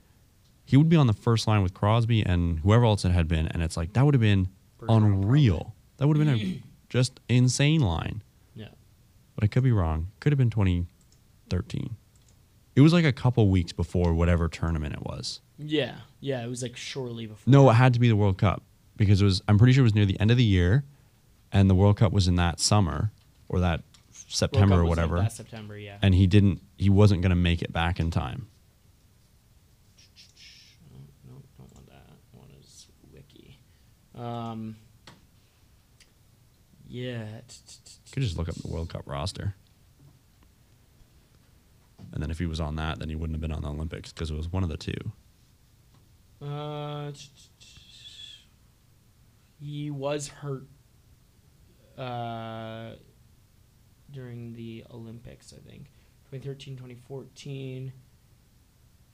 Speaker 2: he would be on the first line with Crosby and whoever else it had been, and it's like that would have been
Speaker 1: Bergeron,
Speaker 2: unreal. That would have been a just insane line.
Speaker 1: Yeah.
Speaker 2: But I could be wrong. Could have been 2013. It was like a couple weeks before whatever tournament it was.
Speaker 1: Yeah. Yeah. It was like shortly before.
Speaker 2: No, uh, it had to be the World Cup because it was. I'm pretty sure it was near the end of the year, and the World Cup was in that summer or that
Speaker 1: World
Speaker 2: September
Speaker 1: Cup
Speaker 2: or
Speaker 1: was, like,
Speaker 2: whatever
Speaker 1: last September. Yeah.
Speaker 2: and he didn't he wasn't going to make it back in time
Speaker 1: No, no, don't want that. I want his wiki. Um. Yeah. t- t- t-
Speaker 2: could just look up the world cup roster and then if he was on that then he wouldn't have been on the olympics because it was one of the two
Speaker 1: Uh, t- t- he was hurt uh, during the Olympics, I think. 2013, 2014.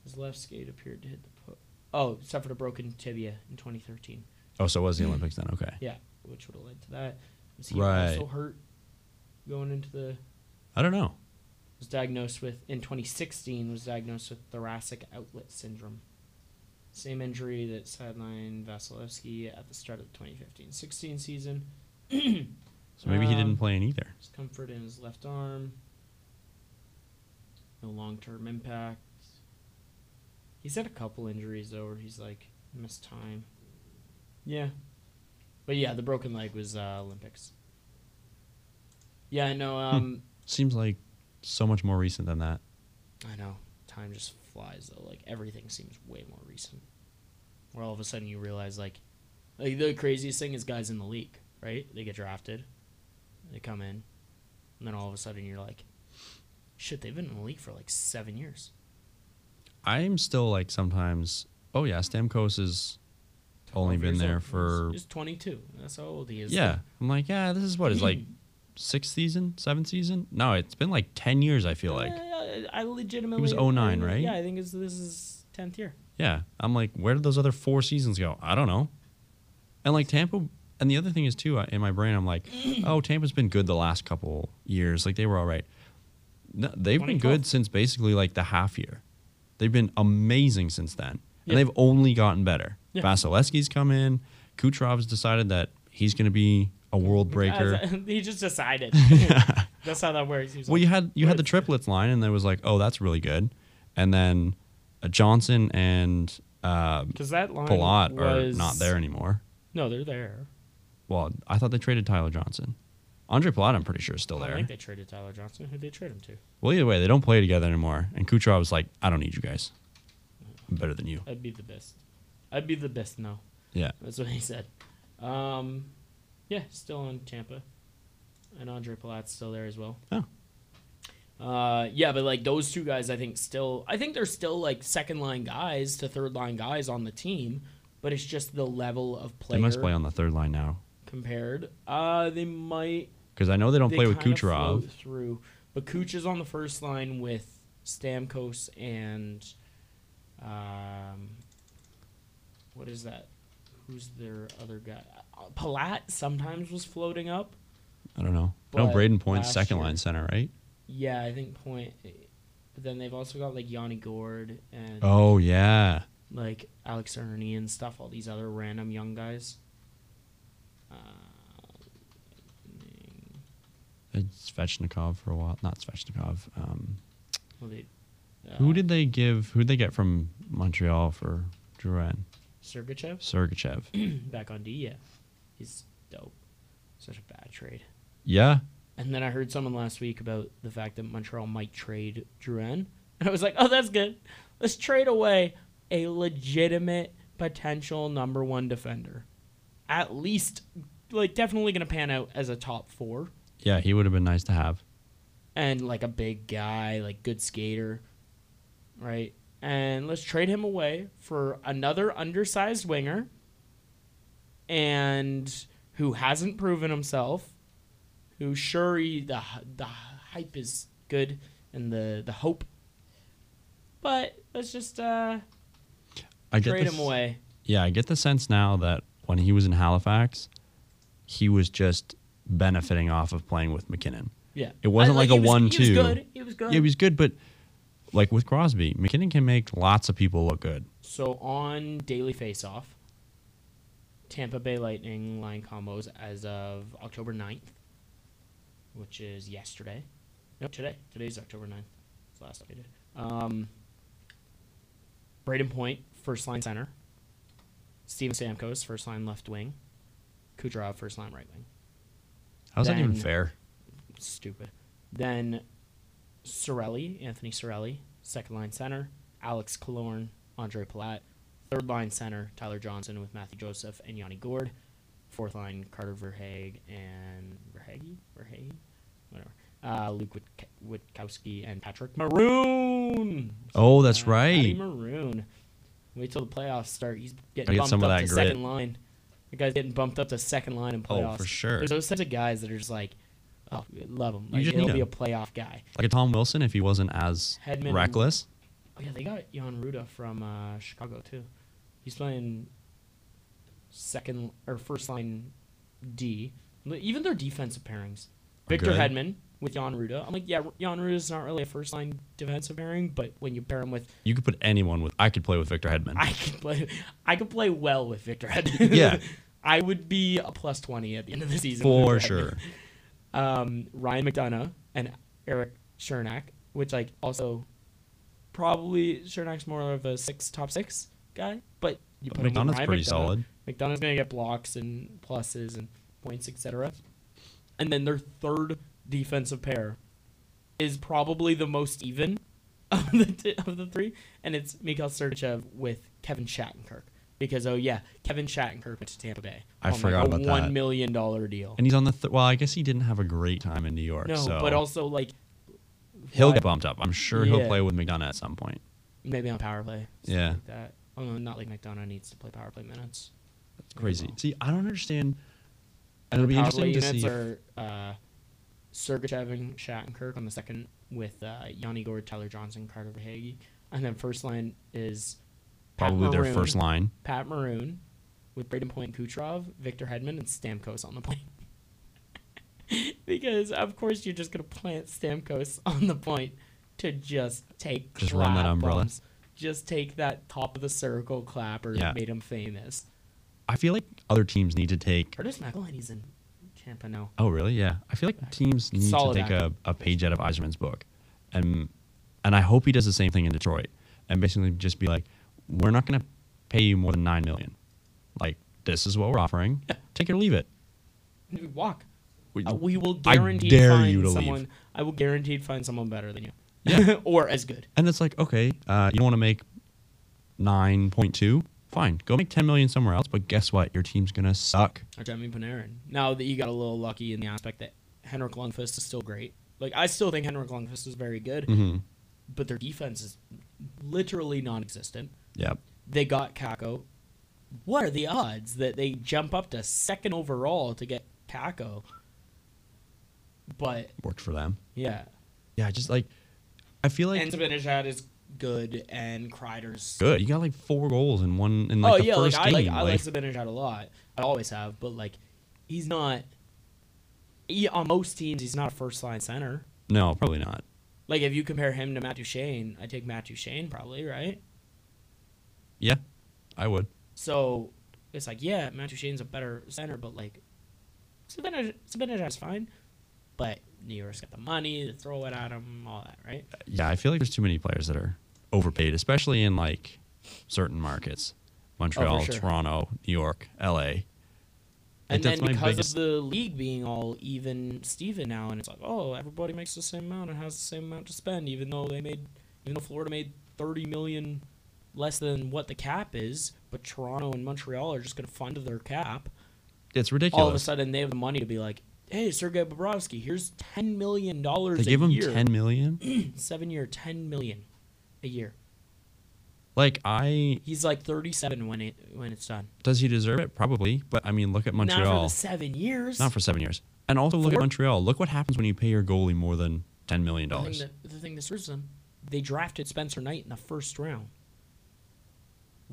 Speaker 1: His left skate appeared to hit the po- Oh, suffered a broken tibia in 2013.
Speaker 2: oh so it was the olympics then okay
Speaker 1: Yeah, which would have led to that. Was he
Speaker 2: Right.
Speaker 1: also hurt going into the
Speaker 2: i don't know
Speaker 1: was diagnosed with in 2016 was diagnosed with thoracic outlet syndrome same injury that sidelined vasilevsky at the start of the 2015-16 season
Speaker 2: so maybe he
Speaker 1: Um,
Speaker 2: didn't play in either
Speaker 1: discomfort in his left arm no long-term impact he's had a couple injuries though where he's like missed time yeah But yeah, the broken leg was uh, Olympics. Yeah, no, um,
Speaker 2: Seems like so much more recent than that.
Speaker 1: I know. Time just flies though. Like everything seems way more recent. Where all of a sudden you realize like, like the craziest thing is guys in the league, right? They get drafted, they come in, and then all of a sudden you're like, shit, they've been in the league for like seven years.
Speaker 2: I'm still like sometimes. Oh yeah, Stamkos is only
Speaker 1: 12
Speaker 2: been
Speaker 1: years
Speaker 2: there
Speaker 1: old.
Speaker 2: for
Speaker 1: He's- he's 22. That's how old he is.
Speaker 2: yeah. I'm like yeah, this is what is like sixth season, seventh season. No, it's been like ten years. I feel like
Speaker 1: I, I legitimately.
Speaker 2: 09, right?
Speaker 1: Yeah, I think it's, this is tenth year.
Speaker 2: yeah. I'm like, where did those other four seasons go? I don't know. And like Tampa, and the other thing is too I- in my brain, I'm like, oh, Tampa's been good the last couple years. Like they were all right. No, they've been
Speaker 1: 2012.
Speaker 2: good since basically like the half year. They've been amazing since then,
Speaker 1: Yeah.
Speaker 2: and they've only gotten better.
Speaker 1: Yeah.
Speaker 2: Vasilevsky's come in. Kucherov's decided that he's going to be a world breaker.
Speaker 1: As- he just decided. That's how that works. He was
Speaker 2: Well, you
Speaker 1: like,
Speaker 2: had you had the
Speaker 1: Let's-
Speaker 2: triplets line, and there was like, oh, that's really good, and then uh, Johnson and uh,
Speaker 1: because that line
Speaker 2: Palat
Speaker 1: was
Speaker 2: are not there anymore.
Speaker 1: No, they're there.
Speaker 2: Well, I thought they traded Tyler Johnson. Andre Palat, I'm pretty sure, is still
Speaker 1: I
Speaker 2: there.
Speaker 1: think they traded Tyler Johnson. Who would they trade him to?
Speaker 2: Well, either way, they don't play together anymore. And Kucherov was like, I don't need you guys. I'm better than you.
Speaker 1: I'd be the best. I'd be the best now.
Speaker 2: Yeah.
Speaker 1: That's what he said. Um, yeah, still on Tampa, and Andre Palat's still there as well.
Speaker 2: Oh.
Speaker 1: Uh, yeah, but like those two guys, I think still, I think they're still like second line guys to third line guys on the team, but it's just the level of player
Speaker 2: They must play on the third line now
Speaker 1: compared. Uh, they might
Speaker 2: because I know they don't
Speaker 1: they
Speaker 2: play with
Speaker 1: kinda
Speaker 2: Kucherov.
Speaker 1: float through, but Kuch is on the first line with Stamkos and, um, what is that? Who's their other guy? Uh, Palat sometimes was floating up.
Speaker 2: I don't know. I know
Speaker 1: But
Speaker 2: Braden Point's
Speaker 1: last
Speaker 2: second
Speaker 1: year-
Speaker 2: line center, right?
Speaker 1: Yeah, I think point. But then they've also got like Yanni Gord and
Speaker 2: Oh yeah.
Speaker 1: like Alex Ernie and stuff. All these other random young guys. Uh,
Speaker 2: It's Svechnikov for a while. Not Svechnikov. Um,
Speaker 1: well, they, uh,
Speaker 2: Who did they give? Who would they get from Montreal for Duran?
Speaker 1: Sergachev?
Speaker 2: Sergachev.
Speaker 1: back on D. Yeah, he's dope. Such a bad trade.
Speaker 2: yeah,
Speaker 1: And then I heard someone last week about the fact that Montreal might trade Duran, and I was like, oh, that's good. Let's trade away a legitimate potential number one defender, at least like definitely gonna pan out as a top four
Speaker 2: yeah, he would have been nice to have.
Speaker 1: and like a big guy, like good skater, right? And let's trade him away for another undersized winger and who hasn't proven himself, who sure he, the the hype is good and the the hope. But let's just uh
Speaker 2: I get
Speaker 1: trade
Speaker 2: the
Speaker 1: him
Speaker 2: s-
Speaker 1: away.
Speaker 2: Yeah, I get the sense now that when he was in Halifax, he was just benefiting off of playing with McKinnon.
Speaker 1: Yeah.
Speaker 2: It wasn't like
Speaker 1: he
Speaker 2: a
Speaker 1: was- He
Speaker 2: one-two.
Speaker 1: was good. He was good.
Speaker 2: Yeah, he was good, but like with Crosby, McKinnon can make lots of people look good.
Speaker 1: So on Daily Faceoff, Tampa Bay Lightning line combos as of October 9th, which is yesterday. No, today. Today's October 9th. It's the last updated. Um, Braden Point, first line center. Steven Stamkos, first line left wing. Kucherov, first line right wing.
Speaker 2: How's that even
Speaker 1: Then-
Speaker 2: fair?
Speaker 1: Stupid. Then Sorelli, Anthony Sorelli, second line center, Alex Kalorn, Andre Palat, third line center, Tyler Johnson with Matthew Joseph and Yanni Gord, fourth line, Carter Verhaeg and Verhaeg? Verhaeg? Whatever. Uh, Luke Wit- Witkowski and Patrick Maroon.
Speaker 2: Oh, that's
Speaker 1: Uh, Patty
Speaker 2: right.
Speaker 1: Maroon. Wait till the playoffs start. He's getting
Speaker 2: Gotta get
Speaker 1: bumped
Speaker 2: some of
Speaker 1: up
Speaker 2: that
Speaker 1: to
Speaker 2: grit.
Speaker 1: second line. The guy's getting bumped up to second line in
Speaker 2: Oh,
Speaker 1: playoffs.
Speaker 2: for sure.
Speaker 1: There's those types of guys that are just like, oh, love him.
Speaker 2: You
Speaker 1: Like,
Speaker 2: just
Speaker 1: he'll
Speaker 2: need
Speaker 1: be a
Speaker 2: him.
Speaker 1: playoff guy.
Speaker 2: Like a Tom Wilson, if he wasn't as
Speaker 1: Hedman-
Speaker 2: reckless.
Speaker 1: Oh yeah, they got Jan Ruda from uh, Chicago too. He's playing second or first line D. Li- Even their defensive pairings. Victor
Speaker 2: good.
Speaker 1: Hedman with Jan Ruda. I'm like, yeah, Jan Ruda's not really a first line defensive pairing, but when you pair him with
Speaker 2: You could put anyone with. I could play with Victor Hedman.
Speaker 1: I could play. I could play well with Victor Hedman.
Speaker 2: Yeah.
Speaker 1: I would be a plus twenty at the end of the season. with
Speaker 2: for
Speaker 1: Victor
Speaker 2: sure.
Speaker 1: Hedman. Um, Ryan McDonough and Eric Chernak, which like also probably Chernak's more of a six top six, guy, but you
Speaker 2: But
Speaker 1: put him with
Speaker 2: McDonough's
Speaker 1: Ryan
Speaker 2: pretty solid.
Speaker 1: McDonough's gonna get blocks and pluses and points, etc. And then their third defensive pair is probably the most even of the t- of the three, and it's Mikhail Sergachev with Kevin Shattenkirk. Because oh yeah, Kevin Shattenkirk went to Tampa Bay.
Speaker 2: I
Speaker 1: on, like,
Speaker 2: forgot
Speaker 1: a
Speaker 2: about that.
Speaker 1: One million dollar deal.
Speaker 2: And he's on the th- well. I guess he didn't have a great time in New York,
Speaker 1: no,
Speaker 2: so
Speaker 1: but also like
Speaker 2: he'll
Speaker 1: why-
Speaker 2: get bumped up. I'm sure
Speaker 1: Yeah.
Speaker 2: he'll play with McDonough at some point.
Speaker 1: maybe on power play. stuff
Speaker 2: Yeah.
Speaker 1: Like that. Although not like McDonough needs to play power play minutes.
Speaker 2: It's crazy.
Speaker 1: know.
Speaker 2: See, I don't understand. And it'll be
Speaker 1: power
Speaker 2: interesting
Speaker 1: play
Speaker 2: to
Speaker 1: units
Speaker 2: see. if-
Speaker 1: are uh, Sergachev and Shattenkirk on the second with uh, Yanni Gord, Tyler Johnson, Carter Verhage. And then first line is Pat
Speaker 2: probably their
Speaker 1: Maroon-
Speaker 2: first line.
Speaker 1: Pat Maroon with Braden Point Kucherov, Victor Hedman, and Stamkos on the point. because of course you're just gonna plant Stamkos on the point to just take
Speaker 2: Just run that
Speaker 1: clap
Speaker 2: umbrella.
Speaker 1: bumps. Just take that top of the circle clapper
Speaker 2: Yeah.
Speaker 1: that made him famous.
Speaker 2: I feel like other teams need to take.
Speaker 1: Curtis McElhinney's in Champa now.
Speaker 2: Oh, really? Yeah. I feel like teams need
Speaker 1: Solid
Speaker 2: to take a, a page out of Eiserman's book, and and I hope he does the same thing in Detroit, and basically just be like, we're not going to pay you more than nine million. Like this is what we're offering. Take it or leave it.
Speaker 1: Walk.
Speaker 2: We-
Speaker 1: Uh, we will
Speaker 2: I
Speaker 1: guarantee
Speaker 2: dare
Speaker 1: find
Speaker 2: you to leave.
Speaker 1: someone. I will guarantee find someone better than you.
Speaker 2: Yeah.
Speaker 1: or as good.
Speaker 2: And it's like, okay, uh, you want to make nine point two? Fine, go make ten million somewhere else. But guess what? Your team's gonna suck.
Speaker 1: Or Jeremy Panarin. Now that you got a little lucky in the aspect that Henrik Lundqvist is still great. Like I still think Henrik Lundqvist is very good,
Speaker 2: Mm-hmm.
Speaker 1: but their defense is literally non-existent.
Speaker 2: Yep.
Speaker 1: They got Kako. What are the odds that they jump up to second overall to get Kako? But
Speaker 2: Worked for them.
Speaker 1: yeah,
Speaker 2: Yeah, just like I feel like
Speaker 1: and Zibanejad is good, and Kreider's
Speaker 2: good. You got like four goals in one in like the first
Speaker 1: Oh, like,
Speaker 2: game.
Speaker 1: I like, I
Speaker 2: like-
Speaker 1: like Zibanejad a lot. I always have, but like, he's not. He, on most teams, he's not a first line center.
Speaker 2: no, probably not.
Speaker 1: Like if you compare him to Matt Duchene, I take Matt Duchene probably right.
Speaker 2: Yeah, I would.
Speaker 1: So it's like yeah, Matt Duchene's a better center, but like, Zibanejad- Zibanejad's fine. But New York's got the money to throw it at him, all that, right?
Speaker 2: Yeah, I feel like there's too many players that are overpaid, especially in like certain markets, Montreal,
Speaker 1: Oh, sure.
Speaker 2: Toronto, New York, L.A. Like,
Speaker 1: And then
Speaker 2: that's my
Speaker 1: because
Speaker 2: biggest-
Speaker 1: of the league being all even Steven now, and it's like, oh, everybody makes the same amount and has the same amount to spend, even though they made, even though Florida made thirty million less than what the cap is, but Toronto and Montreal are just going to fund their cap.
Speaker 2: It's ridiculous.
Speaker 1: All of a sudden, they have the money to be like, hey, Sergei Bobrovsky, here's ten million dollars.
Speaker 2: they give
Speaker 1: a
Speaker 2: him
Speaker 1: year.
Speaker 2: ten million.
Speaker 1: seven year, ten million a year.
Speaker 2: Like I
Speaker 1: He's like thirty seven when it when it's done.
Speaker 2: Does he deserve it? Probably. But I mean, look at Montreal.
Speaker 1: Not for the seven years.
Speaker 2: Not for seven years. And also look
Speaker 1: Four-
Speaker 2: at Montreal. Look what happens when you pay your goalie more than ten million
Speaker 1: the thing
Speaker 2: dollars.
Speaker 1: that, the thing that screws them, they drafted Spencer Knight in the first round.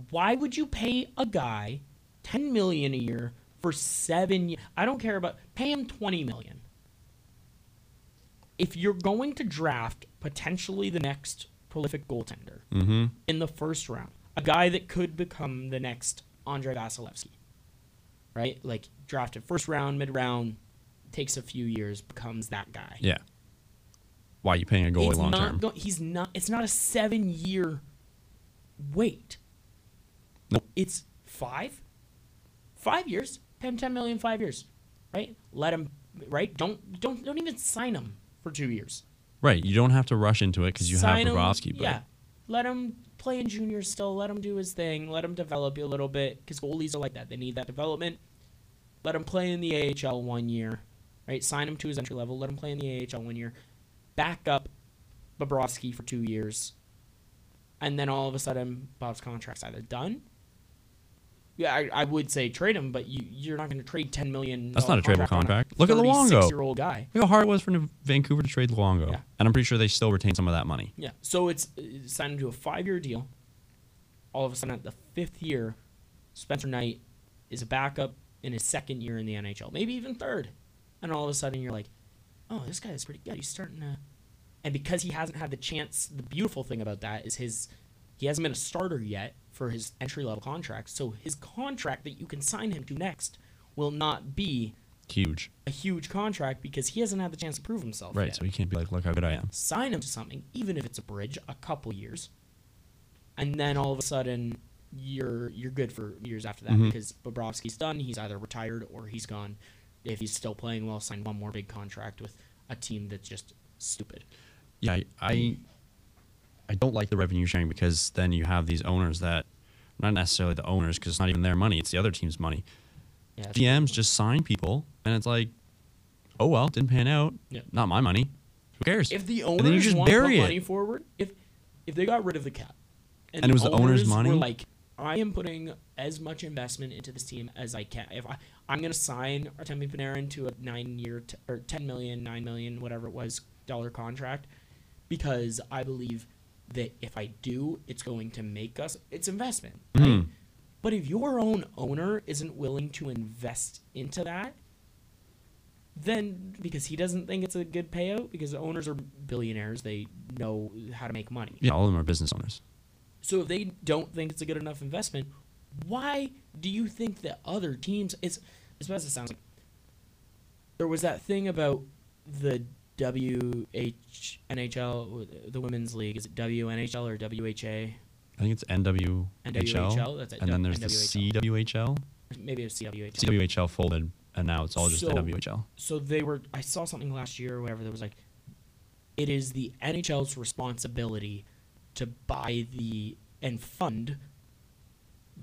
Speaker 1: Why would you pay a guy ten million a year for seven? ye- I don't care about pay him twenty million. If you're going to draft potentially the next prolific goaltender
Speaker 2: Mm-hmm.
Speaker 1: in the first round, a guy that could become the next Andre Vasilevsky, right? Like drafted first round, mid round, takes a few years, becomes that guy
Speaker 2: Yeah. Why are you paying a goalie
Speaker 1: it's
Speaker 2: long
Speaker 1: not
Speaker 2: term?
Speaker 1: go- he's not. It's not a seven year wait.
Speaker 2: Nope.
Speaker 1: It's five. Five years. Pay him ten million. Five years, right? Let him. Right. Don't don't don't even sign him for two years.
Speaker 2: right. You don't have to rush into it because you
Speaker 1: Sign him-
Speaker 2: have Bobrovsky. But
Speaker 1: Yeah. Let him play in junior still. Let him do his thing. Let him develop a little bit because goalies are like that. They need that development. Let him play in the AHL one year, right? Sign him to his entry level. Let him play in the AHL one year. Back up Bobrovsky for two years, and then all of a sudden Bob's contract's either done. Yeah, I, I would say trade him, but you you're not going to trade ten million.
Speaker 2: That's not a tradeable contract. Look at Luongo.
Speaker 1: year old guy.
Speaker 2: look how hard it was for New- Vancouver to trade Luongo,
Speaker 1: Yeah.
Speaker 2: and I'm pretty sure they still retain some of that money.
Speaker 1: Yeah. So it's uh, signed into a five year deal. All of a sudden, at the fifth year, Spencer Knight is a backup in his second year in the NHL, maybe even third. And all of a sudden, you're like, oh, this guy is pretty good. He's starting to. And because he hasn't had the chance, the beautiful thing about that is his. He hasn't been a starter yet for his entry level contract. So his contract that you can sign him to next will not be
Speaker 2: Huge.
Speaker 1: a huge contract because he hasn't had the chance to prove himself
Speaker 2: Right.
Speaker 1: yet
Speaker 2: So you can't be like, look how good I am.
Speaker 1: sign him to something, even if it's a bridge, a couple years, and then all of a sudden you're you're good for years after that because Bobrovsky's done. He's either retired or he's gone. If he's still playing well, sign one more big contract with a team that's just stupid.
Speaker 2: yeah, I, I I don't like the revenue sharing because then you have these owners that not necessarily the owners because it's not even their money; it's the other team's money.
Speaker 1: Yeah, it's-
Speaker 2: GMs just sign people, and it's like, oh well, didn't pan out.
Speaker 1: Yeah.
Speaker 2: Not my money. Who cares?
Speaker 1: If the
Speaker 2: And
Speaker 1: owners
Speaker 2: then you just
Speaker 1: want to put
Speaker 2: bury it.
Speaker 1: money forward, if if they got rid of the cap,
Speaker 2: And it was the owner's money?
Speaker 1: were like I am putting as much investment into this team as I can. If I I'm gonna sign Artemi Panarin to a nine year t- or ten million, nine million, whatever it was dollar contract, because I believe that if I do, it's going to make us it's investment.
Speaker 2: Mm-hmm.
Speaker 1: Right? But if your own owner isn't willing to invest into that, then because he doesn't think it's a good payout because owners are billionaires they know how to make money
Speaker 2: yeah, all of them are business owners.
Speaker 1: so if they don't think it's a good enough investment why do you think that other teams it's as bad as it sounds like there was that thing about the WHNHL the women's league is it WNHL or WHA
Speaker 2: I think it's NWHL,
Speaker 1: NWHL, that's it,
Speaker 2: and then there's the
Speaker 1: NWHL.
Speaker 2: CWHL.
Speaker 1: maybe it's CWHL
Speaker 2: CWHL folded, and now it's all just
Speaker 1: So-
Speaker 2: NWHL.
Speaker 1: so they were i saw something last year or whatever that was like it is the nhl's responsibility to buy the and fund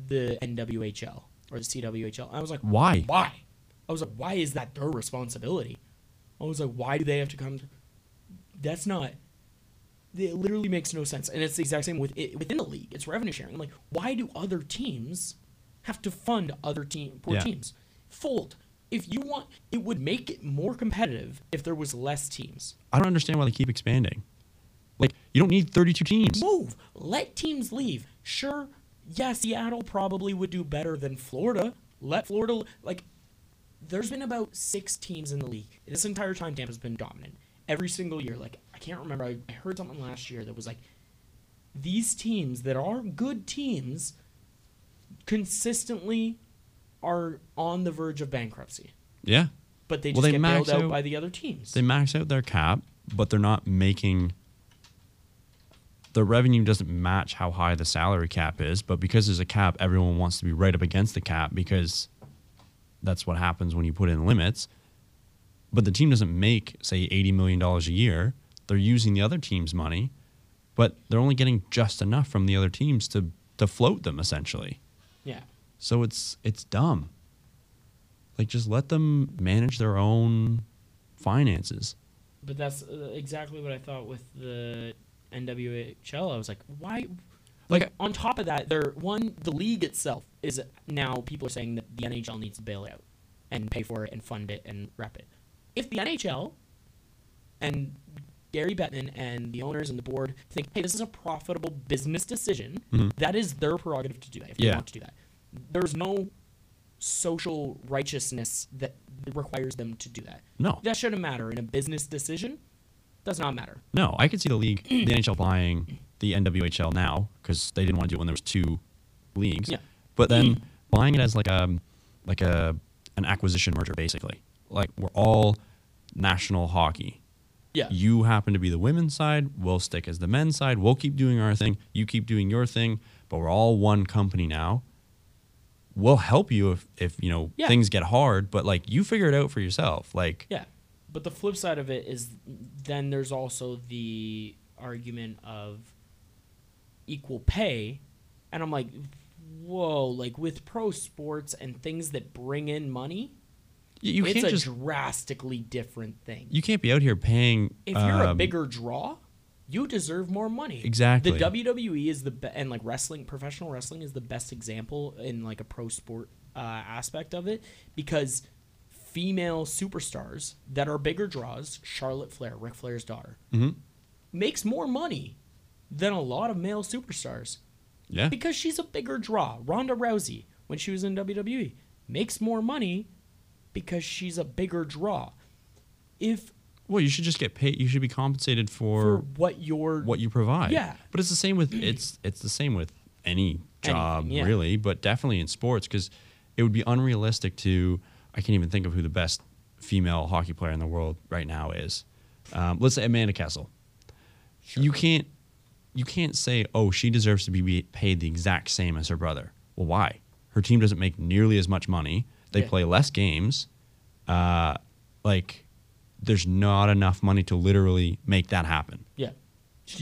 Speaker 1: the nwhl or the cwhl i was like
Speaker 2: Why?
Speaker 1: why i was like why is that their responsibility i was like why do they have to come to- that's not it literally makes no sense and it's the exact same with it, within the league it's revenue sharing I'm like why do other teams have to fund other team poor
Speaker 2: Yeah.
Speaker 1: teams fold if you want it would make it more competitive if there was less teams
Speaker 2: I don't understand why they keep expanding. Like you don't need 32 teams.
Speaker 1: move let teams leave sure yeah seattle probably would do better than florida let florida like there's been about six teams in the league this entire time tampa's been dominant every single year like i can't remember i, I heard something last year that was like these teams that are good teams consistently are on the verge of bankruptcy
Speaker 2: Yeah,
Speaker 1: but they just
Speaker 2: Well, they
Speaker 1: get bailed
Speaker 2: max
Speaker 1: out
Speaker 2: out-
Speaker 1: by the other teams
Speaker 2: they max out their cap, but they're not making. The revenue doesn't match how high the salary cap is, but because there's a cap, everyone wants to be right up against the cap because that's what happens when you put in limits. But the team doesn't make, say, $80 million a year. They're using the other team's money, but they're only getting just enough from the other teams to, to float them essentially.
Speaker 1: yeah
Speaker 2: So it's it's dumb. Like just let them manage their own finances.
Speaker 1: But that's uh, exactly what I thought with the NWHL. I was like, why?
Speaker 2: Like-
Speaker 1: Like on top of that, there one the league itself is now people are saying that the NHL needs to bail out and pay for it and fund it and wrap it. If the NHL and Gary Bettman and the owners and the board think, hey, this is a profitable business decision, that is their prerogative to do that if they
Speaker 2: Yeah.
Speaker 1: want to do that. There's no social righteousness that requires them to do that.
Speaker 2: No.
Speaker 1: That shouldn't matter in a business decision. Does not matter.
Speaker 2: No, I could see the league, the NHL buying the NWHL now because they didn't want to do it when there was two leagues.
Speaker 1: Yeah.
Speaker 2: But then buying it as like a like a an acquisition merger basically. Like we're all national hockey.
Speaker 1: Yeah.
Speaker 2: You happen to be the women's side. We'll stick as the men's side. We'll keep doing our thing. You keep doing your thing. But we're all one company now. We'll help you if, if you know
Speaker 1: Yeah.
Speaker 2: things get hard. But like you figure it out for yourself. Like
Speaker 1: yeah. But the flip side of it is then there's also the argument of equal pay. And I'm like, whoa, like with pro sports and things that bring in money,
Speaker 2: y- you
Speaker 1: it's
Speaker 2: can't
Speaker 1: a
Speaker 2: just
Speaker 1: drastically different thing.
Speaker 2: you can't be out here paying.
Speaker 1: if you're a
Speaker 2: um,
Speaker 1: bigger draw, you deserve more money.
Speaker 2: Exactly.
Speaker 1: The WWE is the be- and like wrestling, professional wrestling is the best example in like a pro sport uh, aspect of it because female superstars that are bigger draws, Charlotte Flair, Ric Flair's daughter,
Speaker 2: Mm-hmm.
Speaker 1: makes more money than a lot of male superstars
Speaker 2: yeah
Speaker 1: because she's a bigger draw. Ronda Rousey, when she was in WWE, makes more money because she's a bigger draw. If
Speaker 2: Well, you should just get paid. You should be compensated
Speaker 1: for
Speaker 2: for
Speaker 1: what your
Speaker 2: what you provide.
Speaker 1: Yeah.
Speaker 2: But it's the same with it's it's the same with any job
Speaker 1: Anything, yeah.
Speaker 2: really, but definitely in sports because it would be unrealistic to I can't even think of who the best female hockey player in the world right now is. Um, let's say Amanda Kessel. You can't you can't say, oh, she deserves to be- be paid the exact same as her brother. Well, why? Her team doesn't make nearly as much money. They
Speaker 1: Yeah.
Speaker 2: play less games. Uh, like, there's not enough money to literally make that happen.
Speaker 1: Yeah.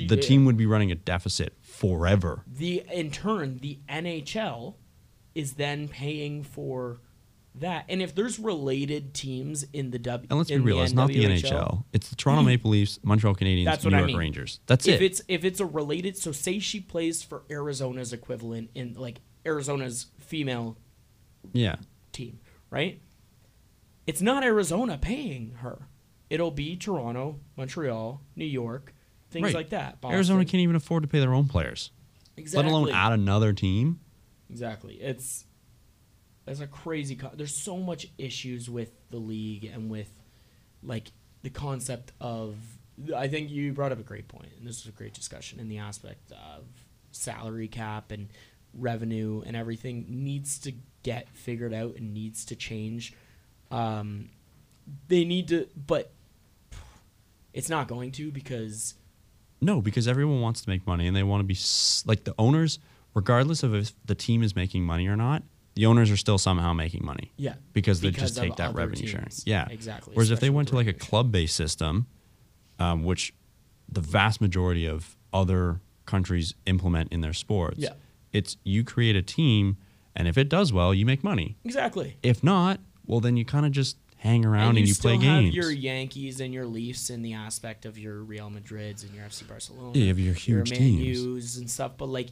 Speaker 2: The team would be running a deficit forever.
Speaker 1: the in turn the NHL is then paying for that. And if there's related teams in the W,
Speaker 2: And let's
Speaker 1: in
Speaker 2: be real, it's not the NHL. It's the Toronto Maple Leafs, Montreal Canadiens,
Speaker 1: Mm-hmm. That's
Speaker 2: New
Speaker 1: what I
Speaker 2: York
Speaker 1: mean.
Speaker 2: Rangers. That's
Speaker 1: if
Speaker 2: it.
Speaker 1: it's if it's a related, so say she plays for Arizona's equivalent in like Arizona's female
Speaker 2: yeah.
Speaker 1: team, right? It's not Arizona paying her. It'll be Toronto, Montreal, New York, things
Speaker 2: Right.
Speaker 1: like that.
Speaker 2: Arizona
Speaker 1: Boston.
Speaker 2: can't even afford to pay their own players,
Speaker 1: exactly.
Speaker 2: let alone add another team.
Speaker 1: Exactly. It's that's a crazy. Co- There's so much issues with the league and with like the concept of. I think you brought up a great point, and this was a great discussion in the aspect of salary cap and revenue and everything needs to get figured out and needs to change. Um, they need to, but it's not going to because
Speaker 2: No, because everyone wants to make money and they want to be s- like the owners, regardless of if the team is making money or not, the owners are still somehow making money
Speaker 1: yeah,
Speaker 2: because they
Speaker 1: Because
Speaker 2: just
Speaker 1: of
Speaker 2: take that
Speaker 1: other
Speaker 2: revenue
Speaker 1: teams.
Speaker 2: sharing. Yeah.
Speaker 1: Exactly,
Speaker 2: Whereas if they
Speaker 1: especially
Speaker 2: went to like a
Speaker 1: revenue sharing.
Speaker 2: club based system, um, which the vast majority of other countries implement in their sports,
Speaker 1: Yeah.
Speaker 2: it's you create a team and if it does well, you make money.
Speaker 1: exactly.
Speaker 2: If not, well, then you kind of just hang around and you,
Speaker 1: still
Speaker 2: play games.
Speaker 1: Have your Yankees and your Leafs in the aspect of your Real Madrids and your FC Barcelona.
Speaker 2: Yeah, you have your huge
Speaker 1: Man
Speaker 2: teams.
Speaker 1: U's and stuff, but like,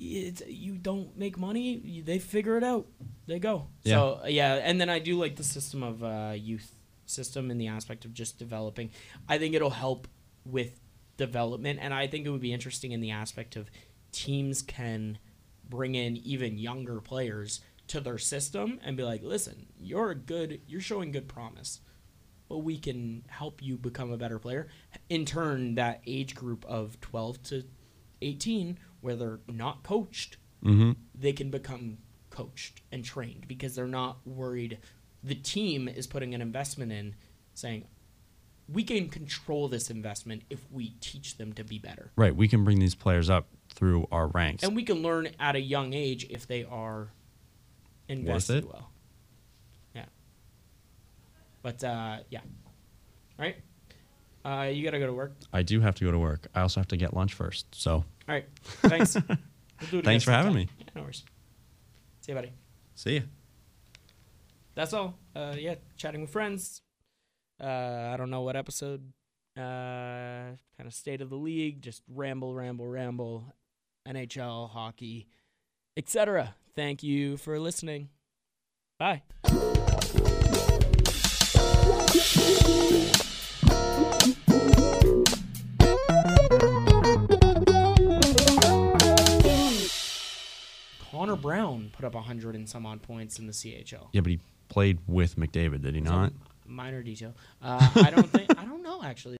Speaker 1: it's, you don't make money. you- They figure it out. They go. So uh, yeah, and then I do like the system of uh, youth system in the aspect of just developing. I think it'll help with development, and I think it would be interesting in the aspect of teams can bring in even younger players to their system and be like, listen, you're a good, you're showing good promise, but we can help you become a better player. In turn, that age group of 12 to 18, where they're not coached,
Speaker 2: mm-hmm.
Speaker 1: they can become coached and trained because they're not worried. The team is putting an investment in saying, we can control this investment if we teach them to be better.
Speaker 2: Right. We can bring these players up through our ranks.
Speaker 1: And we can learn at a young age if they are invested
Speaker 2: it?
Speaker 1: well. Yeah. But uh, yeah. All right. Uh, you gotta go to work.
Speaker 2: I do have to go to work. I also have to get lunch first. So
Speaker 1: All right. Thanks. We'll do it again
Speaker 2: Thanks for having
Speaker 1: sometime.
Speaker 2: me.
Speaker 1: Yeah, no worries. See you, buddy.
Speaker 2: see ya.
Speaker 1: That's all. Uh, yeah, chatting with friends. Uh, I don't know what episode. Uh, kind of state of the league. Just ramble, ramble, ramble. NHL, hockey, etc. Thank you for listening. Bye. Connor Brown put up 100 and some odd points in the CHL.
Speaker 2: Yeah, but he played with McDavid, did he not?
Speaker 1: Minor detail. Uh, I don't think. I don't know actually.